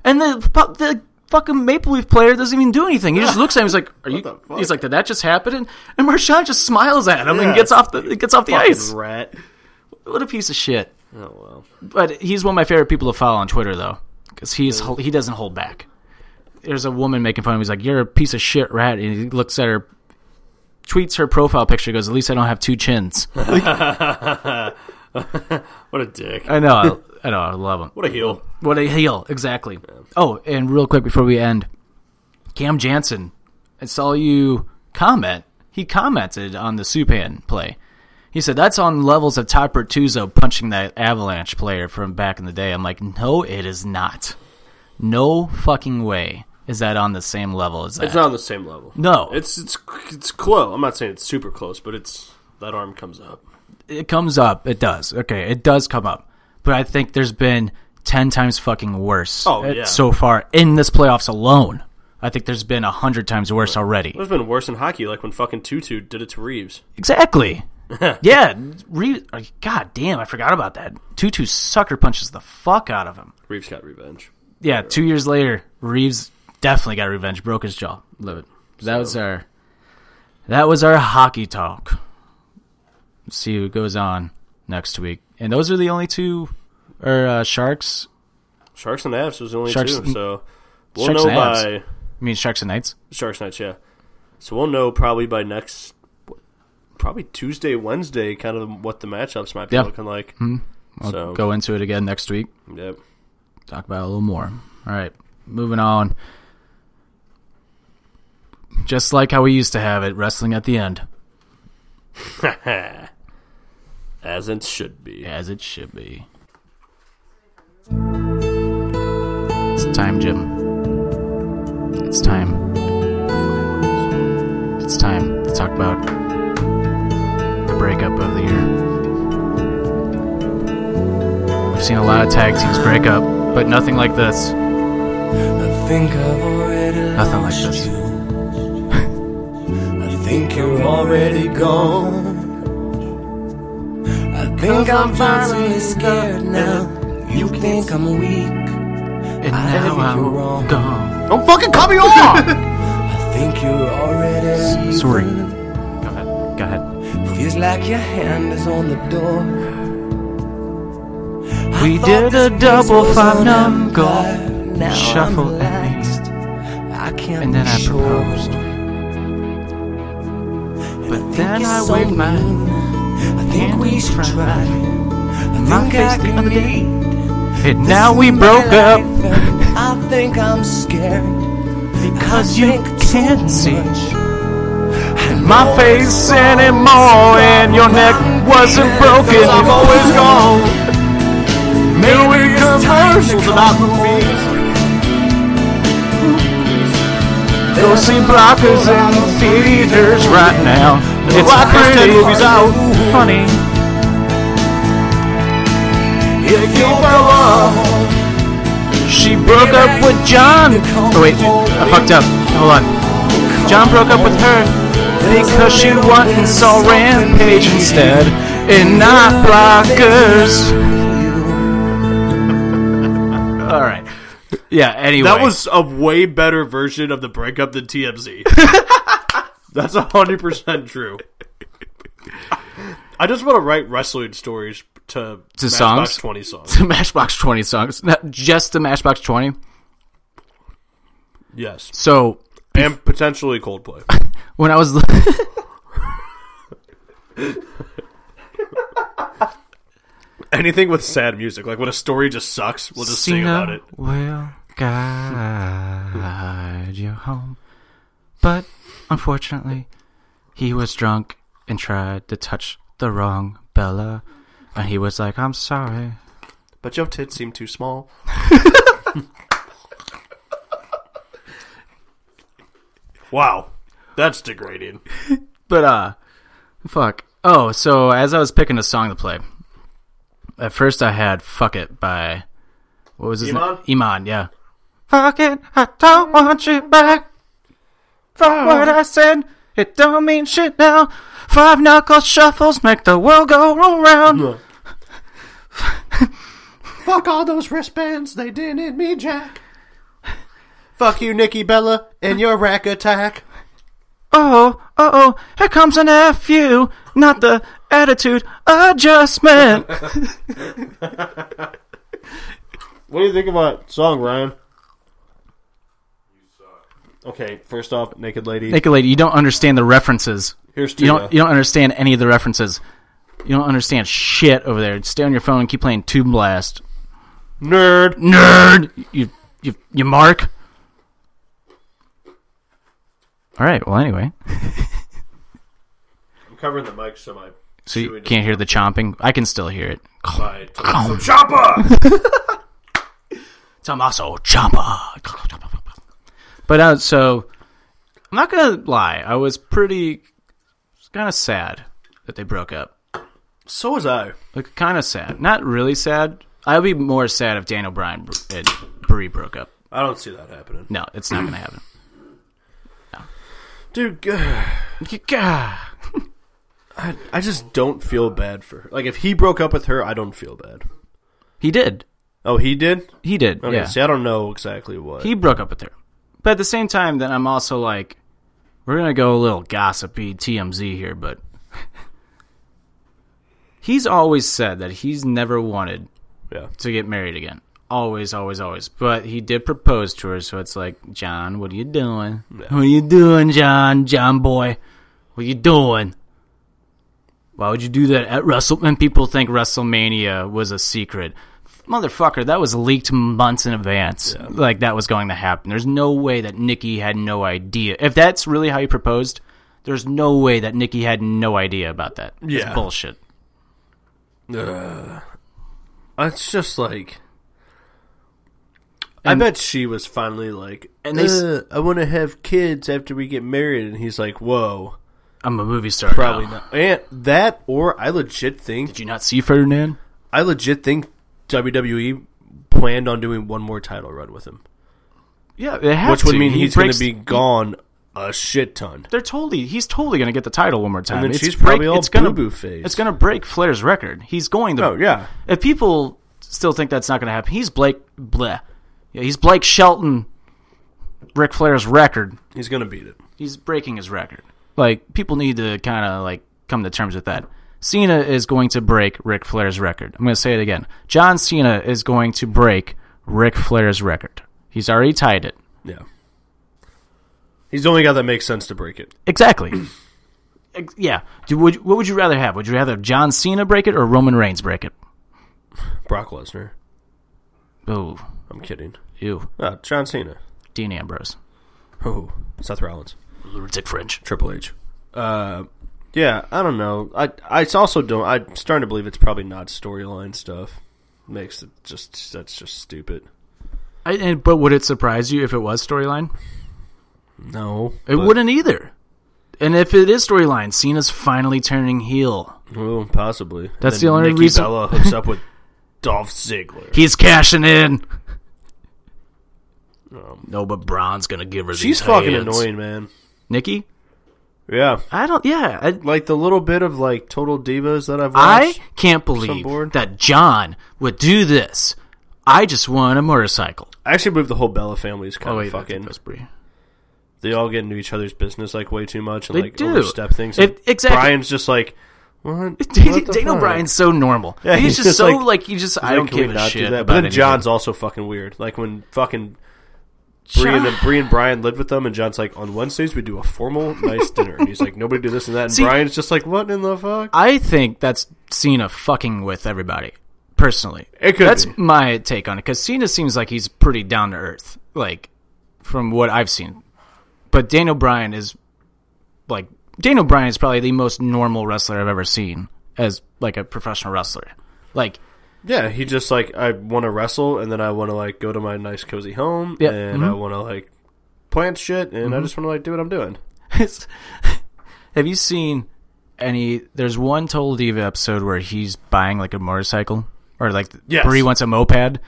S5: And the fu- the fucking Maple Leaf player doesn't even do anything. He just looks at him. He's like, "Are you?"
S1: the fuck?
S5: He's like, "Did that just happen?" And, and Marchant just smiles at him and
S1: Yeah.
S5: gets off the gets off the
S1: Fucking
S5: ice.
S1: rat.
S5: What a piece of shit.
S1: Oh well.
S5: But he's one of my favorite people to follow on Twitter though, because he's he doesn't hold back. There's a woman making fun of him. He's like, "You're a piece of shit rat," and he looks at her, tweets her profile picture, goes, "At least I don't have two chins."
S1: What a dick.
S5: I know, I, I know, I love him.
S1: What a heel.
S5: What a heel, exactly. Oh, and real quick before we end, Cam Jansen, I saw you comment. He commented on the Supan play. He said that's on levels of Todd Pertuzzo punching that Avalanche player from back in the day. I'm like, no, it is not. No fucking way is that on the same level as that.
S1: It's not on the same level.
S5: No.
S1: it's it's it's close. I'm not saying it's super close, but it's that arm comes up.
S5: it comes up. It does. Okay, it does come up. But I think there's been ten times fucking worse
S1: Oh,
S5: uh,
S1: yeah.
S5: so far in this playoffs alone. I think there's been a hundred times worse already.
S1: There's been worse in hockey, like when fucking Tutu did it to Reeves.
S5: Exactly. yeah. Re- God damn, I forgot about that. Tutu sucker punches the fuck out of him.
S1: Reeves got revenge.
S5: Yeah, two years later, Reeves definitely got revenge, broke his jaw. Love it. That was our that was our hockey talk. see who goes on next week. And those are the only two, or uh, Sharks.
S1: Sharks and Fs was the only
S5: Sharks-
S1: two, so we'll
S5: Sharks
S1: know
S5: and Avs.
S1: by
S5: I mean Sharks and Knights.
S1: Sharks Nights, yeah. So we'll know probably by next, probably Tuesday, Wednesday, kind of what the matchups might be
S5: Yeah. Mm-hmm.
S1: looking like.
S5: I'll
S1: So-
S5: go into it again next week.
S1: Yep.
S5: Talk about it a little more. All right, moving on. Just like how we used to have it, wrestling at the end,
S1: As it should be.
S5: as it should be. It's time, Jim. It's time. It's time to talk about the breakup of the year. We've seen a lot of tag teams break up, but nothing like this.
S10: I think I've already
S5: Nothing like
S10: lost
S5: this.
S10: you. I think you're already gone. I think I'm finally scared now. You think I'm weak.
S5: And
S10: I
S5: now
S10: think you're
S5: I'm
S10: wrong.
S5: gone.
S1: Don't fucking cut me off!
S10: I think you're already
S5: Sorry.
S10: leaving.
S5: Go ahead. Go ahead.
S10: Feels like your hand is on the door. I
S5: We did
S10: thought this
S5: a
S10: place
S5: double
S10: was
S5: five
S10: an
S5: knuckle
S10: empire. Now I'm
S5: shuffle and
S10: relaxed. I can't
S5: And then
S10: be
S5: I
S10: sure.
S5: proposed.
S10: And
S5: But
S10: I think
S5: then
S10: it's
S5: I
S10: so
S5: waved my
S10: mean. I think
S5: hand
S10: we
S5: in
S10: should
S5: front.
S10: try. I
S5: My
S10: think
S5: face
S10: I
S5: the
S10: can
S5: other day.
S10: lead.
S5: And
S10: This
S5: now
S10: is
S5: we
S10: my
S5: broke up
S10: life, and I think I'm scared.
S5: because
S10: I
S5: you
S10: think so
S5: can't see
S10: much.
S5: my face anymore, and your neck wasn't broken.
S10: Because I'm
S5: always gone. Maybe commercials about Go see blockers in theaters right now. It's
S1: Black
S5: pretty
S1: Christian movies out.
S5: funny.
S10: If you grow up,
S5: She broke up with John. Oh wait, I fucked up. Hold on. John broke up with her because she went and saw Rampage instead, and not Blockers. All right. Yeah. Anyway,
S1: That was a way better version of the breakup than TMZ. That's 100% true. I just want to write wrestling stories to,
S5: To
S1: Matchbox
S5: songs?
S1: 20 songs.
S5: the Matchbox Twenty songs, not just the Matchbox Twenty.
S1: Yes.
S5: So
S1: And potentially Coldplay.
S5: when I was
S1: Anything with sad music. Like when a story just sucks, we'll just sing about it.
S5: will guide you home. But unfortunately, he was drunk and tried to touch the wrong Bella. And he was like, I'm sorry.
S1: But your tits seem too small. wow. That's degrading.
S5: But, uh, fuck. Oh, so as I was picking a song to play, at first I had Fuck It by. What was his
S1: Iman?
S5: name? Iman, yeah. Fuck it, I don't want you back. From what I said, it don't mean shit now. Five knuckle shuffles make the world go round.
S1: Fuck all those wristbands, they didn't mean Jack. Fuck you, Nikki Bella, and your rack attack.
S5: Oh, oh, oh, here comes an FU, not the attitude adjustment.
S1: What do you think of my song, Ryan? Okay, first off, Naked Lady.
S5: Naked lady, you don't understand the references.
S1: Here's
S5: You
S1: Tuna.
S5: don't, you don't understand any of the references. You don't understand shit over there. Stay on your phone and keep playing Tube Blast.
S1: Nerd.
S5: Nerd! You, you, you mark. Alright, well, anyway.
S1: I'm covering the mic so my.
S5: So you can't hear the chomping. I can still hear it.
S1: My Chopper!
S5: Tommaso Ciampa. But uh, so I'm not gonna lie, I was pretty kind of sad that they broke up.
S1: So was I.
S5: Like kind of sad, not really sad. I'd be more sad if Daniel Bryan br- and Brie broke up.
S1: I don't see that happening.
S5: No, it's not gonna happen.
S1: Dude, g-
S5: Gah.
S1: I just don't feel bad for her. Like, if he broke up with her, I don't feel bad.
S5: He did.
S1: Oh, he did?
S5: He did.
S1: Okay,
S5: yeah.
S1: see, I don't know exactly what.
S5: he broke up with her. But at the same time, then I'm also like, we're gonna go a little gossipy TMZ here, but He's always said that he's never wanted
S1: Yeah.
S5: to get married again. Always, always, always. But he did propose to her, so it's like, John, what are you doing? What are you doing, John? John boy, what are you doing? Why would you do that at Wrestle? And people think WrestleMania was a secret. Motherfucker, that was leaked months in advance. Like that was going to happen. There's no way that Nikki had no idea. If that's really how he proposed, there's no way that Nikki had no idea about that. It's
S1: Yeah.
S5: bullshit.
S1: It's just like. I bet she was finally like,
S5: And they s-
S1: "Uh, I want to have kids after we get married. And he's like, whoa,
S5: I'm a movie star.
S1: probably
S5: now.
S1: not. And that, or I legit think,
S5: Did you not see Ferdinand?
S1: I legit think WWE planned on doing one more title run with him.
S5: Yeah, it has
S1: Which would
S5: to.
S1: mean
S5: He
S1: he's going
S5: breaks-
S1: to be gone a shit ton.
S5: They're totally. He's totally going to get the title one more time.
S1: And then
S5: it's
S1: she's probably all
S5: it's gonna,
S1: boo-boo face.
S5: It's going to break Flair's record. He's going to.
S1: Oh, yeah.
S5: If people still think that's not going to happen, he's Blake. Bleh. Yeah, he's Blake Shelton. Ric Flair's record.
S1: He's going to beat it.
S5: He's breaking his record. Like people need to kind of like come to terms with that. Cena is going to break Ric Flair's record. I'm going to say it again. John Cena is going to break Ric Flair's record. He's already tied it.
S1: Yeah. He's the only guy that makes sense to break it.
S5: Exactly. Ex- yeah. Do, would, what would you rather have? Would you rather John Cena break it or Roman Reigns break it?
S1: Brock Lesnar.
S5: Ooh,
S1: I'm kidding.
S5: ew.
S1: Uh, John Cena.
S5: Dean Ambrose,
S1: Oh, Seth Rollins.
S5: lunatic French.
S1: Triple H. Uh, yeah, I don't know. I I also don't. I'm starting to believe it's probably not storyline stuff. Makes it just that's just stupid.
S5: I, and, but would it surprise you if it was storyline?
S1: No,
S5: It wouldn't either. And if it is storyline, Cena's finally turning heel.
S1: Well, possibly.
S5: That's
S1: Then
S5: the only
S1: Nikki
S5: reason-
S1: Bella hooks up with Dolph Ziggler.
S5: He's cashing in. no, but Braun's gonna give her.
S1: Um, She's
S5: these
S1: fucking
S5: hands.
S1: annoying, man.
S5: Nikki.
S1: Yeah,
S5: I don't. Yeah, I,
S1: like the little bit of like total divas that I've
S5: I
S1: watched.
S5: can't
S1: board.
S5: believe that John would do this. I just want a motorcycle.
S1: I, actually believe the whole Bella family is kind
S5: Oh
S1: of
S5: wait,
S1: fucking.
S5: fucking was Brie.
S1: They all get into each other's business like way too much and
S5: They
S1: like
S5: do.
S1: overstep things.
S5: It-
S1: And
S5: exactly.
S1: Brian's just like, what? What the
S5: Daniel
S1: fuck?
S5: Bryan's so normal.
S1: Yeah, he's
S5: he's, just,
S1: just
S5: so
S1: like-
S5: like, he just I
S1: Like,
S5: don't
S1: can we
S5: give a
S1: not
S5: shit.
S1: Do that?
S5: about
S1: But then
S5: anything.
S1: John's also fucking weird. Like when fucking Bree and, Bree and Brian lived with them, and John's like, on Wednesdays we do a formal nice dinner. And he's like, nobody do this and that. And
S5: See-
S1: Brian's just like, what in the fuck?
S5: I think that's Cena fucking with everybody. Personally,
S1: It could
S5: that's
S1: be.
S5: my take on it because Cena seems like he's pretty down to earth, like from what I've seen. But Daniel Bryan is like Daniel Bryan is probably the most normal wrestler I've ever seen as like a professional wrestler. Like
S1: Yeah, he just like I want to wrestle, and then I want to like go to my nice cozy home,
S5: Yeah,
S1: and
S5: mhm.
S1: I want to like plant shit, and
S5: Mm-hmm.
S1: I just want to like do what I'm doing.
S5: It's- have you seen any? There's one Total Diva episode where he's buying like a motorcycle, or like
S1: Yes.
S5: Bree wants a moped,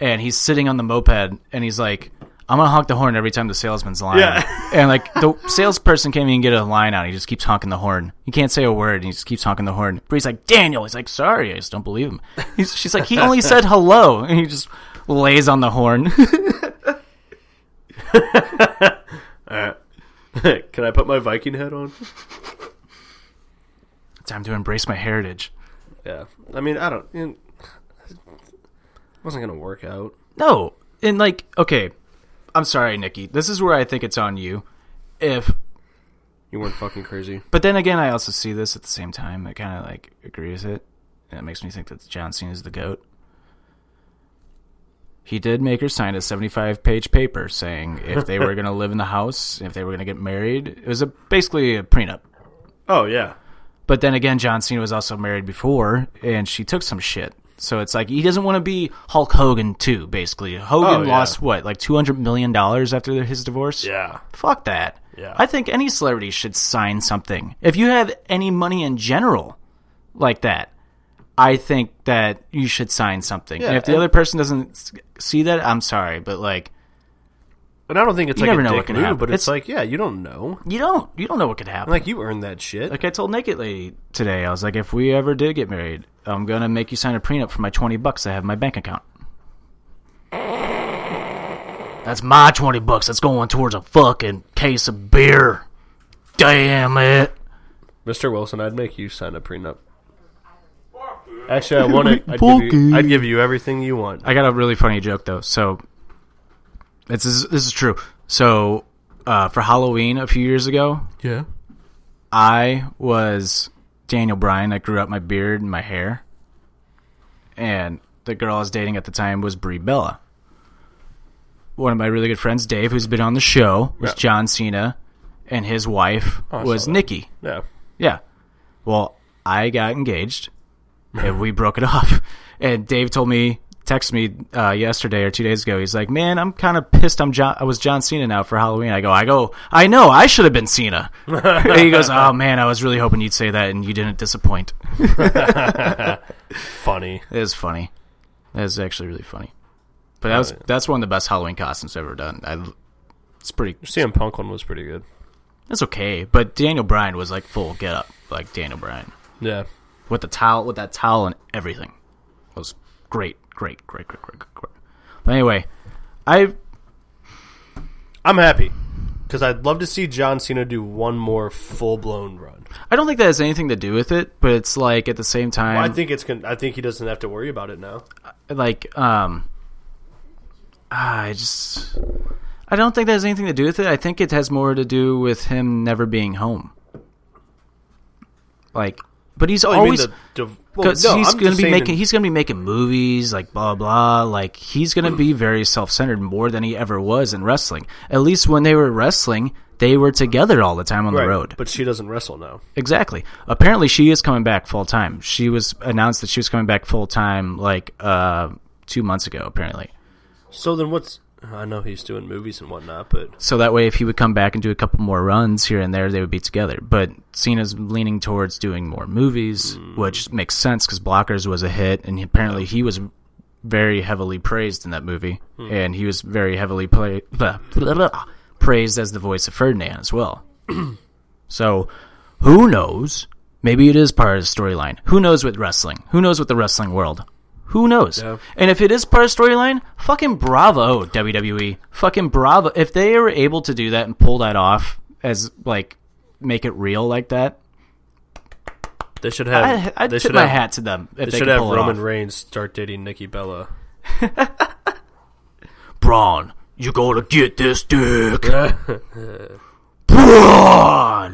S5: and he's sitting on the moped, and he's like, "I'm gonna honk the horn every time the salesman's lying."
S1: Yeah.
S5: and like the salesperson can't even get a line out. He just keeps honking the horn. He can't say a word, and he just keeps honking the horn. Bree's like, "Daniel," he's like, "Sorry, I just don't believe him." He's, she's like, "He only said hello," and he just lays on the horn.
S1: Can I put my Viking head on?
S5: Time to embrace my heritage.
S1: Yeah, I mean I don't. It wasn't gonna work out.
S5: No. And like, okay, I'm sorry, Nikki. This is where I think it's on you. If
S1: You weren't fucking crazy.
S5: but then again I also see this at the same time. I kinda like agree with it. And it makes me think that John Cena is the GOAT. He did make her sign a seventy five page paper saying if they were gonna live in the house, if they were gonna get married. It was a basically a prenup.
S1: Oh yeah,
S5: But then again, John Cena was also married before, and she took some shit. So it's like he doesn't want to be Hulk Hogan too. Basically, Hogan
S1: Oh, yeah.
S5: lost what like two hundred million dollars after his divorce.
S1: yeah.
S5: fuck that.
S1: Yeah.
S5: I think any celebrity should sign something. If you have any money in general, like that, I think that you should sign something. and
S1: Yeah,
S5: if the
S1: and-
S5: other person doesn't s- see that, I'm sorry, but like
S1: And I don't think it's
S5: You
S1: like
S5: never
S1: a
S5: know
S1: dick
S5: what can
S1: move,
S5: happen.
S1: but it's,
S5: It's-
S1: like yeah, you don't know.
S5: you don't you don't know what could happen.
S1: Like you earned that shit.
S5: Like I told Naked Lady today, I was like, if we ever did get married, I'm gonna make you sign a prenup for my twenty bucks I have in my bank account. That's my twenty bucks. That's going towards a fucking case of beer. Damn it!
S1: Mr. Wilson, I'd make you sign a prenup. Actually, I want it. I'd give, you, I'd give you everything you want.
S5: I got a really funny joke though. So, it's this is- this is true. So, uh, for Halloween a few years ago,
S7: Yeah.
S5: I was Daniel Bryan. I grew out my beard and my hair, and the girl I was dating at the time was Brie Bella. One of my really good friends, Dave, who's been on the show, was
S1: Yeah. Oh,
S5: John Cena, and his wife
S1: I
S5: was
S1: saw that.
S5: Nikki.
S1: Yeah.
S5: Yeah. Well, I got engaged and we broke it off. And Dave told me, text me uh, yesterday or two days ago. He's like, "Man, I'm kind of pissed. I'm John. I was John Cena now for Halloween." I go, "I go. I know. I should have been Cena." and he goes, "Oh man, I was really hoping you'd say that, and you didn't disappoint."
S1: Funny.
S5: It is funny. It is actually really funny. But that was that's one of the best Halloween costumes I've ever done. I, it's pretty.
S1: CM Punk one was pretty good.
S5: It's okay. But Daniel Bryan was like full get up, like Daniel Bryan.
S1: Yeah.
S5: with the towel, with that towel and everything. It was great, great, great, great, great, great. great. But anyway, I
S1: I'm happy because I'd love to see John Cena do one more full blown run.
S5: I don't think that has anything to do with it, but it's like at the same time,
S1: I think it's. Con- I think he doesn't have to worry about it now.
S5: like um, ah, I just I don't think that has anything to do with it. I think it has more to do with him never being home. Like, but he's
S1: Oh,
S5: always.
S1: you mean the, div- well,
S5: Because
S1: no,
S5: he's
S1: I'm
S5: gonna
S1: just
S5: be
S1: saying
S5: making
S1: in-
S5: he's gonna be making movies like blah blah like he's gonna be very self centered more than he ever was in wrestling. At least when they were wrestling, they were together all the time on
S1: right,
S5: the road.
S1: but she doesn't wrestle now.
S5: exactly. Apparently, she is coming back full time. She was announced that she was coming back full time like uh, two months ago. Apparently,
S1: So then what's? I know he's doing movies and whatnot, but
S5: so that way if he would come back and do a couple more runs here and there, they would be together. But Cena's leaning towards doing more movies, which makes sense because Blockers was a hit, and apparently he was very heavily praised in that movie, and he was very heavily play, blah, blah, blah, praised as the voice of Ferdinand as well. so, who knows? Maybe it is part of the storyline. Who knows with wrestling? Who knows with the wrestling world? Who knows? And if it is part of storyline, fucking bravo WWE, fucking bravo. If they were able to do that and pull that off as like make it real like that,
S1: they should have.
S5: I, I'd
S1: they
S5: tip
S1: should
S5: my
S1: have,
S5: hat to them if
S1: They,
S5: they,
S1: should
S5: could
S1: have
S5: pull it
S1: Roman
S5: off.
S1: Reigns start dating Nikki Bella.
S5: Braun, you gonna get this dick. Braun.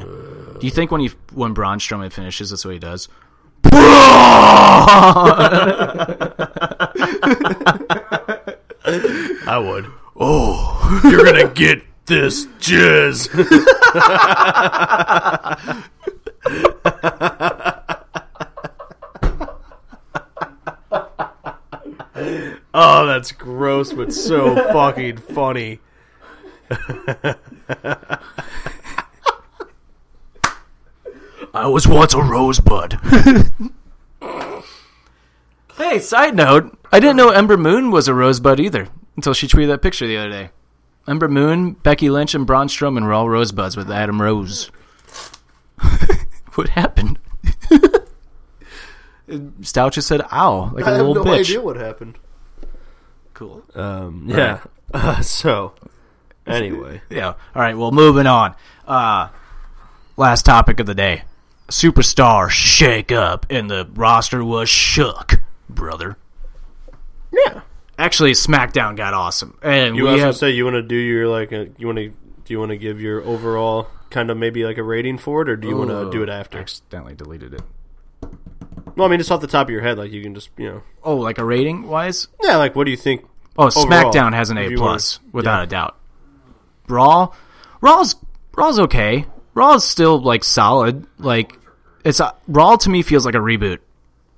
S5: Do you think when he when Braun Strowman finishes, that's what he does? Braun.
S1: I would. Oh, you're gonna get this jizz. oh, that's gross, but so fucking funny.
S5: I was once a rosebud. hey, side note, I didn't know Ember Moon was a rosebud either until she tweeted that picture the other day. Ember Moon, Becky Lynch, and Braun Strowman were all rosebuds with Adam Rose. what happened? Stout just said "ow" like a little bitch.
S1: what happened.
S5: Cool.
S1: Um, yeah. Uh, so, anyway,
S5: Yeah. All right. Well, moving on. Uh, last topic of the day: superstar shake up, and the roster was shook, brother.
S1: yeah.
S5: Actually, SmackDown got awesome, and
S1: You
S5: we
S1: also
S5: have
S1: say you want to do your like uh, you want to do you want to give your overall kind of maybe like a rating for it, or do you want to
S5: Ooh,
S1: do it after?
S5: accidentally deleted it.
S1: Well, I mean, just off the top of your head, like you can just you know,
S5: Oh, like a rating wise?
S1: yeah, like what do you think?
S5: Oh,
S1: Overall,
S5: SmackDown has an A
S1: if you
S5: plus
S1: wanna-
S5: without
S1: yeah.
S5: a doubt. Raw, Raw's Raw's okay. Raw's still like solid. Like it's uh, Raw to me feels like a reboot.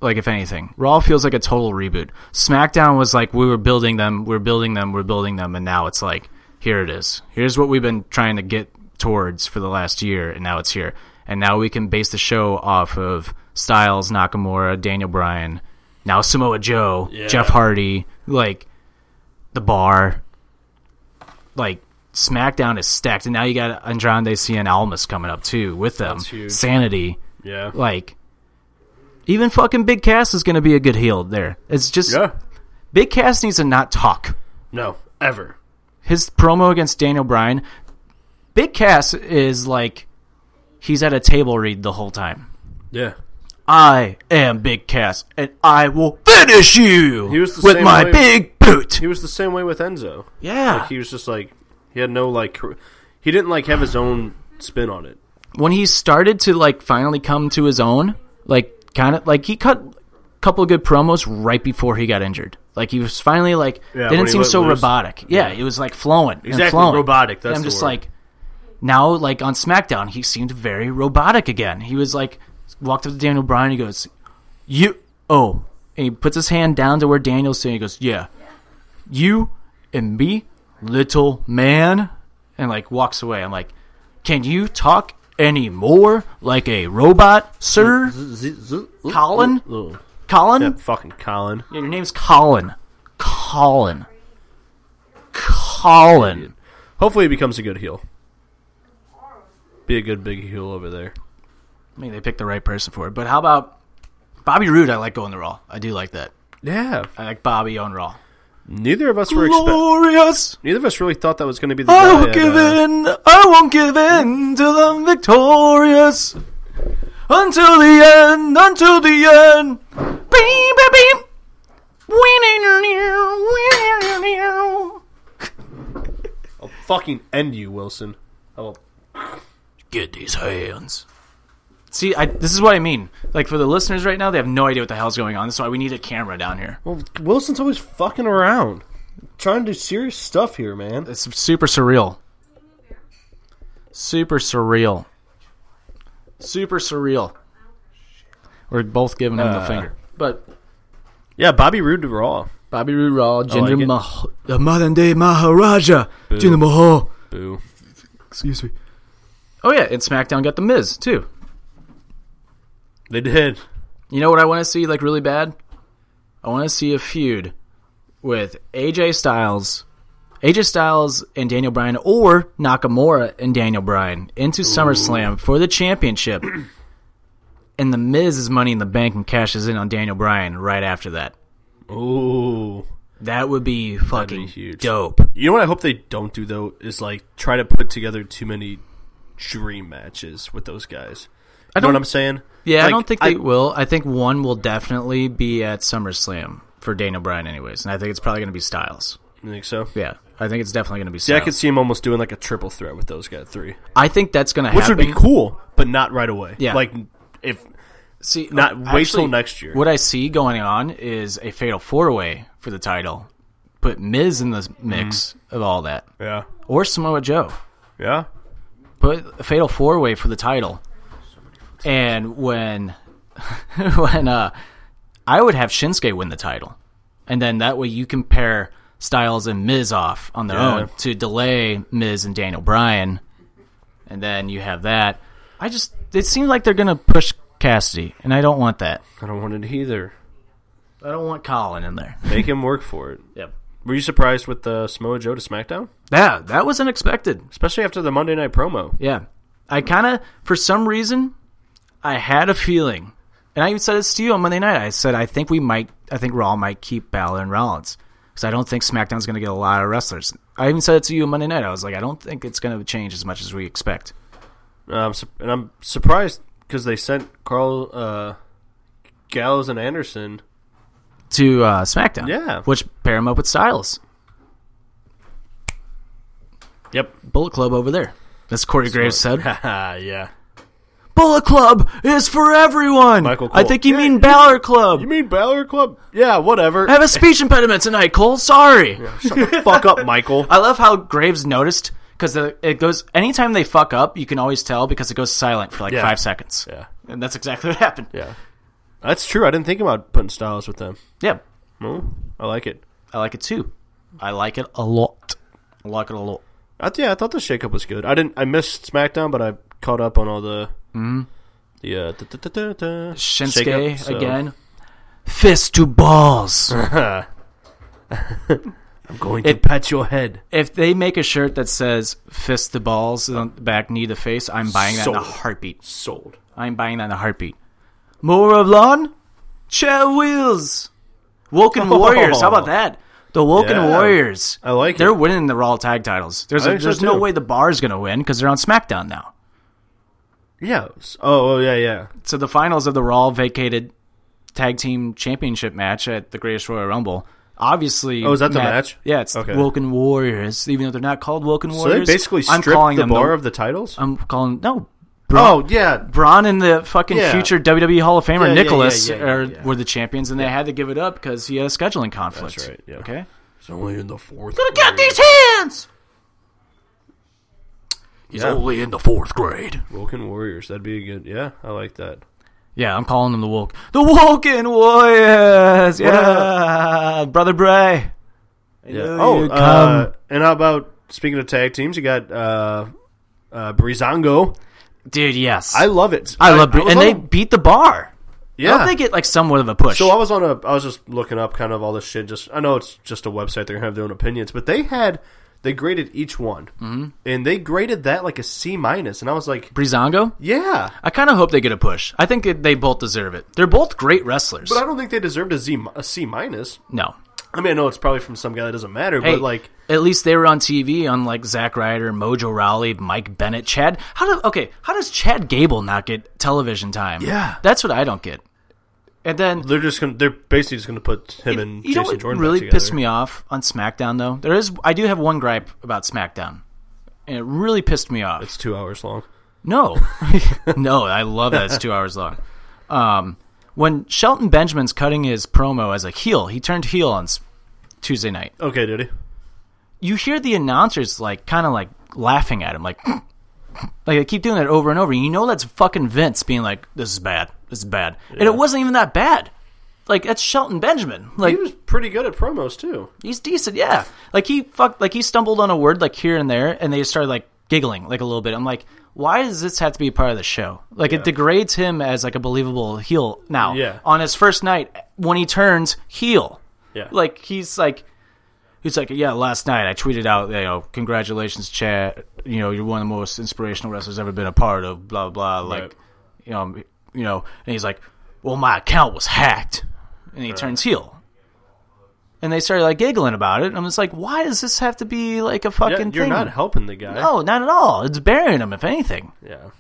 S5: Like if anything, Raw feels like a total reboot. SmackDown was like we were building them, we're building them, we're building them, and now it's like here it is. Here's what we've been trying to get towards for the last year, and now it's here. And now we can base the show off of Styles, Nakamura, Daniel Bryan, now Samoa Joe, Jeff Hardy, like the bar. Like SmackDown is stacked, and now you got Andrade C and Almas coming up too with them.
S1: huge.
S5: Sanity,
S1: Yeah,
S5: like even fucking Big Cass is going to be a good heel there. It's just
S1: yeah,
S5: Big Cass needs to not talk.
S1: no, ever.
S5: His promo against Daniel Bryan, Big Cass is like he's at a table read the whole time.
S1: Yeah,
S5: I am Big Cass, and I will finish you
S1: He was the
S5: with
S1: same
S5: my
S1: way-
S5: big boot.
S1: He was the same way with Enzo.
S5: Yeah.
S1: Like he was just like he had no like cr- he didn't like have his own spin on it.
S5: when he started to like finally come to his own, like kind of like he cut a couple of good promos right before he got injured. Like he was finally like
S1: Yeah, when
S5: didn't
S1: he
S5: seem
S1: let
S5: so
S1: loose.
S5: robotic. Yeah, it was like flowing
S1: Exactly,
S5: and flowing.
S1: robotic, that's
S5: And I'm
S1: the
S5: just
S1: word.
S5: like now like on SmackDown he seemed very robotic again. He was like walked up to Daniel Bryan. He goes, "You oh," and he puts his hand down to where Daniel's sitting. He goes, "Yeah, you and me, little man," and like walks away. I'm like, "Can you talk any more like a robot, sir?" Colin?
S1: Oh,
S5: Colin,
S1: that fucking Colin.
S5: yeah, your name's Colin. Colin. Colin.
S1: Hopefully he becomes a good heel. Be a good big heel over there.
S5: I mean, they picked the right person for it. But how about Bobby Roode? I like going to Raw. I do like that.
S1: Yeah.
S5: I like Bobby on Raw.
S1: Neither of us were expect.
S5: Glorious.
S1: Neither of us really thought that was going to be the.
S5: I
S1: guy
S5: won't
S1: at,
S5: give
S1: uh,
S5: in. I won't give in till I'm victorious. Until the end. Until the end. Beep, beep, beep.
S1: Fucking end you, Wilson. Oh,
S5: Get these hands. See, I, this is what I mean. Like for the listeners right now, they have no idea what the hell's going on. That's why we need a camera down here.
S1: well, Wilson's always fucking around, trying to do serious stuff here, man.
S5: It's super surreal. Super surreal. Super surreal. We're both giving him
S1: Uh.
S5: the finger. But
S1: Yeah, Bobby Roode to Raw. Oh,
S5: Bobby Roode Raw, Jinder
S1: like it.
S5: Mahal, the modern day Maharaja, Jinder Mahal.
S1: Boo.
S7: Excuse me.
S5: Oh yeah, and SmackDown got the Miz too.
S1: They did.
S5: You know what I want to see like really bad? I want to see a feud with AJ Styles, AJ Styles and Daniel Bryan, or Nakamura and Daniel Bryan into SummerSlam for the championship. and the Miz is Money in the Bank and cashes in on Daniel Bryan right after that.
S1: Ooh.
S5: That would be fucking
S1: huge.
S5: dope.
S1: You know what I hope they don't do though is like try to put together too many dream matches with those guys. You know
S5: don't-
S1: what I'm saying?
S5: Yeah, I
S1: Like,
S5: don't think they will. I think one will definitely be at SummerSlam for Daniel Bryan, anyways, and I think it's probably going to be Styles.
S1: You think so.
S5: Yeah, I think it's definitely going to be.
S1: Yeah,
S5: Styles.
S1: I could see him almost doing like a triple threat with those guys three,
S5: I think that's going to
S1: which
S5: happen.
S1: would be cool, but not right away.
S5: Yeah.
S1: like if
S5: See,
S1: Not-
S5: uh,
S1: wait
S5: actually,
S1: till next year.
S5: What I see going on is a fatal four way for the title. Put Miz in the mix
S1: Mm.
S5: of all that,
S1: yeah,
S5: or Samoa Joe.
S1: yeah,
S5: Put a fatal four way for the title. And when, when uh, I would have Shinsuke win the title, and then that way you compare Styles and Miz off on their
S1: Yeah.
S5: own to delay Miz and Daniel Bryan, and then you have that. I just it seems like they're gonna push Cassidy, and I don't want that.
S1: I don't want it either.
S5: I don't want Colin in there.
S1: Make him work for it.
S5: Yep.
S1: Were you surprised with the Samoa Joe to SmackDown,
S5: Yeah, that was unexpected.
S1: especially after the Monday Night promo?
S5: Yeah. I kind of, for some reason, I had a feeling, and I even said this to you on Monday night. I said, I think we might, I think Raw might keep Balor and Rollins because I don't think SmackDown's going to get a lot of wrestlers. I even said it to you on Monday night. I was like, I don't think it's going to change as much as we expect.
S1: Um, su- and I'm surprised because they sent Carl uh, Gallows and Anderson.
S5: To uh, SmackDown.
S1: Yeah.
S5: Which pair him up with Styles.
S1: Yep.
S5: Bullet Club over there. That's Corey Graves said.
S1: yeah.
S5: Bullet Club is for everyone.
S1: Michael
S5: I
S1: Cole.
S5: think you
S1: Yeah,
S5: mean
S1: you-
S5: Balor Club.
S1: You mean Balor Club? Yeah, whatever.
S5: I have a speech impediment tonight, Cole. Sorry.
S1: Fuck up, Michael.
S5: I love how Graves noticed because it goes anytime they fuck up, you can always tell because it goes silent for like
S1: Yeah.
S5: five seconds.
S1: yeah,
S5: And that's exactly what happened. Yeah.
S1: yeah. That's true. I didn't think about putting Styles with them. No, I like it.
S5: I like it too. I like it a lot. I like it a lot.
S1: I th- yeah, I thought the shakeup was good. I didn't. I missed SmackDown, but I caught up on all the the uh, da- da- da- da- da
S5: Shinsuke
S1: shakeup, so-
S5: again. Fist to balls.
S1: I'm going to pat your head.
S5: if they make a shirt that says fist to balls on the back, knee to face, I'm buying that in a
S1: Sold.
S5: heartbeat.
S1: Sold.
S5: I'm buying that in a heartbeat. More of lawn, chair wheels. Woken Warriors. How about that? The Woken
S1: Yeah.
S5: Warriors.
S1: I like
S5: They're
S1: it.
S5: winning the Raw tag titles. There's
S1: I
S5: a,
S1: think so
S5: there's no
S1: too.
S5: way the bar is going to win because they're on SmackDown now.
S1: Yeah. s- Oh, oh, yeah, yeah.
S5: So the finals of the Raw vacated tag team championship match at the Greatest Royal Rumble. Obviously,
S1: Oh, is that the match?
S5: Yeah, it's
S1: Okay.
S5: the Woken Warriors, even though they're not called Woken
S1: So they
S5: Warriors.
S1: basically
S5: I'm
S1: stripped
S5: calling
S1: the
S5: them
S1: bar of the titles.
S5: I'm calling no.
S1: oh, yeah.
S5: Braun and the fucking
S1: Yeah.
S5: future WWE Hall of Famer
S1: Yeah, yeah,
S5: Nicholas
S1: yeah, yeah,
S5: are,
S1: yeah.
S5: were the champions, and they had to give it up because he had a scheduling conflict.
S1: That's right, yeah.
S5: Okay.
S10: It's only in the fourth.
S5: Got these hands.
S10: He's only in the fourth grade.
S1: Woken Warriors. That'd be a good. Yeah, I like that.
S5: Yeah, I'm calling them the woke, the Woken Warriors. Yeah, brother Bray.
S1: Yeah.
S5: Oh,
S1: Oh,
S5: you
S1: uh,
S5: come.
S1: and how about speaking of tag teams? You got uh, uh, Brizongo.
S5: dude. Yes,
S1: I love it.
S5: I love, Bray
S1: was
S5: and
S1: on
S5: they
S1: a-
S5: beat the bar.
S1: yeah.
S5: Don't they get like somewhat of a push?
S1: So I was on a, I was just looking up kind of all this shit. Just I know it's just a website; they're gonna have their own opinions, but they had they graded each one, mm-hmm. and they graded that like a C minus, and I was like,
S5: Brizongo.
S1: yeah,
S5: I kind of hope they get a push. I think it, they both deserve it. They're both great wrestlers.
S1: but I don't think they deserved a Z mi- a C minus.
S5: no,
S1: I mean, I know it's probably from some guy that doesn't matter,
S5: Hey,
S1: but like,
S5: at least they were on TV, unlike Zack Ryder, Mojo Rowley, Mike Bennett, Chad. How do okay? How does Chad Gable not get television time?
S1: Yeah.
S5: that's what I don't get. And then
S1: they're just gonna they're basically just gonna put him and
S5: you know
S1: Jason
S5: what
S1: Jordan back
S5: really
S1: together.
S5: pissed me off on SmackDown though. There is I do have one gripe about SmackDown, and it really pissed me off.
S1: It's two hours long.
S5: No, no, I love that it's two hours long. Um, when Shelton Benjamin's cutting his promo as a heel, he turned heel on s- Tuesday night.
S1: Okay, did he?
S5: You hear the announcers like kind of like laughing at him, like like they keep doing that over and over. You know that's fucking Vince being like, "This is bad, this is bad," and it wasn't even that bad. Like that's Shelton Benjamin. Like
S1: He was pretty good at promos too.
S5: He's decent, yeah. Like he fucked, like he stumbled on a word like here and there, and they just started like giggling like a little bit. I'm like, why does this have to be part of the show? Like it degrades him as like a believable heel now.
S1: Yeah.
S5: On his first night when he turns heel,
S1: Yeah,
S5: like he's like, he's like, yeah. Last night I tweeted out, you know, congratulations, Chad. You know, you're one of the most inspirational wrestlers I've ever been a part of. Blah blah. blah. Like,
S1: Right.
S5: you know, I'm- you know, and he's like, well, my account was hacked, and he turns heel. And they started like giggling about it. And I'm just like, why does this have to be like a
S1: yeah
S5: fucking
S1: you're
S5: thing?
S1: not helping the guy.
S5: no, not at all. It's burying him, if anything.
S1: Yeah,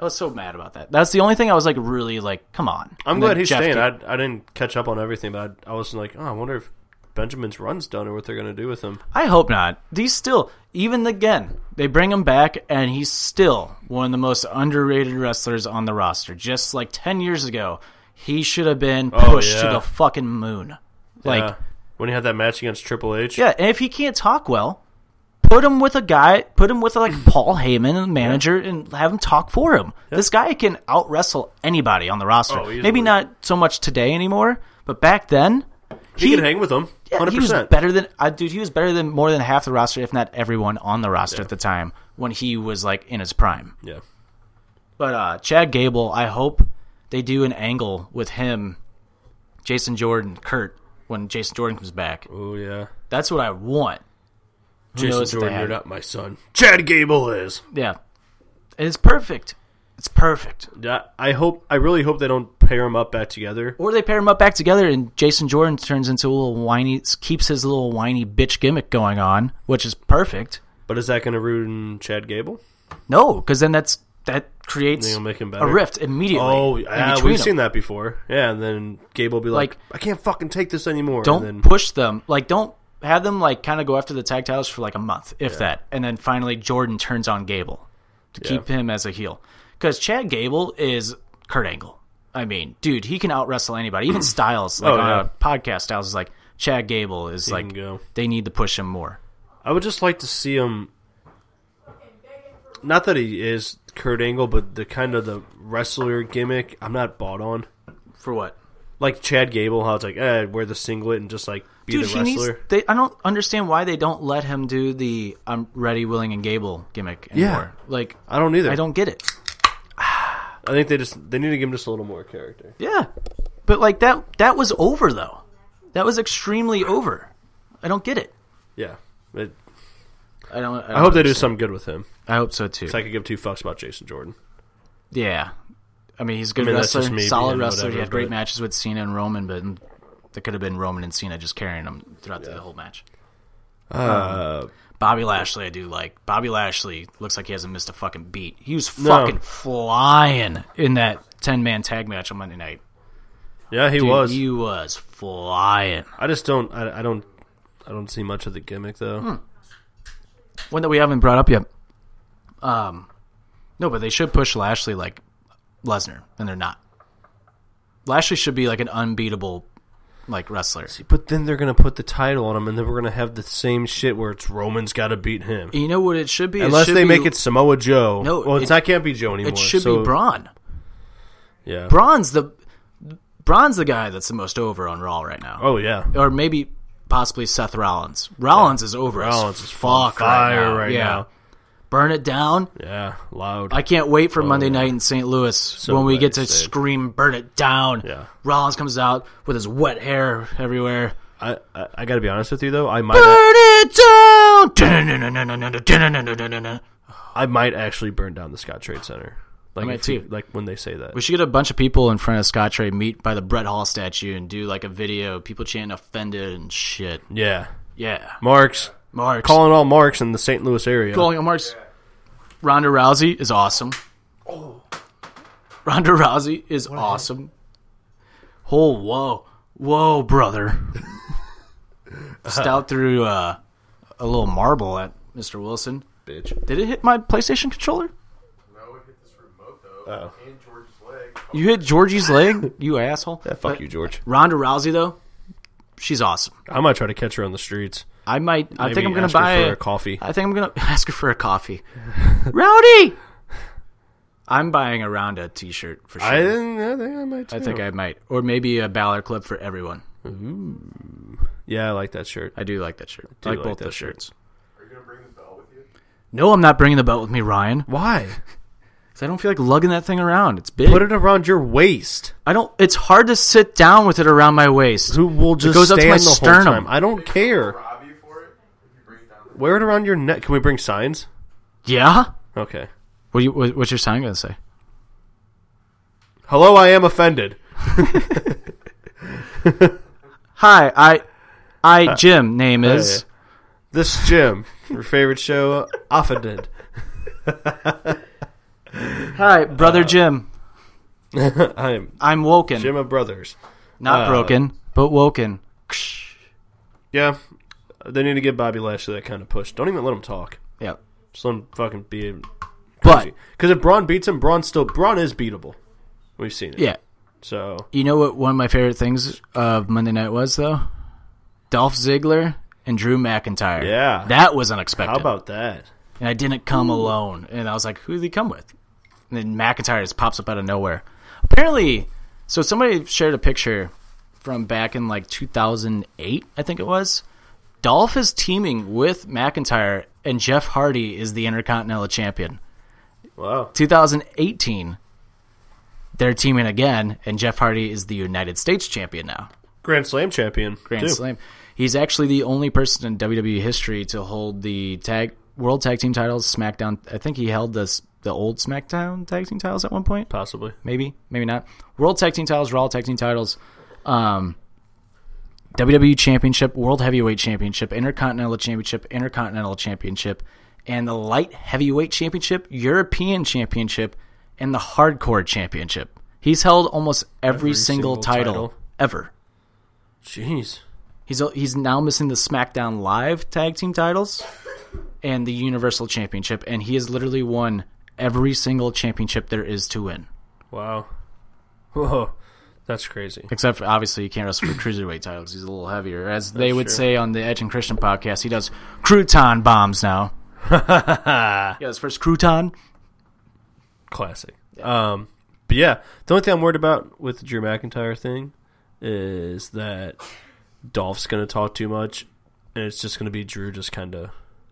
S5: I was so mad about that. That's the only thing I was like, really like, come on.
S1: I'm
S5: And
S1: glad
S5: then
S1: he's
S5: Jeff
S1: staying.
S5: did-
S1: I, I didn't catch up on everything, but I, I was like, oh, I wonder if Benjamin's run's done or what they're going to do with him.
S5: I hope not. These still, even again, they bring him back, and he's still one of the most underrated wrestlers on the roster. Just like 10 years ago, he should have been
S1: Oh,
S5: pushed
S1: yeah.
S5: to the fucking moon. Like,
S1: Yeah. when he had that match against Triple H.
S5: yeah, and if he can't talk well, put him with a guy, put him with like Paul Heyman, a manager, and have him talk for him. This guy can out wrestle anybody on the roster.
S1: Oh, easily.
S5: Maybe not so much today anymore, but back then,
S1: he, could hang with him.
S5: yeah,
S1: Hundred
S5: he was
S1: percent.
S5: better than I dude. He was better than more than half the roster, if not everyone on the roster at the time when he was like in his prime.
S1: Yeah,
S5: But uh, Chad Gable, I hope they do an angle with him, Jason Jordan, Kurt when Jason Jordan comes back.
S1: oh yeah.
S5: That's what I want. Who
S1: Jason
S5: knows if they
S1: Jordan,
S5: have
S1: you're
S5: it?
S1: not my son. Chad Gable is.
S5: Yeah, it's perfect. It's perfect.
S1: Yeah, I hope. I really hope they don't pair him up back together.
S5: Or they pair them up back together, and Jason Jordan turns into a little whiny, keeps his little whiny bitch gimmick going on, which is perfect.
S1: But is that going to ruin Chad Gable?
S5: No, because then that's that creates
S1: They'll make him
S5: a
S1: better.
S5: rift immediately.
S1: Oh,
S5: in
S1: yeah,
S5: between
S1: we've
S5: them.
S1: seen that before. Yeah, and then Gable be like,
S5: Like-
S1: "I can't fucking take this anymore."
S5: Don't
S1: and then,
S5: push them. Like, don't have them like kind of go after the tag titles for like a month, if that, and then finally Jordan turns on Gable to keep him as a heel because Chad Gable is Kurt Angle. I mean, dude, he can out wrestle anybody. Even Styles, like
S1: Oh,
S5: on
S1: yeah.
S5: a podcast, Styles is like Chad Gable is
S1: can
S5: like
S1: go.
S5: they need to push him more.
S1: I would just like to see him. Not that he is Kurt Angle, but the kind of the wrestler gimmick, I'm not bought on.
S5: For what?
S1: Like Chad Gable, how it's like, eh, wear the singlet and just like be
S5: Dude,
S1: the
S5: he
S1: wrestler.
S5: needs. They, I don't understand why they don't let him do the "I'm ready, willing, and Gable" gimmick
S1: Yeah.
S5: anymore. Like,
S1: I don't either.
S5: I don't get it.
S1: I think they just they need to give him just a little more character.
S5: Yeah. But like that that was over though. That was extremely over. I don't get it.
S1: Yeah. It,
S5: I don't I,
S1: I hope they do something good with him.
S5: I hope so too.
S1: 'Cause I could give two fucks about Jason Jordan.
S5: yeah. I mean, he's a
S1: I
S5: good
S1: mean, that's
S5: wrestler,
S1: just me
S5: solid
S1: being
S5: wrestler. he
S1: whatever,
S5: had great
S1: but-
S5: matches with Cena and Roman, but that could have been Roman and Cena just carrying him throughout the whole match.
S1: Uh,
S5: Um, Bobby Lashley, I do like. Bobby Lashley looks like he hasn't missed a fucking beat. He was fucking flying in that ten man tag match on Monday night.
S1: Yeah, he
S5: Dude,
S1: was.
S5: He was flying.
S1: I just don't. I, I don't. I don't see much of the gimmick though.
S5: Hmm. One that we haven't brought up yet. Um, no, but they should push Lashley like Lesnar, and they're not. Lashley should be like an unbeatable like wrestler.
S1: But then they're gonna put the title on him, and then we're gonna have the same shit where it's Roman's got to beat him,
S5: You know what it should be? It
S1: unless
S5: should
S1: they
S5: be-
S1: make it Samoa Joe.
S5: No,
S1: well, it's
S5: it-
S1: not can't be Joe anymore.
S5: It should
S1: so-
S5: be Braun.
S1: Yeah.
S5: Braun's the Braun's the guy that's the most over on Raw right now.
S1: Oh yeah.
S5: or maybe possibly Seth Rollins. Rollins is over.
S1: Rollins
S5: Rollins
S1: is
S5: is
S1: full
S5: fuck
S1: fire
S5: right now.
S1: right
S5: yeah.
S1: now.
S5: Burn it down.
S1: Yeah. Loud.
S5: I can't wait for Monday night in St. Louis when we get to
S1: glad you stayed.
S5: scream "Burn it down."
S1: Yeah.
S5: Rollins comes out with his wet hair everywhere.
S1: I, I, I got to be honest with you though. I might.
S5: Burn it down. Dun-dun-dun-dun-dun-dun-dun-dun-dun-dun-dun-dun.
S1: I might actually burn down the Scott Trade Center. Like
S5: might
S1: if you-
S5: too.
S1: Like when they say that.
S5: We should get a bunch of people in front of Scottrade meet by the Brett Hall statue and do like a video, people chanting offended and shit.
S1: yeah.
S5: Yeah.
S1: Marks
S5: Marks.
S1: calling all Marks in the St. Louis area.
S5: Calling on Marks. Ronda Rousey is awesome. Ronda Rousey is awesome. Oh, whoa. Whoa, brother. Just out through uh, a little marble at Mr. Wilson. Bitch. Did it hit my PlayStation controller?
S1: Oh.
S5: No, it hit this remote, though. You hit Georgie's leg? You asshole.
S1: Yeah, fuck you, George.
S5: Ronda Rousey, though, she's awesome.
S1: I might try to catch her on the streets.
S5: I might. I
S1: Maybe
S5: think I'm gonna
S1: ask her
S5: buy
S1: for a coffee.
S5: I think I'm gonna ask her for a coffee. Rowdy. I'm buying a Ronda T-shirt for sure.
S1: I,
S5: I,
S1: think- I think I might. Too.
S5: think I might, or maybe a Balor clip for everyone.
S1: Yeah, I like that shirt.
S5: I do like that shirt. I
S1: do
S5: like,
S1: like
S5: both
S1: that
S5: those
S1: shirt.
S5: shirts. Are you gonna bring the belt with you? No, I'm not bringing the belt with me, Ryan.
S1: Why?
S5: 'cause I don't feel like lugging that thing around. It's big.
S1: Put it around your waist.
S5: I don't. It's hard to sit down with it around my waist.
S1: Who will just
S5: goes up
S1: stand
S5: to my
S1: the
S5: sternum.
S1: whole time? I don't care. Wear it around your neck. Can we bring signs?
S5: Yeah.
S1: Okay.
S5: What do you? What, what's your sign gonna say?
S1: Hello, I am offended.
S5: Hi, I, I Jim. Name is.
S1: This is Jim, your favorite show, offended.
S5: Hi, brother Jim.
S1: I am
S5: I'm woken,
S1: Uh, Jim of Brothers.
S5: not
S1: uh,
S5: broken, but woken.
S1: Yeah, they need to give Bobby Lashley that kind of push. Don't even let him talk.
S5: Yeah,
S1: Just let him fucking be.
S5: but
S1: Because if Braun beats him, Braun still Braun is beatable. We've seen it.
S5: yeah,
S1: So
S5: you know what? One of my favorite things of Monday Night was though, Dolph Ziggler and Drew McIntyre.
S1: Yeah.
S5: that was unexpected.
S1: how about that?
S5: And I didn't come alone, and I was like, "Who did he come with?" And then McIntyre just pops up out of nowhere. Apparently, so somebody shared a picture from back in like 2008, I think it was. Dolph is teaming with McIntyre, and Jeff Hardy is the Intercontinental Champion.
S1: Wow.
S5: 2018, they're teaming again, and Jeff Hardy is the United States champion now.
S1: Grand Slam champion. too.
S5: Grand Slam. He's actually the only person in WWE history to hold the tag World Tag Team titles, SmackDown. I think he held this the old SmackDown Tag Team titles at one point.
S1: Possibly.
S5: Maybe, maybe not. World Tag Team titles, Raw Tag Team titles, um, WWE Championship, World Heavyweight Championship, Intercontinental Championship, Intercontinental Championship, and the Light Heavyweight Championship, European Championship, and the Hardcore Championship. He's held almost every, single,
S1: single
S5: title,
S1: title.
S5: ever.
S1: Jeez.
S5: He's he's now missing the SmackDown Live tag team titles and the Universal Championship, and he has literally won every single championship there is to win.
S1: Wow. Whoa. That's crazy.
S5: Except for obviously you can't wrestle for cruiserweight titles; he's a little heavier. As they would say on the Edge and Christian podcast, he does crouton bombs now. yeah, his first crouton.
S1: Classic. Um, but yeah, the only thing I'm worried about with the Drew McIntyre thing is that Dolph's going to talk too much, and it's just going to be Drew just kind of.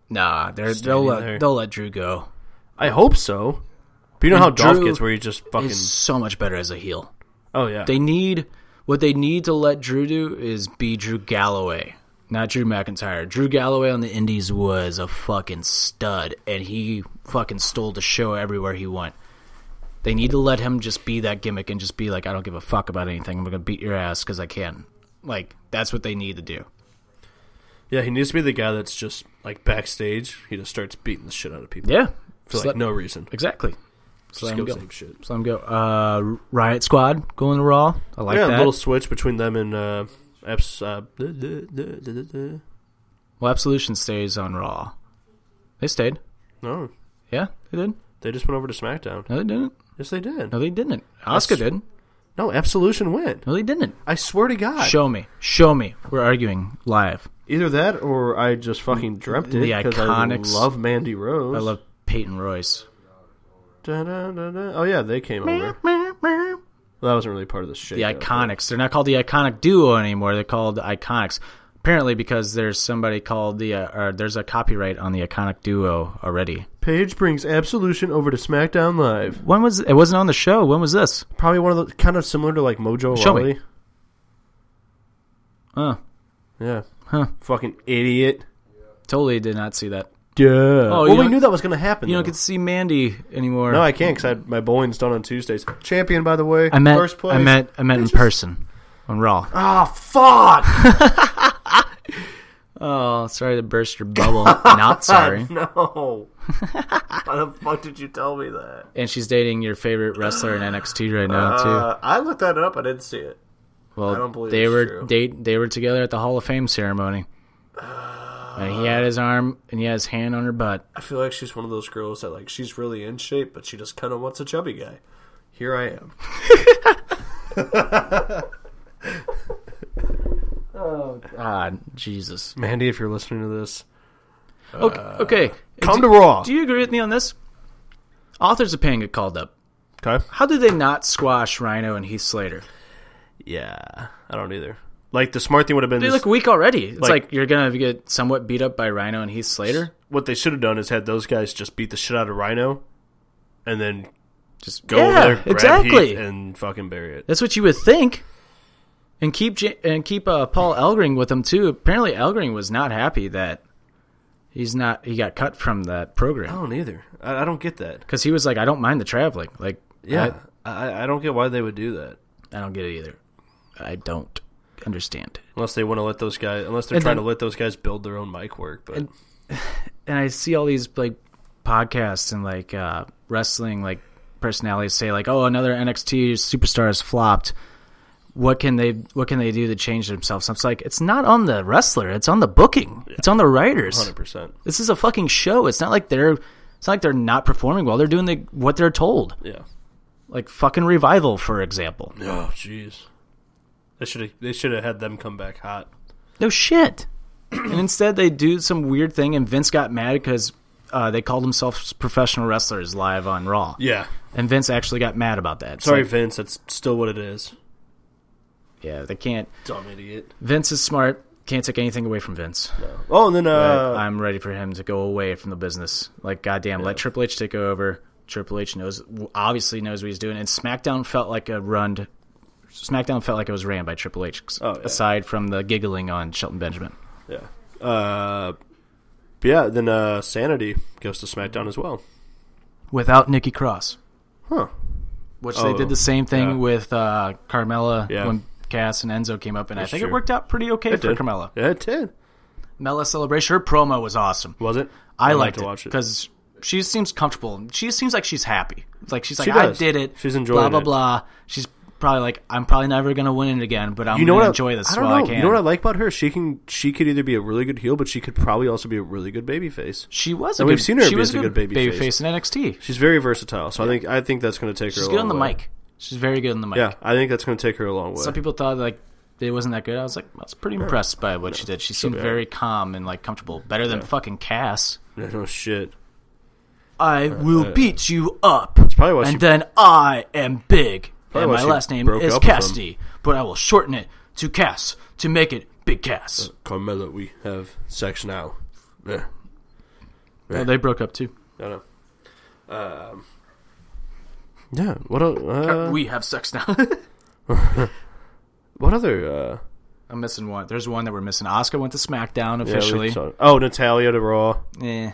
S5: Nah, they're, they'll
S1: Standing
S5: let,
S1: there.
S5: they'll let Drew go.
S1: I hope so. But you know
S5: And
S1: how Dolph
S5: Drew
S1: gets where he just fucking.
S5: He's so much better as a heel.
S1: oh yeah.
S5: They need what they need to let Drew do is be Drew Galloway, not Drew McIntyre. Drew Galloway on the Indies was a fucking stud, and he fucking stole the show everywhere he went. They need to let him just be that gimmick and just be like, I don't give a fuck about anything. I'm gonna beat your ass because I can. Like that's what they need to do.
S1: Yeah, he needs to be the guy that's just like backstage. He just starts beating the shit out of people.
S5: Yeah.
S1: For
S5: So
S1: like
S5: that-
S1: no reason.
S5: Exactly. So I'm
S1: Skill
S5: go.
S1: same shit.
S5: So I'm go. Uh, Riot Squad going to Raw. I like
S1: yeah,
S5: that.
S1: a little switch between them and uh, Abs- uh, duh, duh, duh, duh, duh, duh.
S5: Well, Absolution stays on Raw. They stayed.
S1: No,
S5: Yeah, they did.
S1: they just went over to SmackDown.
S5: No, they didn't.
S1: Yes, they did.
S5: No, they didn't. Oscar
S1: That's-
S5: did.
S1: No, Absolution went.
S5: No, they didn't.
S1: I swear to God.
S5: Show me. Show me. We're arguing live.
S1: Either that, or I just fucking dreamt it
S5: The
S1: because I
S5: Iconics.
S1: love Mandy Rose.
S5: I love Peyton Royce.
S1: Da-da-da-da. Oh yeah, they came over. Well, that wasn't really part of the shit.
S5: The Iconics. They're not called the Iconic Duo anymore. They're called the Iconics. Apparently, because there's somebody called the, uh, or there's a copyright on the Iconic Duo already.
S1: Paige brings Absolution over to SmackDown Live.
S5: When was it? Wasn't on the show. When was this?
S1: Probably one of the kind of similar to like Mojo
S5: Show me.
S1: Rawley.
S5: Oh,
S1: Yeah.
S5: Huh.
S1: Fucking idiot.
S5: totally did not see that.
S1: Duh.
S5: Oh, you
S1: well, we
S5: don't-
S1: knew that was going to happen.
S5: You don't
S1: though.
S5: get to see Mandy anymore.
S1: no, I can't because my bowling's done on Tuesdays. Champion, by the way.
S5: I met.
S1: First place.
S5: I met. I met in person on Raw.
S1: Ah, fuck.
S5: Oh, sorry to burst your bubble. Not sorry.
S1: no. Why the fuck did you tell me that?
S5: And she's dating your favorite wrestler in NXT right now too.
S1: Uh, I looked that up. I didn't see it.
S5: Well,
S1: I don't believe
S5: they
S1: it's
S5: were
S1: true.
S5: they they were together at the Hall of Fame ceremony.
S1: Uh,
S5: and he had his arm and he had his hand on her butt.
S1: I feel like she's one of those girls that like she's really in shape, but she just kind of wants a chubby guy. Here I am.
S5: God, Ah, Jesus.
S1: Mandy, if you're listening to this,
S5: Okay, okay.
S1: come
S5: do,
S1: to Raw.
S5: Do you agree with me on this? Authors of Pain get called up.
S1: okay.
S5: How did they not squash Rhino and Heath Slater?
S1: Yeah, I don't either. Like the smart thing would have been
S5: They
S1: this-
S5: look weak already. It's like,
S1: Like-
S5: you're gonna get somewhat beat up by Rhino and Heath Slater.
S1: what they should have done is had those guys just beat the shit out of Rhino, and then
S5: Just
S1: go
S5: yeah,
S1: over there, grab
S5: exactly.
S1: Heath, and fucking bury it.
S5: That's what you would think. And keep Ja- and keep uh, Paul Elgring with him too. Apparently, Elgring was not happy that he's not he got cut from that
S1: I
S5: program
S1: don't either. I, I don't get that.
S5: because he was like, "I don't mind the traveling. Like,
S1: Yeah, I, I, I don't get why they would do that
S5: I, I don't get it either. I don't understand."
S1: unless they want to let those guys unless they're
S5: And
S1: trying
S5: then-
S1: to let those guys build their own mic work. But
S5: And I see all these like podcasts and like uh, wrestling like personalities say like, "Oh, another NXT superstar has flopped." What can they What can they do to change themselves? I'm like, it's not on the wrestler. It's on the booking. It's on the writers.
S1: hundred percent.
S5: This is a fucking show. It's not like they're it's not like they're not performing well. They're doing the, what they're told.
S1: Yeah.
S5: Like fucking revival, for example.
S1: Oh jeez. They should have. They should have had them come back hot.
S5: No shit. and instead, they do some weird thing, and Vince got mad because uh, they called themselves professional wrestlers live on Raw,
S1: Yeah.
S5: and Vince actually got mad about that. It's
S1: Sorry,
S5: like,
S1: Vince. That's still what it is.
S5: yeah, they can't.
S1: Dumb idiot.
S5: Vince is smart. Can't take anything away from Vince.
S1: Oh, and then
S5: But
S1: uh,
S5: I'm ready for him to go away from the business. Like, goddamn, let Triple H take over. Triple H knows, obviously knows what he's doing. And SmackDown felt like a run. SmackDown felt like it was ran by Triple H.
S1: Oh, yeah.
S5: Aside from the giggling on Shelton Benjamin,
S1: yeah. Uh, but yeah. Then uh, Sanity goes to SmackDown as well.
S5: without Nikki Cross,
S1: Huh.
S5: which
S1: Oh,
S5: they did the same thing
S1: yeah.
S5: with uh, Carmella
S1: Yeah.
S5: when Cass and Enzo came up, and I
S1: That's
S5: think it
S1: true.
S5: worked out pretty okay
S1: It
S5: for
S1: did.
S5: Carmella.
S1: Yeah, it did.
S5: Mella celebration, her promo was awesome.
S1: Was it?
S5: I
S1: I'll have
S5: liked
S1: to watch
S5: it
S1: it.
S5: because she seems comfortable. She seems like she's happy. Like she's like,
S1: She
S5: I
S1: does.
S5: did it.
S1: She's enjoying
S5: Blah blah
S1: it.
S5: blah. She's probably like, I'm probably never gonna win it again, but I'm
S1: You know
S5: gonna
S1: what?
S5: enjoy
S1: I,
S5: this
S1: I don't
S5: while
S1: know.
S5: I can.
S1: You know what I like about her? She can. She could either be a really good heel, but she could probably also be a really good babyface.
S5: she was. A
S1: And
S5: good,
S1: we've seen her
S5: She
S1: be
S5: was
S1: a good baby
S5: baby
S1: face.
S5: in NXT.
S1: She's very versatile, so I think I think that's going to take
S5: She's
S1: her.
S5: good
S1: a
S5: on
S1: long
S5: the
S1: way.
S5: mic. She's very good on the mic.
S1: Yeah, I think that's going to take her a long way.
S5: Some people thought like it wasn't that good. I was like, I was pretty impressed by what she did. She seemed very calm and like comfortable, better than fucking Cass.
S1: no shit.
S5: I will beat you up.
S1: probably why
S5: and
S1: she-
S5: then I am big. And
S1: why
S5: my
S1: she
S5: last name
S1: broke
S5: is
S1: up with him.
S5: Casty, but I will shorten it to Cass to make it Big Cass.
S1: Uh, Carmella, we have sex now. Yeah.
S5: Well, Oh, they broke up too.
S1: I don't know. Um, yeah. What? o- Uh,
S5: we have sex now.
S1: what other? Uh,
S5: I'm missing one. There's one that we're missing. Oscar went to SmackDown
S1: yeah, we
S5: officially.
S1: saw- oh, Natalia to Raw.
S5: eh.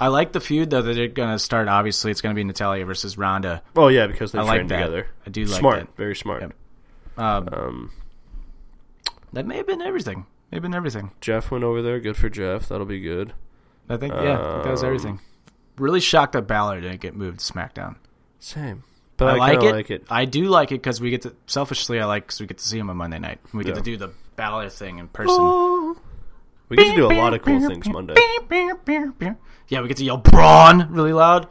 S5: I like the feud though that they're gonna start. Obviously, it's gonna be Natalia versus Ronda.
S1: Oh yeah, because they
S5: I like
S1: trained
S5: that.
S1: together.
S5: I do like
S1: smart,
S5: that.
S1: very smart.
S5: Yep. Um, that Um, may have been everything. They've been everything.
S1: Jeff went over there. Good for Jeff. That'll be good.
S5: I think yeah, I think that
S1: Um,
S5: was everything. Really shocked that Balor didn't get moved to SmackDown.
S1: Same. But
S5: I,
S1: I,
S5: like
S1: kinda
S5: it.
S1: like it.
S5: I do like it because we get to selfishly. I like because we get to see him on Monday night. We get
S1: Yeah.
S5: to do the Balor thing in person.
S1: We get to do a lot of cool things Monday.
S5: Yeah, we get to yell Braun really loud.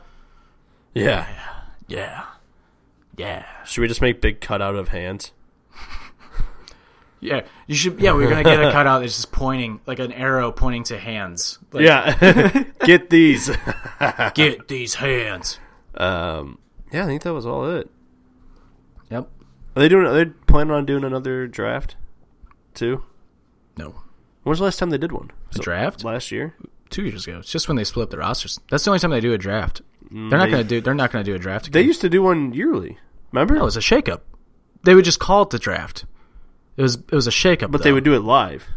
S1: Yeah.
S5: Yeah, yeah,
S1: Should we just make big cutout of hands?
S5: yeah. You should. Yeah, we're gonna get a cutout that's just pointing like an arrow pointing to hands. Like,
S1: Yeah. Get these.
S5: get these hands.
S1: Um, yeah, I think that was all it.
S5: Yep.
S1: Are they doing? Are they planning on doing another draft? Too.
S5: No.
S1: When's the last time they did one?
S5: The draft
S1: Last year.
S5: two years ago. It's just when they split up the rosters. That's the only time they do a draft. They're
S1: Mm,
S5: not
S1: they-
S5: gonna do. They're not gonna do a draft.
S1: They
S5: again.
S1: used to do one yearly. Remember?
S5: No, it was a shakeup. They would just call it the draft. It was it was a shakeup.
S1: but they would do it live.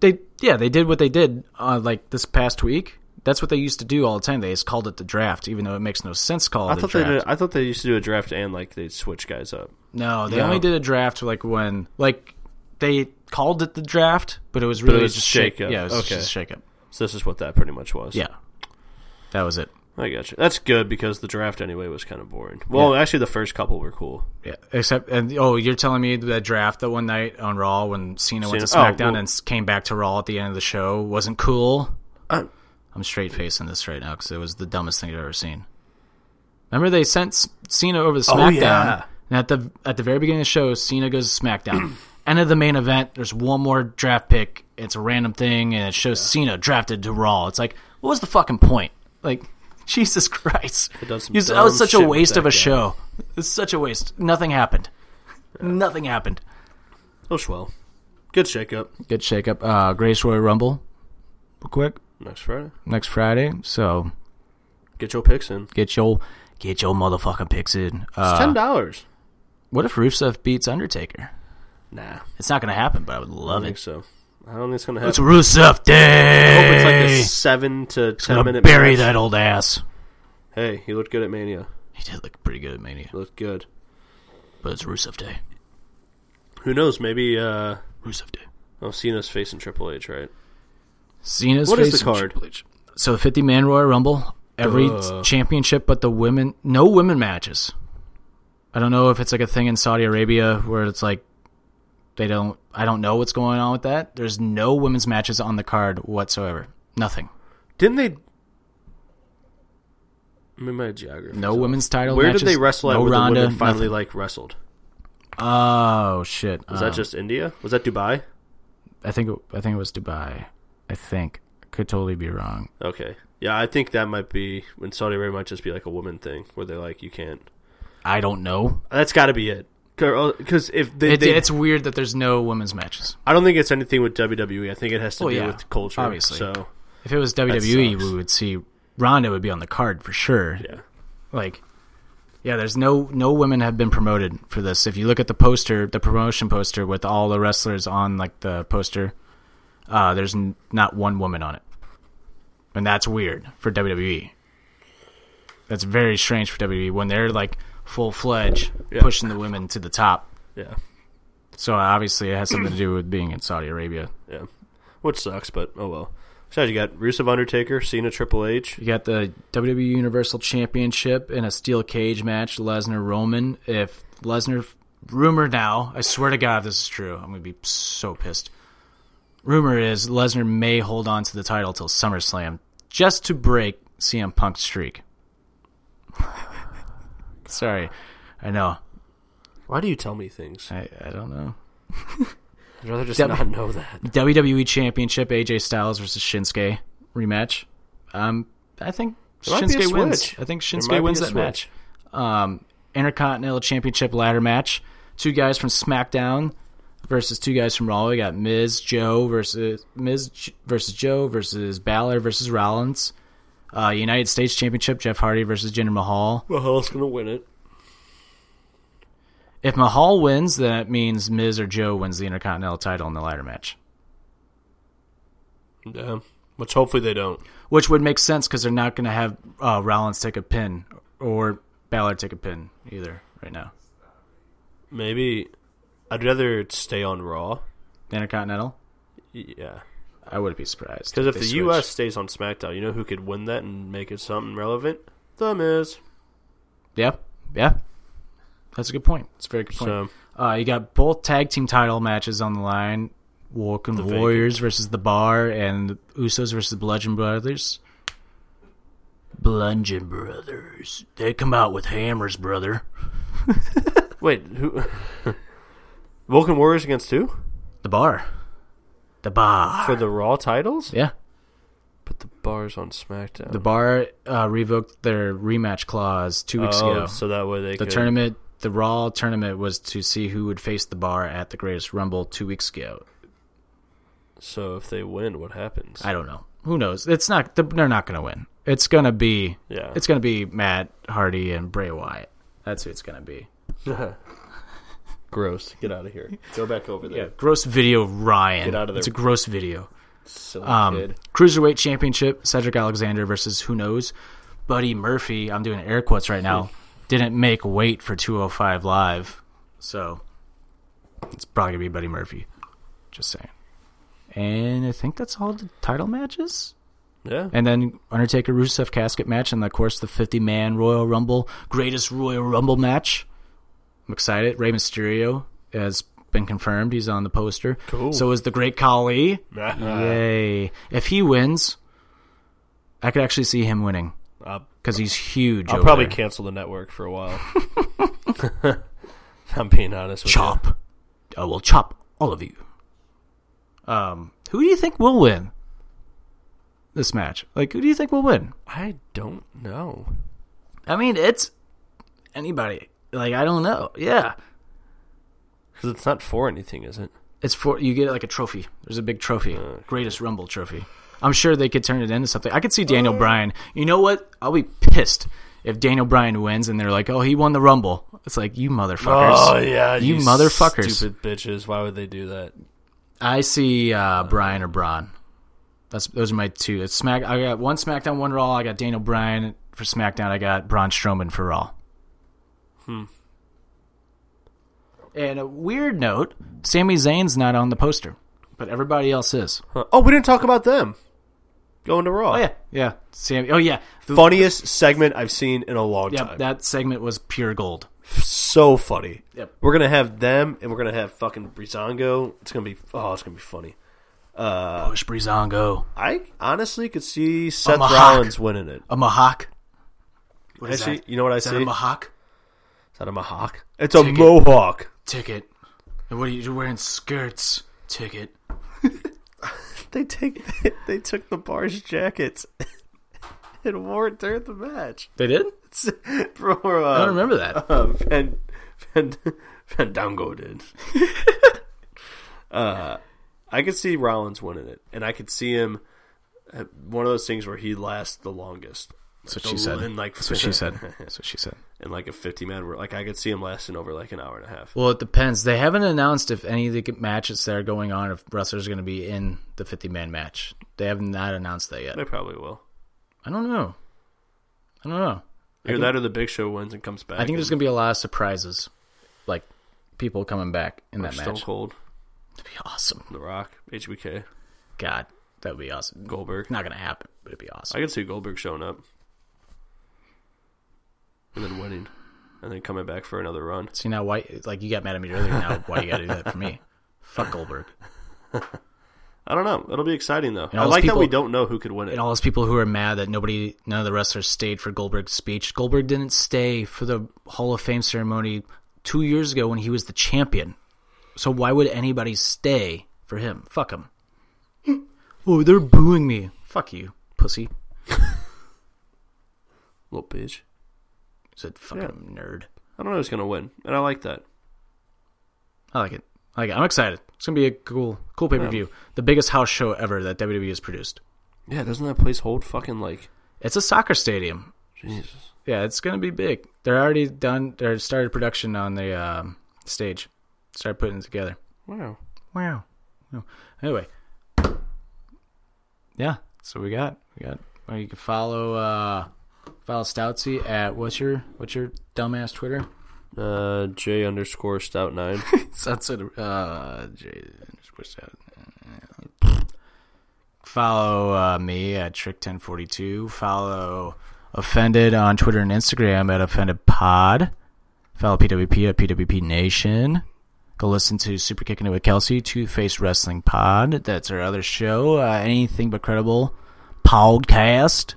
S5: They yeah, they did what they did uh, like this past week. That's what they used to do all the time. They just called it the draft, even though it makes no sense to call it
S1: I
S5: the
S1: thought
S5: draft.
S1: they. Did, I thought they used to do a draft and like they'd switch guys up.
S5: no, they
S1: No.
S5: only did a draft like when like they called it the draft, but it was really
S1: it was
S5: just
S1: a
S5: shake.
S1: shakeup.
S5: Yeah, it was
S1: Okay.
S5: just a shakeup.
S1: So this is what that pretty much was.
S5: Yeah, that was it.
S1: I got you. That's good because the draft anyway was kind of boring. Well, actually, the first couple were cool.
S5: Yeah, except and oh, you're telling me that draft that one night on Raw when Cena, went to
S1: Cena- oh,
S5: SmackDown
S1: well-
S5: and s- came back to Raw at the end of the show wasn't cool.
S1: I-
S5: I'm straight facing this right now because it was the dumbest thing I've ever seen. Remember they sent S- Cena over to SmackDown,
S1: Oh, yeah.
S5: and at the at the very beginning of the show, Cena goes to SmackDown. End of the main event, there's one more draft pick. It's a random thing, and it shows Cena drafted to Raw. It's like, what was the fucking point? Like, Jesus Christ, it
S1: does some
S5: that was
S1: dumb
S5: such
S1: shit
S5: a
S1: with
S5: waste
S1: that
S5: of a
S1: guy.
S5: show. It's such a waste. Nothing happened. Nothing happened.
S1: Oh, swell. Good shakeup.
S5: Good shakeup. Uh, Grace Roy Rumble, real quick
S1: Next Friday.
S5: next Friday. So
S1: Get your picks in.
S5: get your get your motherfucking picks in.
S1: It's
S5: Uh,
S1: ten dollars.
S5: what if Rusev beats Undertaker?
S1: Nah,
S5: It's not gonna happen, but I would
S1: I don't
S5: love
S1: think
S5: it.
S1: so. I don't think it's gonna happen.
S5: It's Rusev Day.
S1: I hope it's like a seven to ten
S5: gonna
S1: minute.
S5: bury
S1: match.
S5: that old ass.
S1: Hey, he looked good at Mania.
S5: He did look pretty good at Mania,
S1: Looked good.
S5: but it's Rusev Day.
S1: Who knows? Maybe uh,
S5: Rusev Day.
S1: oh, Cena's facing Triple H, right?
S5: Cena's
S1: What is
S5: facing
S1: the card? Uh.
S5: Triple H. So the 50 man Royal Rumble, every
S1: Duh.
S5: championship but the women, no women matches. I don't know if it's like a thing in Saudi Arabia where it's like they don't I don't know what's going on with that. There's no women's matches on the card whatsoever. Nothing.
S1: Didn't they? I mean, my geography.
S5: No women's title
S1: Where
S5: matches.
S1: did they wrestle at
S5: no
S1: where the
S5: Ronda,
S1: women finally
S5: nothing.
S1: like wrestled?
S5: Oh shit.
S1: Was
S5: Um,
S1: that just India? Was that Dubai?
S5: I think it, I think it was Dubai. I think could totally be wrong.
S1: Okay. Yeah, I think that might be when Saudi Arabia might just be like a woman thing where they're like, you can't.
S5: I don't know.
S1: That's got to be it. Because if they,
S5: It,
S1: they-
S5: it's weird that there's no women's matches.
S1: I don't think it's anything with WWE. I think it has to
S5: Oh,
S1: do
S5: yeah.
S1: with culture.
S5: Obviously.
S1: So
S5: If it was WWE,
S1: sucks.
S5: we would see Ronda would be on the card for sure.
S1: yeah,
S5: Like, yeah, there's no no women have been promoted for this. If you look at the poster, the promotion poster with all the wrestlers on like the poster, uh, there's n- not one woman on it, and that's weird for WWE. That's very strange for WWE when they're like full fledged
S1: Yeah.
S5: pushing the women to the top.
S1: yeah,
S5: So obviously, it has something to do with being in Saudi Arabia.
S1: yeah. Which sucks, but oh well. Besides, you got Rusev, Undertaker, Cena, Triple H.
S5: You got the WWE Universal Championship in a steel cage match, Lesnar Roman. If Lesnar, rumor now, I swear to God, if this is true, I'm going to be so pissed. Rumor is Lesnar may hold on to the title till SummerSlam just to break CM Punk's streak. Sorry, I know.
S1: Why do you tell me things?
S5: I, I don't know.
S1: I'd rather just
S5: Yep.
S1: not know that.
S5: WWE E Championship AJ Styles versus Shinsuke rematch. Um, I think
S1: might be a
S5: Shinsuke wins.
S1: switch.
S5: I think
S1: There might
S5: Shinsuke
S1: be
S5: wins
S1: a
S5: that
S1: switch.
S5: match. Um, Intercontinental Championship ladder match. Two guys from SmackDown versus two guys from Raw. We got Miz Joe versus Miz J- versus Joe versus Balor versus Rollins. Uh, United States Championship Jeff Hardy versus Jinder Mahal.
S1: Mahal's gonna win it.
S5: If Mahal wins, then it means Miz or Joe wins the Intercontinental title in the ladder match.
S1: Yeah. Which hopefully they don't.
S5: which would make sense because they're not going to have uh, Rollins take a pin or Balor take a pin either right now.
S1: Maybe I'd rather stay on Raw.
S5: Intercontinental.
S1: Yeah.
S11: I wouldn't be surprised.
S1: Because if
S11: they
S1: the
S11: switch.
S1: U.S. stays on SmackDown, you know who could win that and make it something relevant? The Miz.
S5: Yeah, yeah. That's a good point. That's a very good point.
S1: So
S5: Uh, you got both tag team title matches on the line: Walking
S1: vacant.
S5: Warriors versus the Bar and Usos versus Bludgeon Brothers. Bludgeon Brothers. They come out with hammers, brother.
S1: wait, who? Vulcan Warriors against who
S5: The Bar. The Bar.
S1: for the Raw titles?
S5: Yeah,
S1: But the bars on SmackDown.
S5: the Bar uh, revoked their rematch clause two weeks
S1: oh,
S5: ago.
S1: so that way they
S5: the
S1: could,
S5: tournament, the Raw tournament, was to see who would face the Bar at the Greatest Rumble two weeks ago.
S1: So if they win, what happens?
S5: I don't know. Who knows? It's not. They're not going to win. It's going to be.
S1: Yeah.
S5: It's going to be Matt Hardy and Bray Wyatt. That's who it's going to be.
S1: Gross. Get out of here. Go back over there.
S5: Yeah. Gross video, of Ryan.
S1: Get out of there.
S5: It's a gross video.
S1: Silly
S5: Um,
S1: kid.
S5: Cruiserweight Championship: Cedric Alexander versus who knows, Buddy Murphy. I'm doing air quotes right now. Didn't make weight for 205 live, so it's probably gonna be Buddy Murphy. Just saying. And I think that's all the title matches.
S1: Yeah.
S5: And then Undertaker Rusev casket match, and of course the 50 man Royal Rumble, greatest Royal Rumble match. I'm excited. Rey Mysterio has been confirmed. He's on the poster.
S1: Cool.
S5: So is the Great Khali.
S1: yeah.
S5: Yay! If he wins, I could actually see him winning because he's huge.
S1: Uh, I'll
S5: over
S1: probably
S5: there.
S1: cancel the network for a while. I'm being honest with you.
S5: chop. I will chop all of you. Um, who do you think will win this match? Like, who do you think will win?
S1: I don't know.
S5: I mean, it's anybody. Like, I don't know. Yeah.
S1: Because it's not for anything, is it?
S5: It's for you get like a trophy. There's a big trophy,
S1: Hmm.
S5: greatest Rumble trophy. I'm sure they could turn it into something. I could see Daniel Bryan. You know what? I'll be pissed if Daniel Bryan wins and they're like, "Oh, he won the Rumble." It's like you motherfuckers.
S1: Oh, yeah,
S5: Oh, You motherfuckers.
S1: stupid bitches. Why would they do that?
S5: I see uh, Bryan or Braun. That's those are my two. It's Smack. I got one SmackDown, one Raw. I got Daniel Bryan for SmackDown. I got Braun Strowman for Raw. Hmm. And a weird note: Sami Zayn's not on the poster, but everybody else is.
S1: Huh. Oh, we didn't talk about them going to Raw.
S5: Oh yeah, yeah. Sam. Oh yeah. The-
S1: funniest segment I've seen in a long
S5: yeah,
S1: time.
S5: that segment was pure gold.
S1: so funny.
S5: Yep.
S1: We're gonna have them, and we're gonna have fucking Brizongo. It's gonna be oh, it's gonna be funny. Uh.
S5: Push Brizongo.
S1: I honestly could see Seth
S5: I'm a
S1: Rollins winning it.
S5: A Mohawk. What is
S1: Actually,
S5: that?
S1: you know what I
S5: Is that
S1: see?
S5: a Mohawk
S1: Is that a mohawk? It's a
S5: Ticket.
S1: mohawk.
S5: ticket? And what are you you're wearing? Skirts. Ticket.
S1: They take they took the bar's jackets and wore it during the match.
S5: They did.
S1: It's, for, uh,
S5: I don't remember that.
S1: Uh, Van, Van, Fandango did. uh, I could see Rollins winning it, and I could see him uh, one of those things where he lasts the longest.
S5: That's what she said.
S1: And like
S5: That's what she said. That's what she said.
S1: And like a fifty man, like I could see him lasting over like an hour and a half.
S5: Well, it depends. They haven't announced if any of the matches that are going on, if wrestlers are going to be in the 50 man match. They have not announced that yet.
S1: They probably will.
S5: I don't know. I don't know.
S1: Either that or the Big Show wins and comes back.
S5: I think there's
S1: and
S5: going to be a lot of surprises, like people coming back in that
S1: Stone
S5: match.
S1: Cold,
S5: It'd be awesome.
S1: The Rock, HBK,
S5: God, that would be awesome.
S1: Goldberg.
S5: Not going to happen, but it'd be
S1: I
S5: awesome.
S1: could see Goldberg showing up and then winning, and then coming back for another run.
S5: See now why? Like you got mad at me earlier. Now why you got to do that for me? Fuck Goldberg
S1: I don't know. It'll be exciting though.
S5: And
S1: I
S5: all those
S1: like that we
S5: people-
S1: don't know who could win it.
S5: and all those people who are mad that nobody, none of the wrestlers stayed for Goldberg's speech. Goldberg didn't stay for the Hall of Fame ceremony two years ago when he was the champion. So why would anybody stay for him? Fuck him. oh, they're booing me. Fuck you, pussy.
S1: Little bitch.
S5: Said fucking nerd.
S1: I don't know who's gonna win, and I like that.
S5: I like it. I like it. I'm excited. It's gonna be a cool, cool pay per view. The biggest house show ever that WWE has produced.
S1: Yeah, doesn't that place hold fucking like
S5: It's a soccer stadium.
S1: Jesus?
S5: Yeah, it's gonna be big. They're already done. They started production on the um, stage. Started putting it together.
S1: Wow.
S5: Wow. Wow. Anyway. Yeah. So we got we got. Well, you can follow uh, follow Stoutsy at what's your what's your dumbass Twitter?
S1: Uh, J underscore stout nine.
S5: Sunset uh, J underscore Stout. follow uh, me at Trick1042. Follow Offended on Twitter and Instagram at OffendedPod. Follow PWP at PWP Nation. Go listen to Super Kicking It with Kelsey, Two Face Wrestling Pod. That's our other show. Uh, Anything But Credible podcast.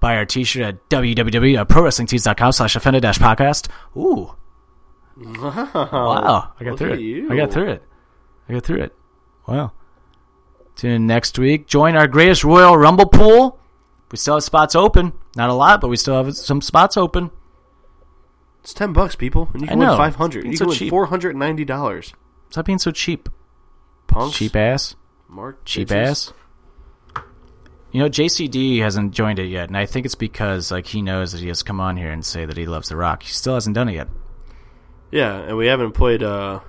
S5: Buy our t-shirt at www.prowrestlingtees.com slash offended dash podcast. Ooh. Wow. I got
S1: look
S5: through
S1: at
S5: it.
S1: you.
S5: I got through it. I got through it. Wow. Tune in next week. Join our greatest Royal Rumble pool. We still have spots open. Not a lot, but we still have some spots open.
S1: It's ten bucks, people, and you
S5: I
S1: can win
S5: know.
S1: five hundred.
S5: It's
S1: You
S5: so
S1: can win
S5: cheap.
S1: four hundred and ninety dollars.
S5: Stop being so cheap.
S1: Punks,
S5: Cheap ass.
S1: Mark,
S5: cheap
S1: bitches.
S5: ass. You know, JCD hasn't joined it yet, and I think it's because like he knows that he has to come on here and say that he loves The Rock. He still hasn't done it yet.
S1: Yeah, and we haven't played. uh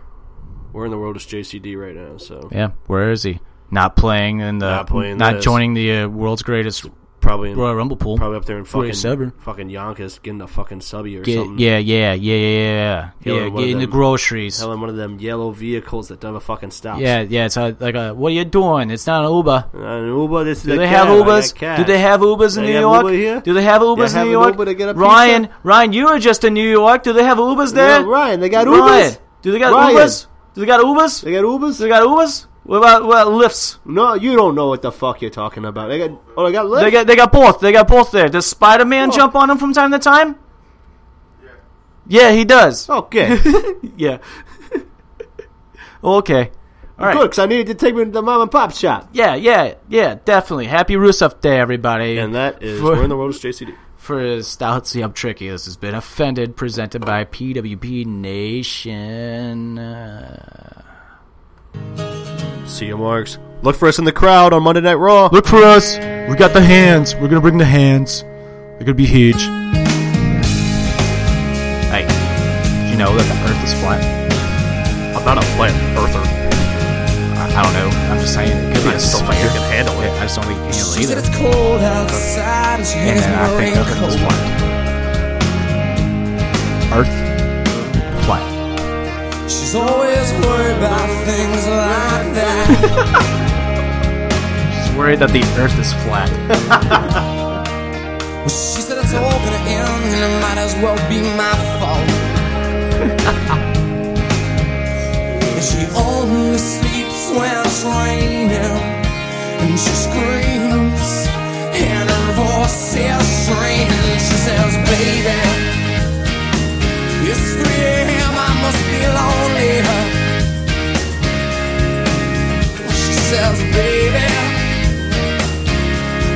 S1: Where in the world is JCD right now? So
S5: Yeah, where is he? Not playing in the
S1: Not
S5: not,
S1: playing this.
S5: joining the uh, world's greatest
S1: probably in,
S5: Royal Rumble pool.
S1: probably up there in
S5: Pretty
S1: fucking
S5: sober.
S1: fucking Yonkers getting a fucking subby or
S5: Get-
S1: something.
S5: yeah, yeah, yeah, yeah, yeah,
S1: Hell,
S5: yeah.
S1: one of
S5: Get in the
S1: them-
S5: groceries.
S1: Hell, in one of them yellow vehicles that never fucking stops.
S5: Yeah, yeah. It's uh like, a, what are you doing? It's not an Uber.
S1: Uh, Uber, this is
S5: Do
S1: a
S5: they
S1: cab,
S5: have
S1: I got
S5: Ubers?
S1: cash.
S5: Do they have Ubers in
S1: They
S5: New
S1: have
S5: York?
S1: Uber here?
S5: Do they have Ubers
S1: have
S5: in New
S1: an
S5: York?
S1: Uber to get a pizza?
S5: Ryan, Ryan, you were just in New York. Do they have Ubers there?
S1: Yeah, Ryan, they got
S5: Ryan,
S1: Ubers?
S5: do they got
S1: Ryan.
S5: Ubers? Do they got Ubers?
S1: They got Ubers.
S5: Do they got Ubers? What about, what about lifts?
S1: no, you don't know what the fuck you're talking about. They got oh, they got Lyft. Oh.
S5: They got they got both. They got both there. Does Spider Man jump on him from time to time? Yeah, he does.
S1: okay,
S5: Yeah. okay. All right.
S1: good because I needed to take me to the mom and pop shop.
S5: Yeah, yeah, yeah. Definitely. Happy Rusev Day, everybody.
S1: And that is
S5: For-
S1: where in the world is JCD.
S5: for Stout See I'm Tricky. This has been Offended, presented by PWP Nation. Uh,
S1: See you, Marks. Look for us in the crowd on Monday Night Raw.
S5: Look for us. We got the hands. We're gonna bring the hands. They're gonna be huge. Hey, did you know that the Earth is flat?
S1: I'm not a flat earther.
S5: I, I don't know. I'm just saying it could be a
S1: don't think you
S5: sphere.
S1: can handle it.
S5: Yeah, I just don't think you can handle it either.
S10: cold outside and she
S5: And then I think Earth is flat. Earth flat.
S10: She's always worried about things like that.
S5: Just worried that the Earth is flat.
S10: Well, she said it's all gonna end and it might as well be my fault. and she only sleeps when it's raining. And she screams, and her voice is strained. And she says, baby, it's 3 a.m., I must be lonely. She says, baby,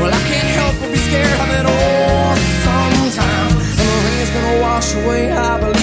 S10: well, I can't help but be scared of it all sometime. And the rain's gonna wash away, I believe.